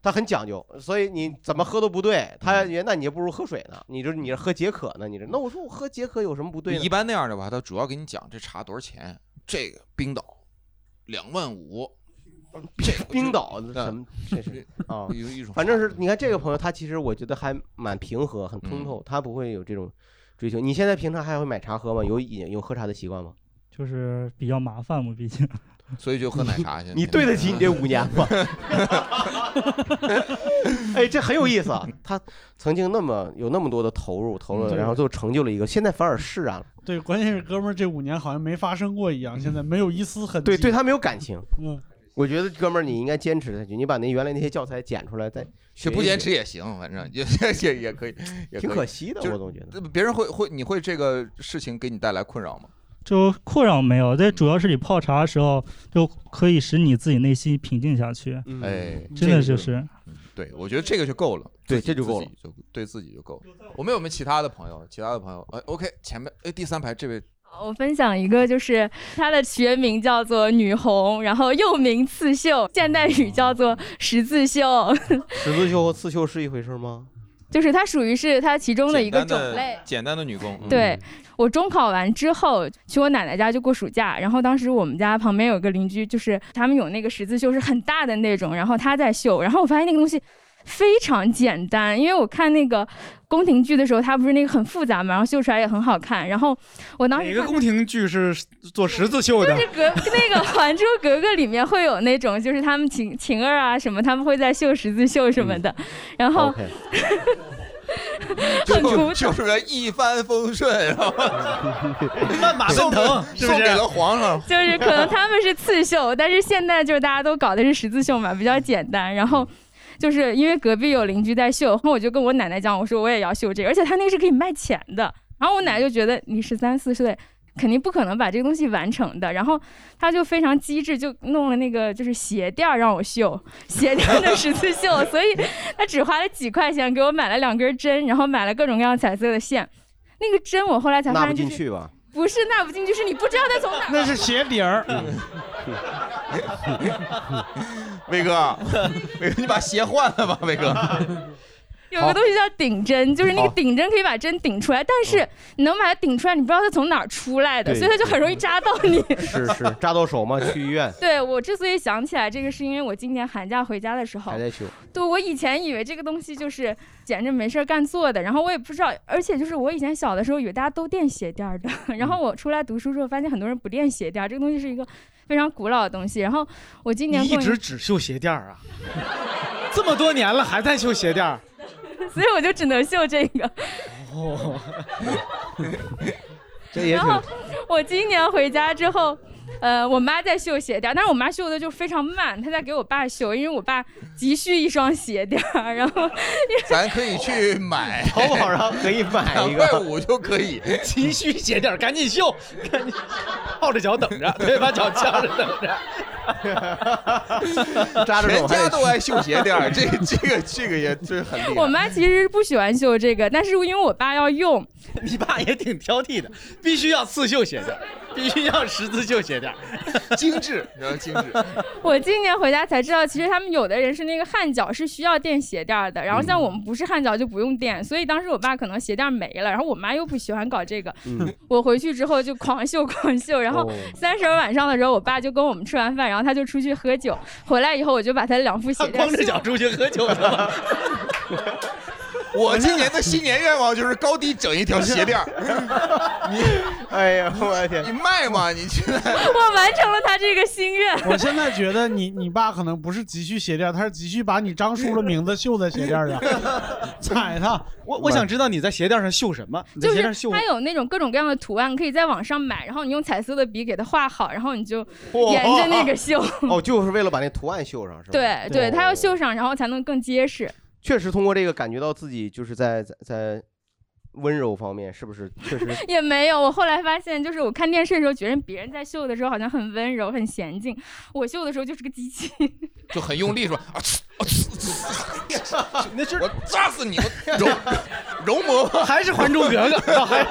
Speaker 3: 他很讲究，所以你怎么喝都不
Speaker 2: 嗯
Speaker 3: 对，他那你也不如喝水呢，你这你这喝解渴呢，你这那我说我喝解渴有什么不对呢？
Speaker 2: 一般那样的吧，他主要给你讲这茶多少钱，这个冰岛两万 五，这嗯个
Speaker 3: 冰岛 什么这是啊，反正是你看这个朋友，他其实我觉得还蛮平和，很
Speaker 2: 嗯
Speaker 3: 通透，他不会有这种追求。你现在平常还会买茶喝吗？有饮有喝茶的习惯吗？
Speaker 12: 就是比较麻烦嘛，毕竟。
Speaker 2: 所以就喝奶茶去。
Speaker 3: 你对得起你这五年 吗？哎，这很有意思啊！他曾经那么有那么多的投入，投入，
Speaker 5: 嗯
Speaker 3: 然后最后成就了一个，现在反而释然了。
Speaker 5: 对，关键是哥们儿这五年好像没发生过一样，现在没有一丝痕迹。
Speaker 3: 对，对他没有感情。
Speaker 5: 嗯，
Speaker 3: 我觉得哥们儿，你应该坚持下去。你把那原来那些教材剪出来，再学
Speaker 2: 就
Speaker 3: 一
Speaker 2: 不
Speaker 3: 学
Speaker 2: 坚持也行，反正 也也也可以，也
Speaker 3: 挺
Speaker 2: 以
Speaker 3: 可惜的
Speaker 2: 就是
Speaker 3: 我总觉得
Speaker 2: 别人会会，你会这个事情给你带来困扰吗？
Speaker 12: 就困扰没有，这主要是你泡茶的时候就可以使你自己内心平静下去。
Speaker 2: 哎，
Speaker 12: 真
Speaker 2: 这
Speaker 12: 的
Speaker 2: 个
Speaker 12: 就是，
Speaker 2: 对，我觉得这个就够了，
Speaker 12: 对
Speaker 2: 自己
Speaker 12: 这就够了，
Speaker 2: 自己就对自己就够了。我们有没有其他的朋友？其他的朋友，哎，OK，前面哎第三排这位，
Speaker 21: 我分享一个，就是它的学名叫做女红，然后又名刺绣，现代语叫做十字绣，
Speaker 3: 十字绣和刺绣是一回事吗？
Speaker 21: 就是它属于是它其中的一个
Speaker 2: 简
Speaker 21: 种
Speaker 2: 单的
Speaker 21: 类。
Speaker 2: 简单的女工，嗯
Speaker 21: 对，我中考完之后去我奶奶家就过暑假，然后当时我们家旁边有个邻居，就是他们有那个十字绣是很大的那种，然后他在绣，然后我发现那个东西非常简单，因为我看那个宫廷剧的时候，它不是那个很复杂嘛，然后绣出来也很好看，然后我当时
Speaker 4: 哪
Speaker 21: 看
Speaker 4: 个宫廷剧是做十字绣的
Speaker 21: 就？是格 那个《还珠格格》里面会有那种，就是他们晴晴儿啊什么，他们会在绣十字绣什么的，然后哦 很古
Speaker 2: 就就是一帆风顺，然后
Speaker 4: 万马奔腾是不
Speaker 2: 送
Speaker 4: 是
Speaker 2: 给了皇上，
Speaker 21: 就是可能他们是刺绣，但是现在就是大家都搞的是十字绣嘛，比较简单。然后就是因为隔壁有邻居在绣，然后我就跟我奶奶讲，我说我也要绣这个，而且他那个是可以卖钱的。然后我奶奶就觉得你十三四岁。肯定不可能把这个东西完成的，然后他就非常机智，就弄了那个就是鞋垫儿让我绣鞋垫儿的十字绣， 所以他只花了几块钱给我买了两根针，然后买了各种各样彩色的线。那个针我后来才
Speaker 3: 纳
Speaker 21: 发
Speaker 3: 不
Speaker 21: 现、就
Speaker 3: 进
Speaker 21: 是，
Speaker 3: 去吧？
Speaker 21: 不是纳不进去，是你不知道它从哪儿
Speaker 5: 那是鞋底儿。
Speaker 2: 威哥，威哥，你把鞋换了吧，威 哥。
Speaker 21: 有个东西叫顶针，就是那个
Speaker 2: 好
Speaker 21: 顶针可以把针顶出来，但是你能把它顶出来，你不知道它从哪儿出来的，
Speaker 3: 对
Speaker 21: 所以它就很容易扎到你。
Speaker 3: 是是，扎到手嘛，去医 院
Speaker 21: 对我之所以想起来这个，是因为我今年寒假回家的时候
Speaker 3: 还，在修。
Speaker 21: 对我以前以为这个东西就是闲着没事儿干做的，然后我也不知道，而且就是我以前小的时候以为大家都垫鞋垫儿的， 然后我出来读书之后发现很多人不垫鞋垫儿，这个东西是一个非常古老的东西。然后我今年
Speaker 4: 你一
Speaker 21: 过年
Speaker 4: 直只绣鞋垫儿啊？这么多年了还在绣鞋垫儿？
Speaker 21: 所以我就只能绣这个。
Speaker 4: 哦，
Speaker 3: 这
Speaker 21: 然后 我今年回家之后，呃，我妈在绣鞋垫儿，但是我妈绣的就非常慢，她在给我爸绣，因为我爸急需一双鞋垫儿，然后
Speaker 2: 咱可以去买，
Speaker 3: 淘宝上可以买一个
Speaker 2: 两块五就可以。
Speaker 4: 急需鞋垫儿，赶紧绣， 赶紧泡着脚等着， 对，把脚翘着等着。
Speaker 3: 扎着
Speaker 2: 全
Speaker 3: 手还
Speaker 2: 家
Speaker 3: 得
Speaker 2: 都爱
Speaker 3: 去
Speaker 2: 绣鞋垫儿，这这个这个也这很厉
Speaker 21: 我
Speaker 2: 害。
Speaker 21: 妈其实不喜欢绣这个，但是因为我爸要用，
Speaker 4: 你爸也挺挑剔的，必须要刺绣鞋垫儿，必须要十字绣鞋垫儿，
Speaker 2: 精致，你知道精致。
Speaker 21: 我今年回家才知道，其实他们有的人是那个汗脚是需要垫鞋垫儿的，然后像我们不是汗脚就不用垫，所以当时我爸可能鞋垫儿没了，然后我妈又不喜欢搞这个，
Speaker 22: 嗯
Speaker 21: 我回去之后就狂秀 狂秀，然后
Speaker 22: 哦
Speaker 21: 三十晚上的时候，我爸就跟我们吃完饭，然后他就出去喝酒，回来以后我就把他两副鞋垫儿
Speaker 4: 光着
Speaker 21: 绣
Speaker 4: 脚出去喝酒的吗？
Speaker 2: 我今年的新年愿望就是高低整一条鞋 垫儿。你，
Speaker 3: 哎呀，我的天！
Speaker 2: 你卖吗？你现在
Speaker 21: 我完成了他这个心愿。
Speaker 5: 我现在觉得你你爸可能不是急需鞋垫儿，他是急需把你张叔的名字绣在鞋垫儿上， 踩他。
Speaker 4: 我我想知道你在鞋垫上绣什么？你在
Speaker 21: 就
Speaker 4: 鞋垫
Speaker 21: 是
Speaker 4: 绣
Speaker 21: 它有那种各种各样的图案，可以在网上买，然后你用彩色的笔给它画好，然后你就 沿着那 个绣。
Speaker 3: 哦，就是为了把那图案绣上，是吧？
Speaker 21: 对对，它要绣上，然后才能更结实。
Speaker 3: 确实通过这个感觉到自己就是在在在温柔方面是不是确 实
Speaker 21: 也没有，我后来发现，就是我看电视的时候，觉得别人在绣的时候好像很温柔、很娴静，我绣的时候就是个机器。
Speaker 2: 就很用力是吧？啊 呲啊呲啊呲！
Speaker 4: 那是
Speaker 2: 我扎死你！我 容容嬷嬷
Speaker 4: 还是《还珠格格》倒还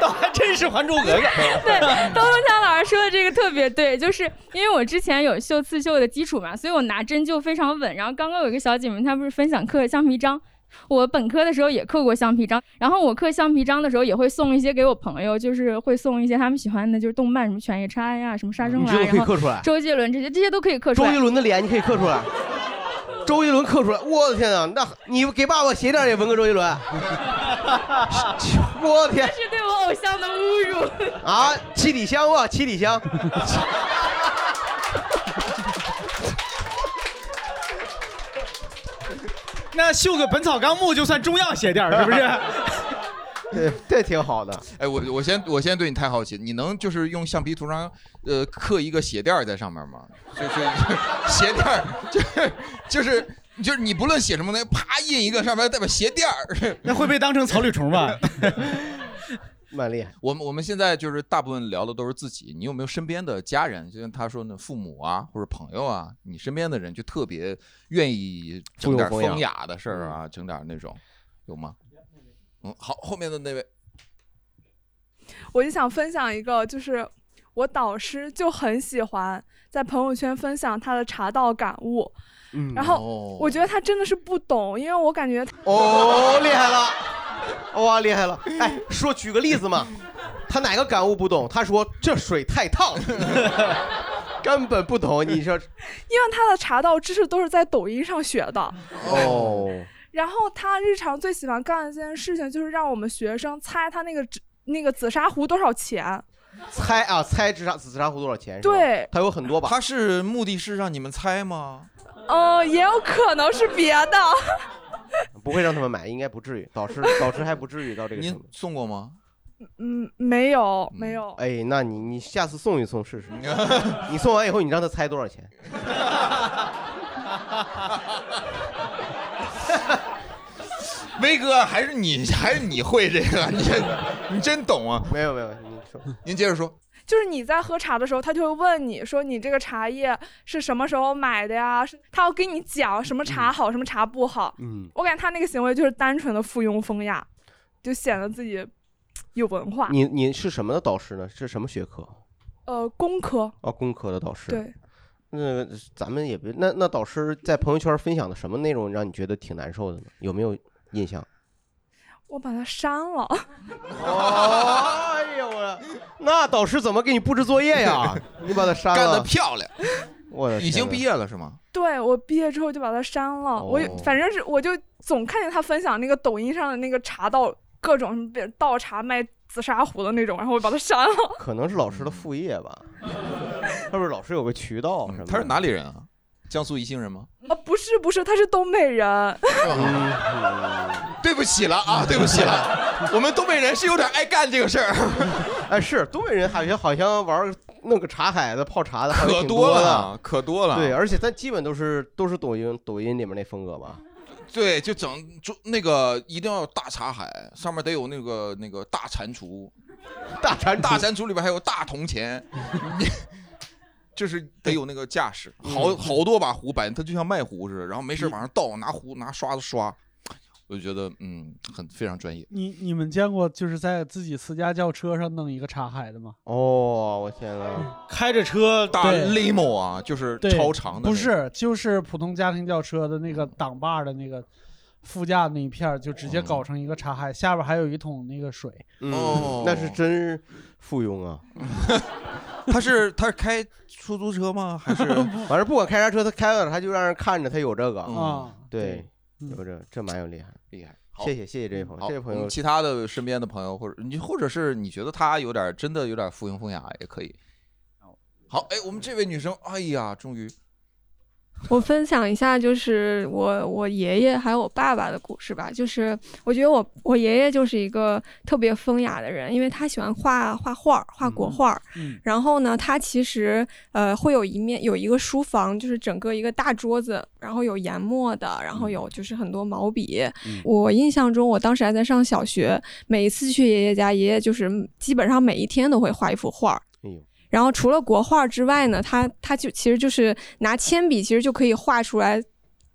Speaker 4: 倒还真是《还珠格格》。
Speaker 21: 对， 东东强老师说的这个特别对，就是因为我之前有绣刺绣的基础嘛，所以我拿针就非常稳。然后刚刚有一个小姐妹，她不是分享刻橡皮章。我本科的时候也刻过橡皮章，然后我刻橡皮章的时候也会送一些给我朋友，就是会送一些他们喜欢的，就是动漫什么《犬夜叉》呀、什么《杀生
Speaker 3: 你
Speaker 21: 丸
Speaker 3: 这》，都可以
Speaker 21: 然后
Speaker 3: 刻出来
Speaker 21: 周杰伦这些，这些都可以刻出
Speaker 3: 周
Speaker 21: 来。
Speaker 3: 杰伦的脸你可以刻出 来，周杰伦刻出来，我的天啊！那你给爸爸鞋垫也纹个周杰伦，我的天
Speaker 21: 这是对我偶像的侮辱。
Speaker 3: 啊！七里香啊，七里香，
Speaker 4: 那绣个《本草纲目》就算中药鞋垫儿， 是不是？
Speaker 3: 对，这挺好的。
Speaker 2: 哎，我我先我先对你太好奇，你能就是用橡皮图章呃刻一个鞋垫儿在上面吗？就是 鞋垫儿，就是就是就是你不论写什么东西，啪印一个上面代表鞋垫儿。
Speaker 4: 那会被当成草履虫吧？
Speaker 3: 蛮厉害。
Speaker 2: 我们我们现在就是大部分聊的都是自己，你有没有身边的家人？就像他说呢，父母啊或者朋友啊，你身边的人就特别愿意整点
Speaker 3: 富有风雅
Speaker 2: 风
Speaker 3: 嗯
Speaker 2: 雅的事儿啊，整点那种，有吗？嗯，好，后面的那位，
Speaker 14: 我就想分享一个，就是我导师就很喜欢在朋友圈分享他的茶道感悟，
Speaker 3: 嗯
Speaker 14: 然
Speaker 2: 哦
Speaker 14: 后我觉得他真的是不懂，因为我感觉他
Speaker 3: 哦，厉害了，哇，厉害了！哎，说举个例子嘛，他哪个感悟不懂？他说这水太烫， 根本不懂。你 说
Speaker 14: 因为他的茶道知识都是在抖音上学的。
Speaker 3: 哦，
Speaker 14: 然后他日常最喜欢干的一件事情就是让我们学生猜他那个纸那个紫砂壶多少钱。
Speaker 3: 猜啊，猜紫砂紫砂壶多少钱？是吧
Speaker 14: 对
Speaker 3: 它有很多把。
Speaker 2: 他是目的是让你们猜吗？
Speaker 14: 呃，也有可能是别的。
Speaker 3: 不会让他们买，应该不至于。导 师导师还不至于到这个程度。
Speaker 2: 送过吗？
Speaker 14: 嗯，没有，没有。
Speaker 3: 哎，那你你下次送一送 试试。你送完以后，你让他猜多少钱？
Speaker 2: 威哥，还是你，还是你会这个，你真你真懂啊？
Speaker 3: 没有没有，您说，
Speaker 2: 您接着说。
Speaker 14: 就是你在喝茶的时候，他就会问你说你这个茶叶是什么时候买的呀？是他要跟你讲什么茶好，什么茶不好。
Speaker 3: 嗯，
Speaker 14: 我感觉他那个行为就是单纯的附庸风雅，就显得自己有文化。
Speaker 3: 你你是什么的导师呢？是什么学科？
Speaker 14: 呃，工科
Speaker 3: 哦，工科的导师。
Speaker 14: 对，
Speaker 3: 那咱们也别那那导师在朋友圈分享的什么内容让你觉得挺难受的呢？有没有印象？
Speaker 14: 我把它删了。
Speaker 3: 哎呦我，那导师怎么给你布置作 业呀？ 啊你把他删了，
Speaker 2: 干得漂亮！
Speaker 3: 我的
Speaker 2: 已经
Speaker 3: 天
Speaker 2: 毕
Speaker 3: 呐
Speaker 2: 业了是吗？
Speaker 14: 对我毕业之后就把它删了。我
Speaker 2: 哦
Speaker 14: 有反正是我就总看见他分享那个抖音上的那个茶道各种什么别倒茶卖紫砂壶的那种，然后我把它删了。
Speaker 3: 可能是老师的副业吧，是不是老师有个渠道什么？
Speaker 2: 嗯他是哪里人啊？江苏宜兴人吗？
Speaker 14: 啊，不是不是，他是东北人。
Speaker 3: 嗯
Speaker 2: 对不起了啊，对不起了，我们东北人是有点爱干这个事儿。
Speaker 3: 哎，是东北人，好像好像玩儿弄个茶海的、泡茶的，好像
Speaker 2: 可
Speaker 3: 挺
Speaker 2: 多
Speaker 3: 多
Speaker 2: 了
Speaker 3: 的，，
Speaker 2: 可多了。
Speaker 3: 对，而且咱基本都是都是抖音抖音里面那风格吧。
Speaker 2: 对，就整就那个一定要有大茶海，上面得有那个那个大蟾蜍，
Speaker 3: 大蟾
Speaker 2: 大蟾蜍里边还有大铜 钱，你就是得有那个架势，
Speaker 3: 嗯
Speaker 2: 好好多把壶摆，它就像卖壶似的，然后没事往上倒，拿壶拿刷子刷，我就觉得嗯，很非常专业。
Speaker 5: 你你们见过就是在自己私家轿车上弄一个茶海的吗？
Speaker 3: 哦，我天哪！
Speaker 5: 开着车
Speaker 2: 大
Speaker 5: 嗯对
Speaker 2: limo 啊，就是
Speaker 5: 对
Speaker 2: 超长的那个，
Speaker 5: 不是，就是普通家庭轿车的那个挡把的那个副驾那一片儿，就直接搞成一个茶海，下边还有一桶那个水。
Speaker 3: 嗯，
Speaker 2: 哦
Speaker 3: 那是真是附 庸啊。
Speaker 2: 他是他是开出租车吗？还是
Speaker 3: 反正不管开啥车，他开到哪儿他就让人看着他有这个
Speaker 2: 嗯
Speaker 3: 对，有这这蛮有厉害，
Speaker 2: 厉害。好
Speaker 3: 谢谢谢谢这位朋友，
Speaker 2: 好
Speaker 3: 哦这位朋
Speaker 2: 我
Speaker 3: 友
Speaker 2: 们其他的身边的朋友，或者你，或者是你觉得他有点真的有点附庸风雅也可以。
Speaker 6: 哦
Speaker 2: 好，哎，我们这位女生，哎呀，终 于
Speaker 6: 我分享一下，就是我我爷爷还有我爸爸的故事吧。就是我觉得我我爷爷就是一个特别风雅的人，因为他喜欢画画画，画国画。
Speaker 16: 嗯
Speaker 6: 然后呢，他其实呃会有一面有一个书房，就是整个一个大桌子，然后有研墨的，然后有就是很多毛笔。
Speaker 16: 嗯
Speaker 6: 我印象中，我当时还在上小学，每一次去爷爷家，爷爷就是基本上每一天都会画一幅画儿。
Speaker 3: 哎呦，
Speaker 6: 然后除了国画之外呢，他他就其实就是拿铅笔，其实就可以画出来，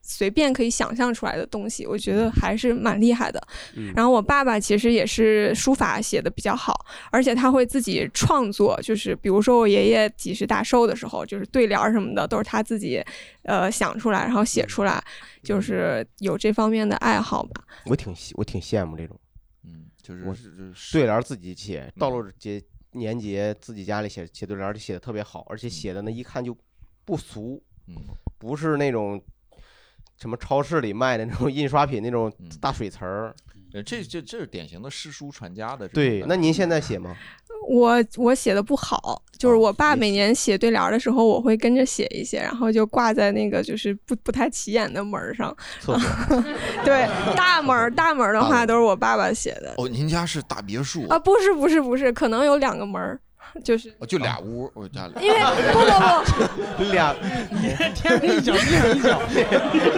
Speaker 6: 随便可以想象出来的东西，我觉得还是蛮厉害的。
Speaker 16: 嗯
Speaker 6: 然后我爸爸其实也是书法写的比较好，而且他会自己创作，就是比如说我爷爷几十大寿的时候，就是对联儿什么的都是他自己呃想出来，然后写出来，就是有这方面的爱好吧。
Speaker 3: 我挺羡我挺羡慕这种，
Speaker 2: 嗯，就是
Speaker 3: 我
Speaker 2: 是嗯
Speaker 3: 对联儿自己写，道路节年节自己家里写写对联儿就写的特别好，而且写的呢一看就不俗，
Speaker 2: 嗯，
Speaker 3: 不是那种什么超市里卖的那种印刷品那种大水词儿。
Speaker 2: 嗯呃，这这这是典型的诗书传家的这种感
Speaker 3: 对
Speaker 2: 觉。，
Speaker 3: 那您现在 写吗？
Speaker 6: 我我写的不好，就是我爸每年写对联儿的时候，我会跟着写一些，然后就挂在那个就是不不太起眼的门儿上。
Speaker 3: 厕所
Speaker 6: 对，大门儿大门儿的话都是我爸爸写的。啊
Speaker 2: 哦，您家是大别墅
Speaker 6: 啊，不是不是不是，可能有两个门儿。
Speaker 22: 就是
Speaker 2: 哦就俩屋，我家里。
Speaker 22: 因为不不
Speaker 3: 俩，
Speaker 2: 哎你啊天上一脚，地上一脚。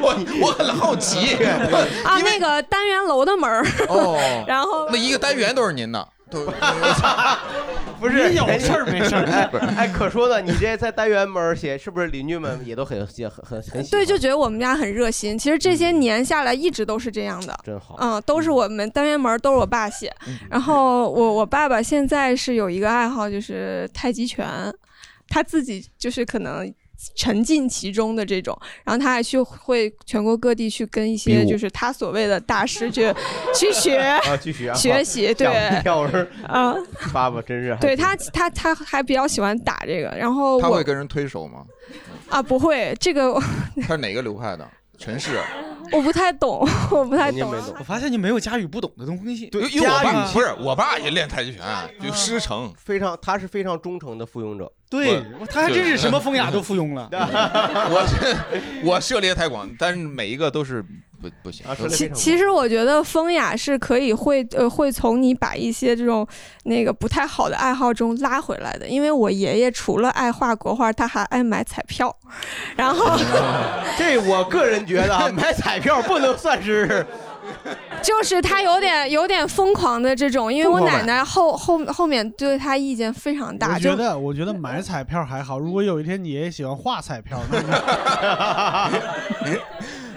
Speaker 2: 我我很好 奇，
Speaker 6: 不啊，那个单元楼的门儿，
Speaker 2: 哦
Speaker 6: 然后
Speaker 2: 那一个单元都是您的， 都
Speaker 3: 不是
Speaker 2: 你有事儿没事儿
Speaker 3: 哎哎，可说呢，你这在单元门儿写，是不是邻居们也都很很很很喜欢
Speaker 6: 对，就觉得我们家很热心。其实这些年下来一直都是这样的，
Speaker 3: 真好。嗯
Speaker 6: 嗯，都是我们单元门儿都是我爸写。然后我我爸爸现在是有一个爱好，就是太极拳，他自己就是可能。沉浸其中的这种，然后他还去会全国各地去跟一
Speaker 3: 比
Speaker 6: 些
Speaker 3: 武
Speaker 6: 就是他所谓的大师 去去学
Speaker 3: 啊，去学啊
Speaker 6: 学习，对，
Speaker 3: 吓我一跳我说
Speaker 6: 啊，
Speaker 3: 爸爸真是还
Speaker 6: 对他，他他还比较喜欢打这个，然后
Speaker 2: 他
Speaker 6: 我
Speaker 2: 会跟人推手吗？
Speaker 6: 啊不会这个 我
Speaker 2: 他是哪个流派的？陈氏。
Speaker 6: 我不太懂，我不太懂。
Speaker 4: 我 发现你没有家语不懂的东西。
Speaker 2: 对，因为我
Speaker 4: 啊
Speaker 2: 爸不是我爸也练太极拳，就师承。
Speaker 3: 非常，他是非常忠诚的附庸者。
Speaker 4: 对
Speaker 2: 我，
Speaker 4: 他还真是什么风雅都附庸了。
Speaker 2: 我这我涉猎太广，但是每一个都是不不行。
Speaker 3: 啊
Speaker 2: 都
Speaker 6: 其其实我觉得风雅是可以会呃会从你把一些这种那个不太好的爱好中拉回来的，因为我爷爷除了爱画国画，他还爱买彩票， 然后
Speaker 3: 这我个人觉得啊， 买彩票不能算是
Speaker 6: 就是他有点有点疯狂的这种，因为我
Speaker 5: 疯狂
Speaker 6: 奶
Speaker 5: 买
Speaker 6: 奶后后后面对他意见非常
Speaker 2: 哦
Speaker 6: 大，
Speaker 5: 我
Speaker 6: 就
Speaker 5: 觉得，我觉得买彩票还好。如果有一天你爷爷喜欢画彩票，那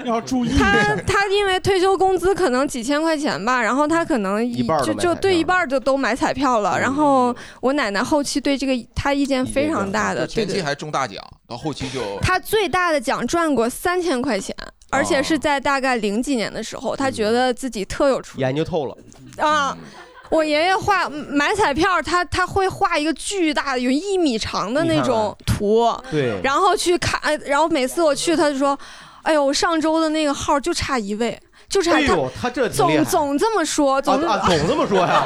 Speaker 5: 你要注意一
Speaker 6: 他
Speaker 5: 下。
Speaker 6: 他因为退休工资可能几千块钱吧，然后他可能一
Speaker 5: 半儿都
Speaker 6: 就
Speaker 5: 买
Speaker 6: 就
Speaker 5: 彩
Speaker 6: 对一半儿就都买彩票了。然后我奶奶后期对这个他意见非常大的，对
Speaker 2: 前期
Speaker 6: 对。
Speaker 2: 还中大奖，到后期就
Speaker 6: 他最大的奖赚过三千块钱，
Speaker 3: 哦
Speaker 6: 而且是在大概零几年的时候，
Speaker 3: 嗯
Speaker 6: 他觉得自己特有出
Speaker 3: 研究透了。
Speaker 6: 啊。
Speaker 3: 嗯
Speaker 6: 我爷爷画买彩票，他他会画一个巨大的有一米长的那种图，
Speaker 3: 啊对
Speaker 6: 然后去看，哎然后每次我去，他就说：“哎呦，我上周的那个号就差一位，就差
Speaker 3: 哎呦他这挺厉害
Speaker 6: 总总这么说，总
Speaker 3: 啊啊，总这么说呀？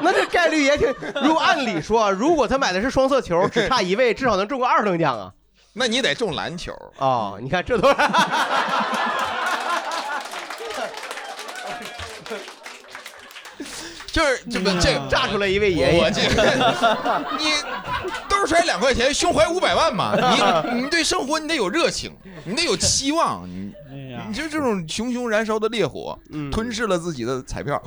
Speaker 3: 那这概率也挺。如果按理说啊，如果他买的是双色球，只差一位，至少能中个二等奖啊。
Speaker 2: 那你得中篮球
Speaker 3: 哦，你看 这都是。
Speaker 2: 就是这
Speaker 4: 嗯
Speaker 2: 不这
Speaker 3: 炸出来一位爷爷，
Speaker 2: 我这 你兜揣两块钱，胸怀五百万嘛。 你你对生活你得有热情，你得有期望。你
Speaker 3: 哎
Speaker 2: 你就这种熊熊燃烧的烈火，
Speaker 3: 嗯
Speaker 2: 吞噬了自己的彩票。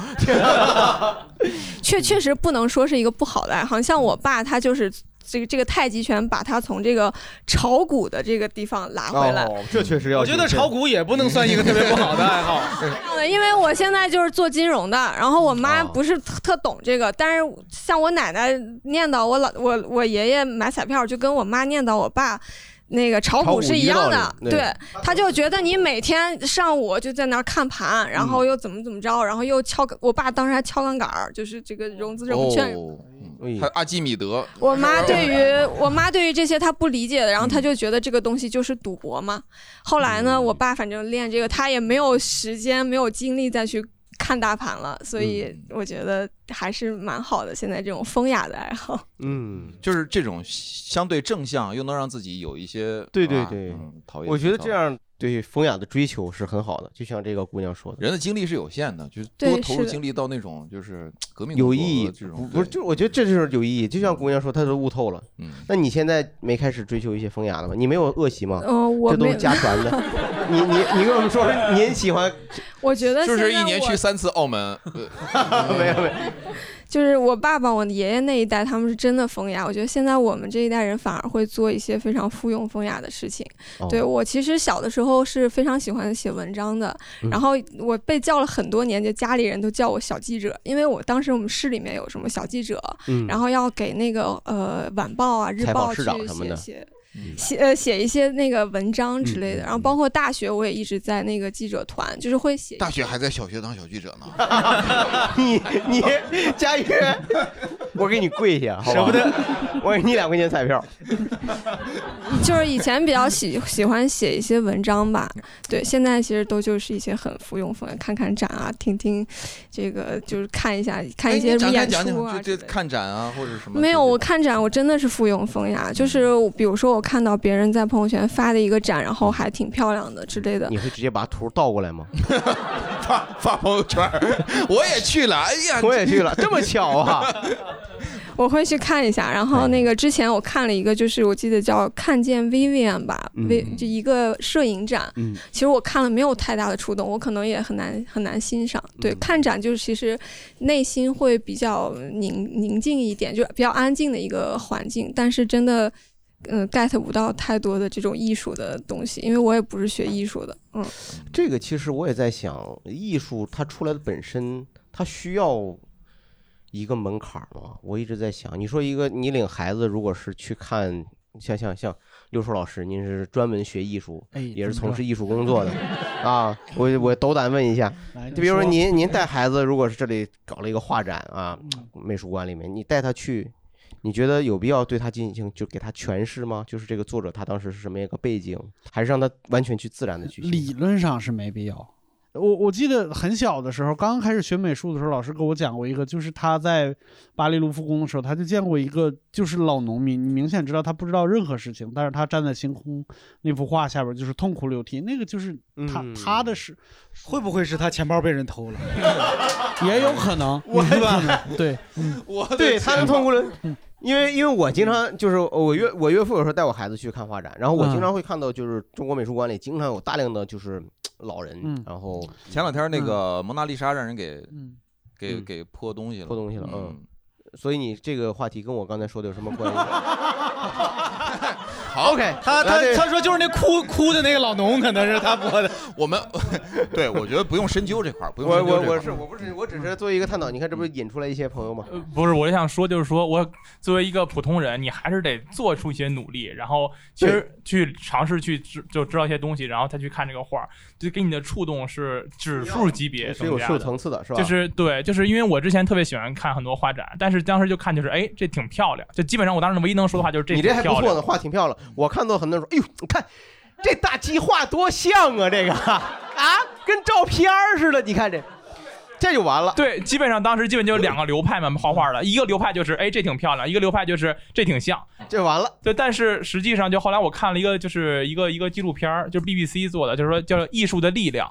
Speaker 6: 确确实不能说是一个不好的爱好，像我爸他就是。这个这个太极拳把他从这个炒股的这个地方拉回来，
Speaker 3: 哦，这确实要。
Speaker 4: 我觉得炒股也不能算一个特别不好的 爱好。
Speaker 6: 嗯因为我现在就是做金融的，然后我妈不是特特懂这个，但是像我奶奶念叨我老我我爷爷买彩票，就跟我妈念叨我爸。那个炒
Speaker 23: 炒
Speaker 6: 股
Speaker 23: 股
Speaker 6: 是
Speaker 23: 一
Speaker 6: 样
Speaker 23: 道
Speaker 6: 的，
Speaker 23: 理
Speaker 6: 对
Speaker 23: 对，
Speaker 6: 他就觉得你每天上午就在那儿看盘，然后又怎么怎么着，然后又敲个，我爸当时还敲杠杆儿，就是这个融资这种券。
Speaker 2: 哦，
Speaker 3: 哎
Speaker 2: 还有阿基米德，
Speaker 6: 我妈对于我妈对于这些她不理解的，然后她就觉得这个东西就是赌博嘛。
Speaker 2: 嗯
Speaker 6: 后来呢，我爸反正练这个，他也没有时间、没有精力再去看大盘了，所以
Speaker 2: 嗯
Speaker 6: 我觉得还是蛮好的。现在这种风雅的爱好，
Speaker 3: 嗯，
Speaker 2: 就是这种相对正向，又能让自己有一些
Speaker 3: 对对
Speaker 2: 啊
Speaker 3: 对
Speaker 2: 嗯讨，厌。
Speaker 3: 我觉得这样对风雅的追求是很好的，就像这个姑娘说的，
Speaker 2: 人的精力是有限的，就是
Speaker 3: 对
Speaker 2: 多投入
Speaker 3: 是的
Speaker 2: 精力到那种就是革命
Speaker 3: 有
Speaker 2: 工
Speaker 3: 意
Speaker 2: 作
Speaker 3: 义
Speaker 2: 这，
Speaker 3: 不
Speaker 2: 种
Speaker 3: 不是，就我觉得这就是有意义。就像姑娘说，她都悟透了。
Speaker 2: 嗯，
Speaker 3: 那你现在没开始追求一些风雅了吗？你没有恶习吗？
Speaker 6: 嗯我
Speaker 3: 这都
Speaker 6: 没
Speaker 3: 是家传的。你你你跟我们说说，您喜欢？
Speaker 6: 我觉得
Speaker 2: 就
Speaker 6: 现
Speaker 2: 是一
Speaker 6: 在
Speaker 2: 年
Speaker 6: 我
Speaker 2: 去三次澳门，呃
Speaker 3: 没有没有，
Speaker 6: 就是我爸爸、我爷爷那一代，他们是真的风雅。我觉得现在我们这一代人反而会做一些非常附庸风雅的事情。
Speaker 14: 哦
Speaker 6: 对我其实小的时候是非常喜欢写文章的，
Speaker 14: 嗯
Speaker 6: 然后我被叫了很多年，就家里人都叫我小记者，因为我当时我们市里面有什么小记者，
Speaker 14: 嗯
Speaker 6: 然后要给那个呃晚报啊、日
Speaker 14: 采访
Speaker 6: 报去
Speaker 14: 市长什么
Speaker 6: 写
Speaker 14: 的嗯
Speaker 6: 写写呃写一些那个文章之类的。然后包括大学，我也一直在那个记者团，就是会写一
Speaker 2: 大学还在 小学当小记者呢。
Speaker 3: 你 你佳宇，我给你跪下，好吧
Speaker 2: 舍不得，
Speaker 3: 我给你两块钱彩票。
Speaker 6: 就是以前比较喜 喜欢写一些文章吧，对，现在其实都就是一些很服用风，看看展啊，听听这个，就是看一下 看一些
Speaker 2: 哎你
Speaker 6: 什么
Speaker 2: 展开
Speaker 6: 演
Speaker 2: 讲
Speaker 6: 出
Speaker 2: 讲，
Speaker 6: 啊。
Speaker 2: 就这看展啊，或者什么嗯
Speaker 6: 没有，我看展我真的是附庸风雅，就是我比如说我看到别人
Speaker 2: 嗯
Speaker 6: 在朋友圈发的一个展，然后还挺漂亮的之类的，
Speaker 3: 你会直接把图倒过来吗？
Speaker 2: 发发朋友圈儿，我也去了，哎呀，
Speaker 3: 我也去 了，这么巧啊！
Speaker 6: 我会去看一下。然后
Speaker 2: 嗯
Speaker 6: 那个之前我看了一个，就是我记得叫《看见 Vivian》吧
Speaker 7: 嗯
Speaker 6: ，V 就一个摄影展。
Speaker 7: 嗯
Speaker 6: 其实我看了没有太大的触动，我可能也很难很难欣赏。对，看展就是其实内心会比较宁宁静一点，就比较安静的一个环境。但是真的，嗯、g e t 不到太多的这种艺术的东西，因为我也不是学艺术的。嗯，
Speaker 3: 这个其实我也在想，艺术它出来的本身，它需要一个门槛儿吗？我一直在想，你说一个你领孩子，如果是去看，像像像六叔老师，您是专门学艺术，
Speaker 20: 哎
Speaker 3: 也是
Speaker 20: 怎么
Speaker 3: 从
Speaker 20: 着
Speaker 3: 事艺术工作 的啊。我我斗胆问一下
Speaker 20: 来，
Speaker 3: 就比如说
Speaker 20: 说
Speaker 3: 您您带孩子，如果是这里搞了一个画展啊，
Speaker 20: 嗯
Speaker 3: 美术馆里面，你带他去。你觉得有必要对他进行就给他诠释吗？就是这个作者他当时是什么样一个背景，还是让他完全去自然的去欣赏？
Speaker 5: 理论上是没必要。我我记得很小的时候，刚开始学美术的时候，老师给我讲过一个，就是他在巴黎卢浮宫的时候，他就见过一个就是老农民，你明显知道他不知道任何事情，但是他站在星空那幅画下边，就是痛哭流涕，那个就是他、
Speaker 3: 嗯
Speaker 5: 他的是
Speaker 4: 会不会是他钱包被人偷了？
Speaker 5: 也有可能，我 对，嗯
Speaker 2: 我
Speaker 3: 对他能痛哭流，因为因为我经常就是我岳我岳父有时候带我孩子去看画展，然后我
Speaker 2: 嗯
Speaker 3: 经常会看到就是中国美术馆里经常有大量的就是老人
Speaker 2: 嗯，
Speaker 3: 然后
Speaker 2: 前两天
Speaker 6: 嗯
Speaker 2: 那个蒙娜丽莎让人给给
Speaker 3: 嗯
Speaker 2: 给泼东西了，
Speaker 3: 破东西了，
Speaker 2: 嗯，
Speaker 3: 嗯。所以你这个话题跟我刚才说的有什 么关系？
Speaker 2: 好
Speaker 4: ，OK，他他他说就是那哭哭的那个老农，可能是他播的。
Speaker 2: 我们对我觉得不用深究这块儿，不
Speaker 3: 我
Speaker 2: 用深究
Speaker 3: 我
Speaker 2: 这块
Speaker 3: 我
Speaker 2: 儿
Speaker 3: 是我不是我只是作为一个探讨，你看这不是引出来一些朋友吗？
Speaker 4: 呃
Speaker 11: 不是，我就想说，就是说我作为一个普通人，你还是得做出一些努力，然后其实去尝试去知就知道一些东西，然后再去看这个画儿，就给你的触动是指数级别
Speaker 3: 是
Speaker 11: 增
Speaker 3: 有
Speaker 11: 加
Speaker 3: 是有层次的，是吧？
Speaker 11: 就是对，就是因为我之前特别喜欢看很多画展，但是当时就看就是哎，这挺漂亮。就基本上我当时唯一能说的话就是
Speaker 3: 你
Speaker 11: 挺
Speaker 3: 这还不
Speaker 11: 漂
Speaker 3: 错
Speaker 11: 亮
Speaker 3: 呢，。画挺漂亮。我看到很多人说，哎呦，你看这大鸡画多像啊，这个 啊，跟照片儿似的。你看这，这就完了。
Speaker 11: 对，基本上当时基本就两个流派嘛，画画的，一个流派就是哎这挺漂亮，一个流派就是这挺像，
Speaker 3: 这完了。
Speaker 11: 对，但是实际上就后来我看了一个就是一个一个纪录片儿，就是 BBC 做的，就是说叫《艺术的力量》，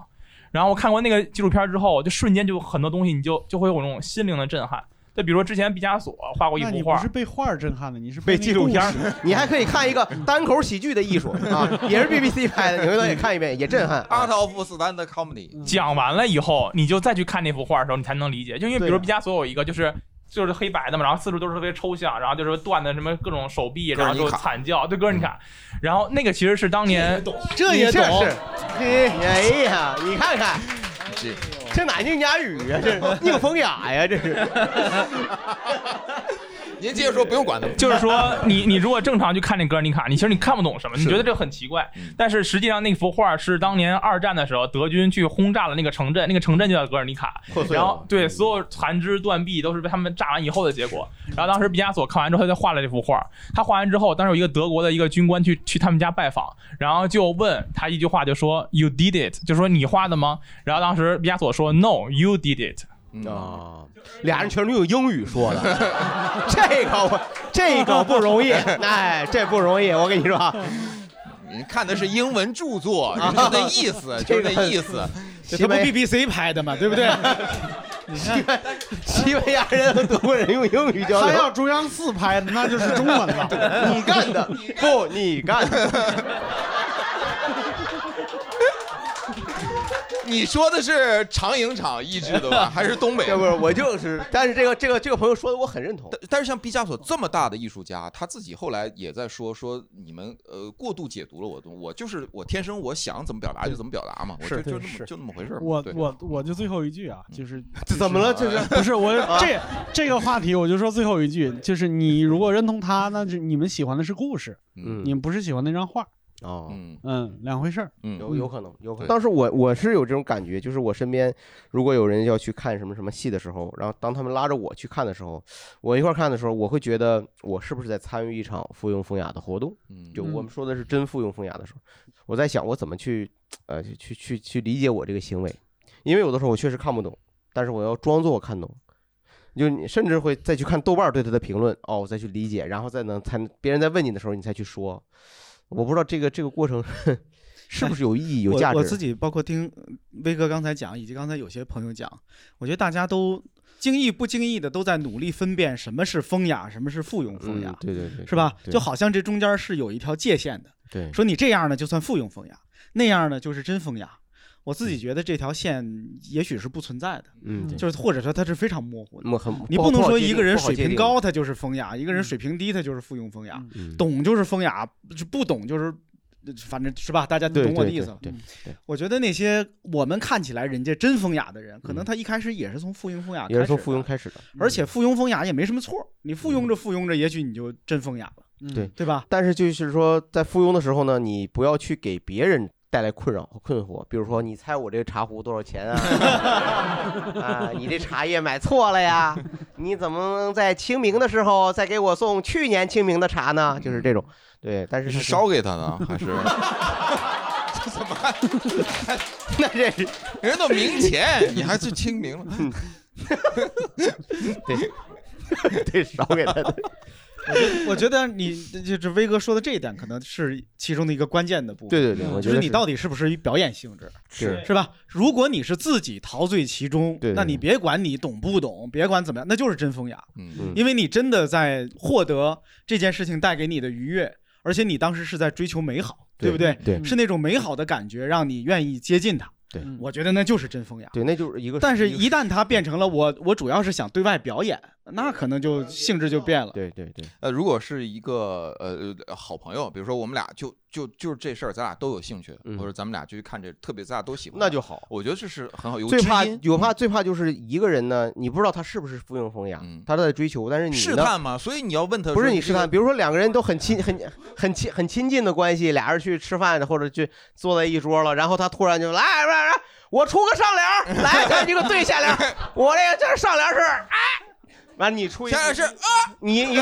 Speaker 11: 然后我看过那个纪录片儿之后，就瞬间就很多东西你就就会有那种心灵的震撼。就比如说之前毕加索画过一
Speaker 5: 那
Speaker 11: 幅
Speaker 5: 你
Speaker 11: 画
Speaker 5: 不，是被画儿震撼的，你是
Speaker 3: 被
Speaker 5: 那
Speaker 3: 纪录片儿
Speaker 5: 故 事，
Speaker 3: 你还可以看一个单口喜剧的艺术啊，也是 BBC 拍的，你回头也看一遍，也震撼。啊
Speaker 2: Art of Stand
Speaker 3: 嗯
Speaker 2: Comedy，
Speaker 11: 讲完了以后，你就再去看那幅画的时候，你才能理解。就因为比
Speaker 2: 对
Speaker 11: 如
Speaker 2: 啊
Speaker 11: 毕加索有一个就是。就是黑白的嘛，然后四处都是特别抽象，然后就是断的什么各种手臂，
Speaker 2: 哥
Speaker 11: 然
Speaker 2: 尔
Speaker 11: 后
Speaker 2: 尼
Speaker 11: 就
Speaker 2: 卡
Speaker 11: 惨叫，对哥尔尼卡，然后那个其实是当年
Speaker 3: 嗯这
Speaker 11: 你
Speaker 3: 也懂这也懂嘿，哎呀，你看看，
Speaker 2: 这
Speaker 3: 这哪宁佳宇啊，这是宁风雅呀，这是。
Speaker 2: 您接着说，不用管他们，
Speaker 11: 就是说你你如果正常去看那哥尔尼卡，你其实你看不懂什么，你觉得这很奇怪。
Speaker 2: 嗯
Speaker 11: 但是实际上那幅画是当年二战的时候德军去轰炸了那个城镇，那个城镇就叫哥尔尼卡
Speaker 2: 破，碎了嗯
Speaker 11: 然后对所有残肢断臂都是被他们炸完以后的结果。然后当时毕加索看完之后，他就画了这幅画。他画完之后，当时有一个德国的一个军官去去他们家拜访，然后就问他一句话，就说 “You did it”，就说你画的吗？然后当时毕加索说 “No，you did it”。
Speaker 3: 啊，俩人全都用英语说的，这个我这个不容易，哎，这不容易，我跟你说啊，
Speaker 2: 你看的是英文著作，就是那意 思，就是那意思。
Speaker 4: 这不 BBC 拍的嘛，对 不对？
Speaker 3: 西班西班牙人和德国人用英语交
Speaker 5: 他要
Speaker 3: 流，
Speaker 5: 中央四拍 的，那就是中 文了。
Speaker 3: 你干的不？你干的，
Speaker 2: 你说的是长影厂译制的 吧，还是东北？
Speaker 3: 这不是我就是，但是这个这个这个朋友说的我很认同。
Speaker 2: 但但是像毕加索这么大的艺术家，他自己后来也在说说你们呃过度解读了我的东，我就是我天生我想怎么表达就怎么表达嘛，我就是就
Speaker 5: 对
Speaker 2: 那么
Speaker 5: 是
Speaker 2: 就那么回事嘛。
Speaker 5: 我
Speaker 2: 对
Speaker 5: 我我就最后一句啊，就是
Speaker 3: 嗯这怎么了
Speaker 5: 就
Speaker 3: 这是
Speaker 5: 不是我
Speaker 3: 啊
Speaker 5: 这这个话题，我就说最后一句，就是你如果认同他，那就你们喜欢的是故事，
Speaker 3: 嗯
Speaker 5: 你们不是喜欢那张画，
Speaker 3: 哦，
Speaker 5: 嗯，两回事儿，
Speaker 3: 有有可能，有可能。
Speaker 5: 对
Speaker 3: 当时我我是有这种感觉，就是我身边如果有人要去看什么什么戏的时候，然后当他们拉着我去看的时候，我一块儿看的时候，我会觉得我是不是在参与一场附庸风雅的活动？
Speaker 2: 嗯
Speaker 3: 就我们说的是真附庸风雅的时候，我在想我怎么去呃去去去去理解我这个行为，因为有的时候我确实看不懂，但是我要装作我看懂。就你甚至会再去看豆瓣儿对他的评论哦，我再去理解，然后再能才能别人在问你的时候，你才去说。
Speaker 4: 哎
Speaker 3: 我不知道这个这个过程是不是有意义、有价值？
Speaker 4: 我我自己包括听威哥刚才讲，以及刚才有些朋友讲，我觉得大家都经意不经意的都在努力分辨什么是风雅，什么是附庸
Speaker 3: 嗯
Speaker 4: 风雅，
Speaker 1: 对对对，
Speaker 4: 是吧？
Speaker 1: 对
Speaker 4: 就好像这中间是有一条界限的。
Speaker 1: 对
Speaker 4: 说你这样呢就算附庸风雅，那样呢就是真风雅。我自己觉得这条线也许是不存在的，
Speaker 3: 嗯对
Speaker 4: 就是或者说它是非常模糊的。
Speaker 3: 我很
Speaker 4: 你
Speaker 3: 不好
Speaker 4: 不能
Speaker 3: 不好
Speaker 4: 说
Speaker 3: 界
Speaker 4: 一
Speaker 3: 定
Speaker 4: 个人
Speaker 3: 不好
Speaker 4: 水
Speaker 3: 界
Speaker 4: 平
Speaker 3: 定嗯
Speaker 4: 高他就是风雅，一个人水平低他就是附庸风雅，
Speaker 1: 嗯
Speaker 4: 懂就是风雅，就不懂就是，反正是吧？大家
Speaker 1: 对
Speaker 4: 懂我的
Speaker 1: 对
Speaker 4: 意
Speaker 1: 对
Speaker 4: 思嗯了。
Speaker 1: 对对
Speaker 4: 我觉得那些我们看起来人家真风雅的人，可能他一开始也是从附庸风雅啊开始
Speaker 3: 嗯也是
Speaker 4: 的，
Speaker 3: 从附庸嗯开始的，
Speaker 4: 而且附庸风雅也没什么错儿，你附庸着附庸着，也许你就真风雅了。
Speaker 3: 对
Speaker 4: 嗯对吧？
Speaker 3: 但是就是说，在附庸的时候呢，你不要去给别人带来困扰和困惑，比如说你猜我这个茶壶多少钱啊？啊，你这茶叶买错了呀？ 你怎么能在清明的时候再给我送去年清明的茶呢？就是这种，对，但是
Speaker 2: 是烧给他呢， 还是？
Speaker 3: 那这
Speaker 2: 人都明前， 你还去清明了？
Speaker 3: 对，对，少给他 的。
Speaker 4: 我觉我觉得你就是威哥说的这一点，可能是其中的一个关键的部分。嗯
Speaker 3: 对对对我
Speaker 4: 就
Speaker 3: 觉得
Speaker 4: 是
Speaker 3: 是
Speaker 4: 你到底是不是一表演性质，
Speaker 3: 是
Speaker 4: 是吧？如果你是自己陶醉其中，那你别管你懂不懂，别管怎么样，那就是真风雅。
Speaker 2: 嗯
Speaker 4: 因为你真的在获得这件事情带给你的愉悦，而且你当时是在追求美好，
Speaker 3: 对
Speaker 4: 不对？
Speaker 3: 对
Speaker 4: 是那种美好的感觉让你愿意接近它。
Speaker 3: 对
Speaker 4: 我觉得那就是真风雅。
Speaker 3: 对，那就是一个。
Speaker 4: 但是，
Speaker 3: 个
Speaker 4: 一旦它变成了我，我主要是想对外表演，那可能就性质就变了。
Speaker 3: 对对对，
Speaker 2: 呃，如果是一个呃呃好朋友，比如说我们俩就就就是这事儿，咱俩都有兴趣，或者咱们俩就去看这，特别咱俩都喜欢，那就
Speaker 3: 嗯好。
Speaker 2: 我觉得这是很好，有
Speaker 3: 最
Speaker 2: 知
Speaker 3: 怕
Speaker 2: 音嗯
Speaker 3: 我怕最怕就是一个人呢，你不知道他是不是附庸风雅，他都在追求，但是你呢
Speaker 2: 嗯试探嘛，所以你要问他，
Speaker 3: 嗯不是你试
Speaker 2: 试
Speaker 3: 探，，比如说两个人都很亲、很很亲、很亲近的关系，俩人去吃饭或者去坐在一桌了，然后他突然就来来来，我出个上联儿，来，咱这个对下联儿，我这个这上联儿是哎，完了你出一下联是啊，你你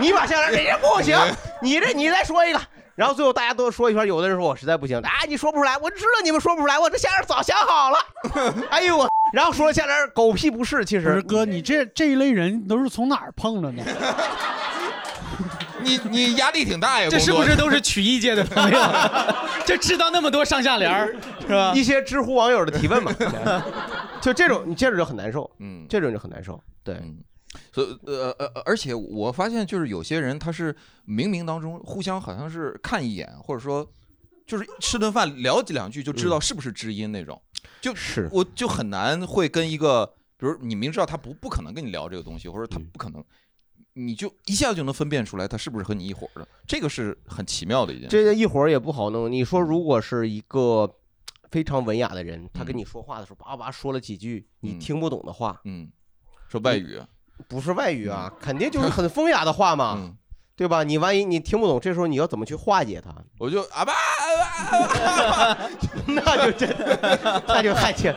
Speaker 3: 你把下联儿人家不行，你这你再说一个。然后最后大家都说一圈，有的人说我实在不行，哎，你说不出来，我知道你们说不出来，我这下联儿早想好了，哎呦我，然后说了下联儿狗屁不是，其
Speaker 5: 不
Speaker 3: 实
Speaker 5: 是哥，你这这一类人都是从哪儿 碰着呢？
Speaker 2: 你你压力挺大呀，
Speaker 4: 这是
Speaker 2: 工
Speaker 4: 不
Speaker 2: 作
Speaker 4: 是都是曲艺界的朋 友？这知道那么多上下联儿是吧？
Speaker 3: 一些知乎网友的提问嘛，就这种，你这种就很难受，
Speaker 2: 嗯，
Speaker 3: 这种就很难受，对，
Speaker 2: 所以呃呃，呃而且我发现就是有些人他是冥冥当中互相好像是看一眼，或者说就是吃顿饭聊几两句就
Speaker 3: 嗯
Speaker 2: 知道是不是知音那种，就是我就很难会跟一个，比如你明知道他不不可能跟你聊这个东西，或者
Speaker 3: 嗯
Speaker 2: 他不可能。你就一下就能分辨出来他是不是和你一伙儿的，这个是很奇妙的一件事。
Speaker 3: 这个一会儿也不好弄。你说如果是一个非常文雅的人，他跟你说话的时候，叭叭说了几句你听不懂的话，
Speaker 2: 嗯，说外语，啊嗯
Speaker 3: 不是外语啊，肯定就是很风雅的 话嘛，对吧？你万一你听不懂，这时候你要怎么去化解它？
Speaker 2: 我就啊吧，
Speaker 3: 那就真，那就太切，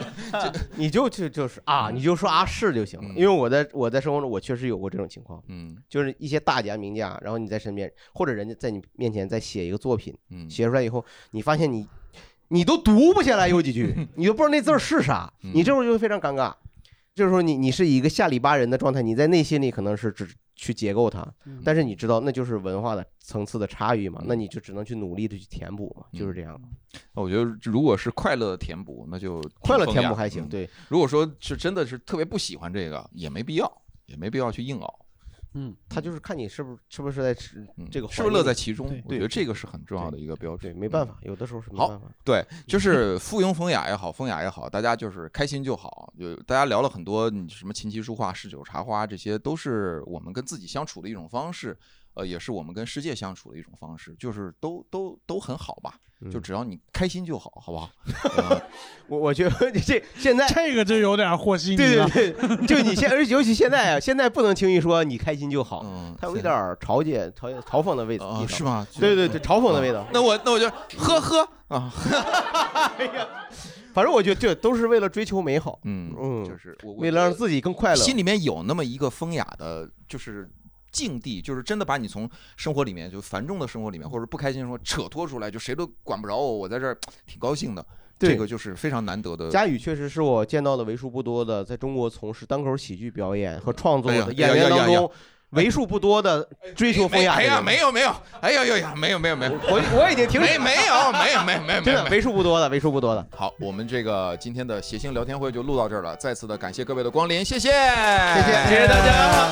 Speaker 3: 你就去就是
Speaker 2: 嗯
Speaker 3: 啊，你就说啊是就行了。因为我在我在生活中，我确实有过这种情况，
Speaker 2: 嗯，
Speaker 3: 就是一些大家名家，然后你在身边，或者人家在你面前再写一个作品，
Speaker 2: 嗯
Speaker 3: 写出来以后，你发现你你都读不下来有几句， 你都不知道那字儿是啥，
Speaker 2: 嗯
Speaker 3: 你这时候就会非常尴尬。就是说你你是一个下里巴人的状态，你在内心里可能是只去结构它，
Speaker 2: 嗯
Speaker 3: 但是你知道那就是文化的层次的差异嘛，那你就只能去努力的去填补嘛，就是这样。
Speaker 2: 嗯我觉得如果是快乐的填补，那就挺
Speaker 3: 快乐填补
Speaker 2: 风雅
Speaker 3: 还行
Speaker 2: 嗯
Speaker 3: 对
Speaker 2: 如果说是真的是特别不喜欢这个，也没必要，也没必要去硬熬，
Speaker 3: 嗯，他就是看你是不是是不是在吃这个
Speaker 2: 嗯是不
Speaker 3: 环境里，
Speaker 2: 是乐在其中？我觉
Speaker 3: 对
Speaker 2: 得这个是很重要的一个标准。嗯
Speaker 3: 对，没办法，有的时候是没
Speaker 2: 好
Speaker 3: 办法。
Speaker 2: 对，就是 附庸风雅也好，风雅也好，大家就是开心就好。就大家聊了很多，你什么琴棋书画、诗酒茶花，这些都是我们跟自己相处的一种方式，呃，也是我们跟世界相处的一种方式，就是都都都很好吧。
Speaker 3: 嗯
Speaker 2: 就只要你开心就好，好不 好？
Speaker 3: 我我觉得这现在
Speaker 5: 这个就有点和稀泥
Speaker 3: 对
Speaker 5: 了。
Speaker 3: 对对，就你现，而 且尤其现在啊，现在不能轻易说你开心就好，它有一点儿嘲解、嘲嘲讽的味道，
Speaker 2: 嗯哦是吗
Speaker 3: 对对对，嘲讽的味道。哎
Speaker 2: 那我那我就呵呵 啊，
Speaker 3: 反正我觉得这都是为了追求美好，
Speaker 2: 嗯
Speaker 3: 嗯，
Speaker 2: 就是我
Speaker 3: 为了让自己更快乐。
Speaker 2: 心里面有那么一个风雅的，就是境地，就是真的把你从生活里面，就繁重的生活里面，或者不开心的生活扯脱出来，就谁都管不着我，我在这儿挺高兴的。
Speaker 3: 对
Speaker 2: 这个就是非常难得的。
Speaker 3: 佳宇确实是我见到的为数不多的在中国从事单口喜剧表演和创作
Speaker 2: 哎呀
Speaker 3: 的演员
Speaker 2: 哎呀
Speaker 3: 当
Speaker 2: 哎呀哎
Speaker 3: 中
Speaker 2: 呀，
Speaker 3: 为数不多的追求风雅的
Speaker 2: 哎
Speaker 3: 人。
Speaker 2: 呀，没有没有，哎呦呦呀，没有没有没有没有，
Speaker 3: 我我已经停止
Speaker 2: 没没有没有没有没有，
Speaker 3: 真的为数不多的，为数不多的。
Speaker 2: 好，我们这个今天的谐星聊天会就录到这儿了，再次的感谢各位的光临，谢谢，谢谢，谢谢大家，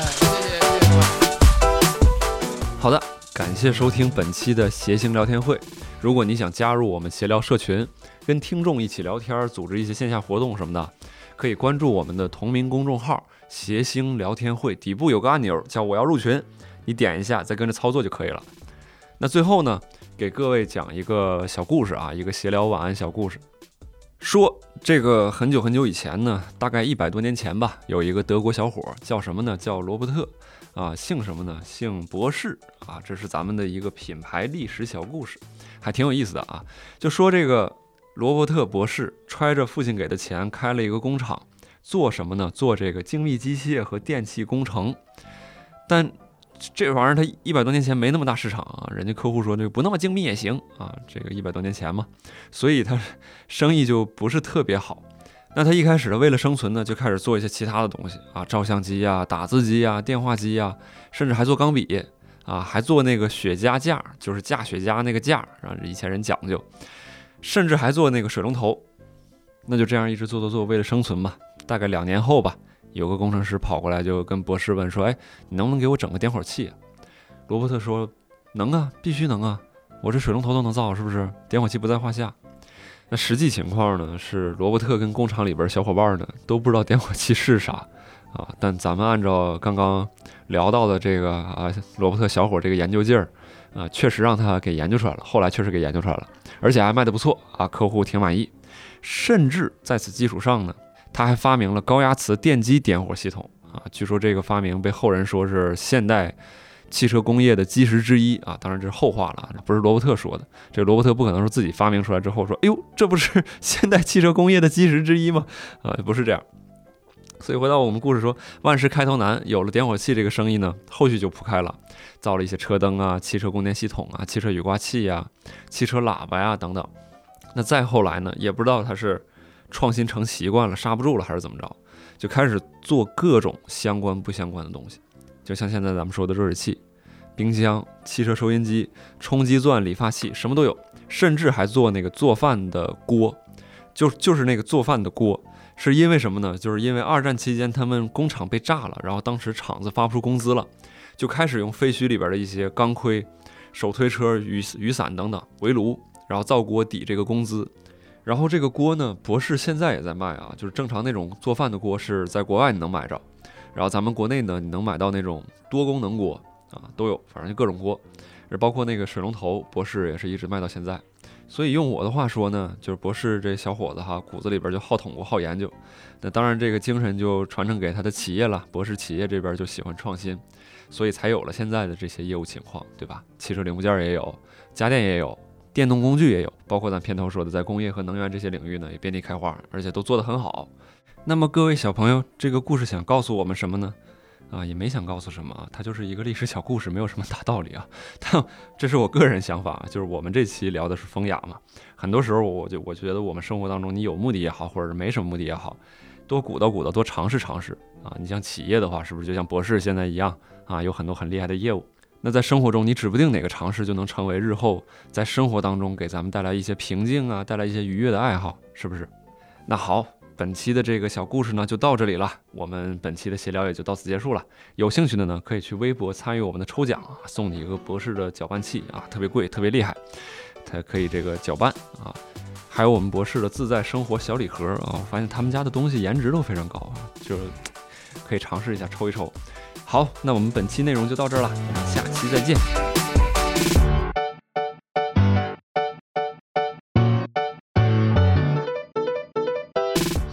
Speaker 1: 好的，感谢收听本期的谐星聊天会。如果你想加入我们闲聊社群，跟听众一起聊天，组织一些线下活动什么的，可以关注我们的同名公众号“谐星聊天会”，底部有个按钮叫“我要入群”，你点一下，再跟着操作就可以了。那最后呢，给各位讲一个小故事啊，一个闲聊晚安小故事。说这个很久很久以前呢，大概一百多年前吧，有一个德国小伙儿叫什么呢？叫罗伯特，啊，姓什么呢？姓博士啊。这是咱们的一个品牌历史小故事，还挺有意思的啊。就说这个罗伯特博士揣着父亲给的钱开了一个工厂，做什么呢？做这个精密机械和电气工程。但这玩意儿它一百多年前没那么大市场啊，人家客户说这个不那么精密也行啊，这个一百多年前嘛，所以他 生意就不是特别好。那他一开始为了生存呢，就开始做一些其他的东西啊，照相机呀、打字机呀、电话机呀，甚至还做钢笔啊，还做那个雪茄架，就是架雪茄那个架，啊，以前人讲究，甚至还做那个水龙头。那就这样一直做做做，为了生存嘛。大概两年后吧，有个工程师跑过来就跟博士问说：“哎，你能不能给我整个点火器、啊？”罗伯特说：“能啊，必须能啊，我这水龙头都能造，是不是？点火器不在话下。”那实际情况呢是，罗伯特跟工厂里边小伙伴呢都不知道点火器是啥啊。但咱们按照刚刚聊到的这个啊，罗伯特小伙这个研究劲儿啊，确实让他给研究出来了。后来确实给研究出来了，而且还卖的不错啊，客户挺满意。甚至在此基础上呢，他还发明了高压磁电机点火系统啊。据说这个发明被后人说是现代汽车工业的基石之一啊。当然这是后话了啊，不是罗伯特说的。这罗伯特不可能说自己发明出来之后说，哎呦，这不是 现代汽车工业的基石之一吗？啊，不是这样。所以回到我们故事说，万事开头难，有了点火器这个生意呢，后续就铺开了，造了一些车灯啊、汽车供电系统啊、汽车雨刮器呀、汽车喇叭呀、等等。那再后来呢，也不知道他是创新成习惯了，刹不住了，还是怎么着，就开始做各种相关不相关的东西，就像现在咱们说的热水器、冰箱、汽车收音机、冲击钻、理发器，什么都有，甚至还做那个做饭的锅，就就是那个做饭的锅。是因为什么呢？就是因为二战期间他们工厂被炸了，然后当时厂子发不出工资了，就开始用废墟里边的一些钢盔、手推车、雨雨伞等等围炉，然后造锅抵这个工资。然后这个锅呢，博士现在也在卖啊，就是正常那种做饭的锅是在国外你能买着，然后咱们国内呢，你能买到那种多功能锅啊，都有，反正就各种锅，包括那个水龙头，博士也是一直卖到现在。所以用我的话说呢，就是博士这小伙子哈，骨子里边就好捅咕、好研究。那当然，这个精神就传承给他的企业了。博士企业这边就喜欢创新，所以才有了现在的这些业务情况，对吧？汽车零部件也有，家电也有，电动工具也有，包括咱片头说的，在工业和能源这些领域呢，也遍地开花，而且都做得很好。那么各位小朋友，这个故事想告诉我们什么呢？啊，也没想告诉什么啊，它就是一个历史小故事，没有什么大道理啊。 但这是我个人想法啊，就是我们这期聊的是风雅嘛，很多时候我就我觉得我们生活当中，你有目的也好，或者是没什么目的也好，多鼓捣鼓捣，多尝试尝试啊。你像企业的话，是不是就像博士现在一样啊，有很多很厉害的业务？那在生活中，你指不定哪个尝试就能成为日后在生活当中给咱们带来一些平静啊，带来一些愉悦的爱好，是不是？那好，本期的这个小故事呢就到这里了，我们本期的闲聊也就到此结束了。有兴趣的呢，可以去微博参与我们的抽奖啊，送你一个博士的搅拌器啊，特别贵，特别厉害，它可以这个搅拌啊。还有我们博士的自在生活小礼盒啊，我发现他们家的东西颜值都非常高啊，就是可以尝试一下抽一抽。好，那我们本期内容就到这儿了，我们下期再见。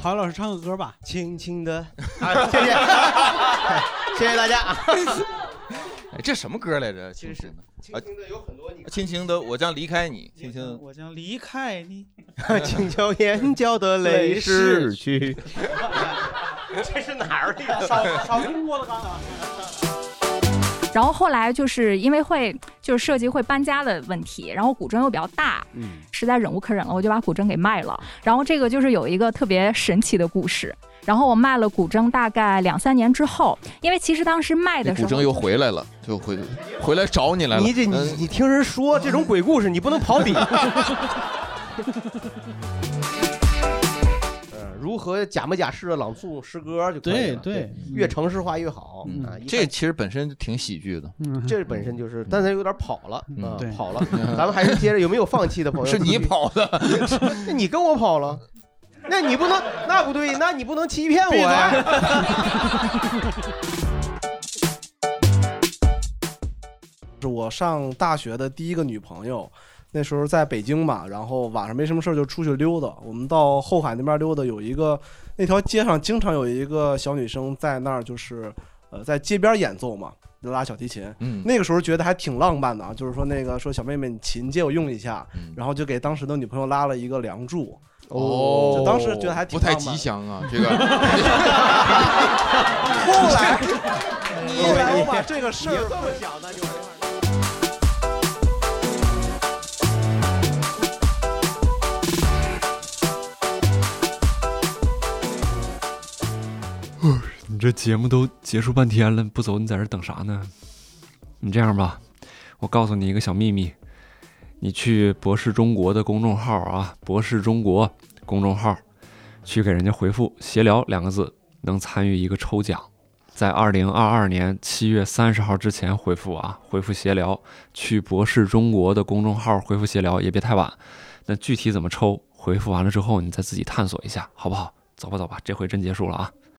Speaker 5: 郝宇老师唱个歌吧，
Speaker 3: 轻轻的。啊谢谢，谢谢大家。，
Speaker 2: 哎，这什么歌来着？轻轻的，啊轻轻的有很多你。轻轻的，我将离开你，轻轻的。
Speaker 4: 我将离开你
Speaker 3: 请教眼角的泪逝去。 这是哪儿的？
Speaker 5: 少少听郭德纲啊。
Speaker 7: 然后后来就是因为会就是涉及会搬家的问题，然后古筝又比较大，
Speaker 23: 嗯
Speaker 7: 实在忍无可忍了，我就把古筝给卖了。然后这个就是有一个特别神奇的故事。然后我卖了古筝，大概两三年之后，因为其实当时卖
Speaker 2: 那
Speaker 7: 的时
Speaker 2: 古
Speaker 7: 候，
Speaker 2: 筝又回来了，就回回来找你来了。
Speaker 3: 你这你
Speaker 2: 嗯
Speaker 3: 你听人说这种鬼故事，你不能跑底。 呃如何假模假式的朗诵诗歌就可以了
Speaker 5: 对嗯对
Speaker 3: 越城市化越好啊！一
Speaker 2: 这其嗯实本身就挺喜剧的，
Speaker 3: 这本身就是，但是有点跑了
Speaker 5: 嗯
Speaker 3: 啊
Speaker 2: 对，
Speaker 3: 跑了。咱们还是接着，有没有放弃的朋友？
Speaker 2: 是你跑的，
Speaker 3: 那你跟我跑了，那你不能，那不对，那你不能欺骗我
Speaker 2: 啊
Speaker 3: 呀！嗯
Speaker 18: 是我上大学的第一个女朋友，那时候在北京嘛，然后晚上没什么事儿就出去溜达。我们到后海那边溜达，有一个那条街上经常有一个小女生在那儿，就是呃在街边演奏嘛，就拉小提琴。
Speaker 2: 嗯
Speaker 18: 那个时候觉得还挺浪漫的啊，就是说那个说小妹妹你琴借我用一下，
Speaker 2: 嗯
Speaker 18: 然后就给当时的女朋友拉了一个梁祝。
Speaker 2: 哦
Speaker 18: 就当时觉得还挺
Speaker 2: 不太
Speaker 18: 浪漫
Speaker 2: 吉
Speaker 18: 的
Speaker 2: 祥啊，这个。
Speaker 18: 后来，后来我把这个事儿
Speaker 3: 这么想的，
Speaker 1: 哎你这节目都结束半天了，不走你在这儿等啥呢？你这样吧，我告诉你一个小秘密，你去博士中国的公众号啊，博士中国公众号，去给人家回复“闲聊”两个字，能参与一个抽奖。在二零二二年七月三十号之前回复啊，回复“闲聊”，去博士中国的公众号回复“闲聊”，也别太晚。那具体怎么抽，回复完了之后你再自己探索一下，好不好？走吧走吧，这回真结束了啊。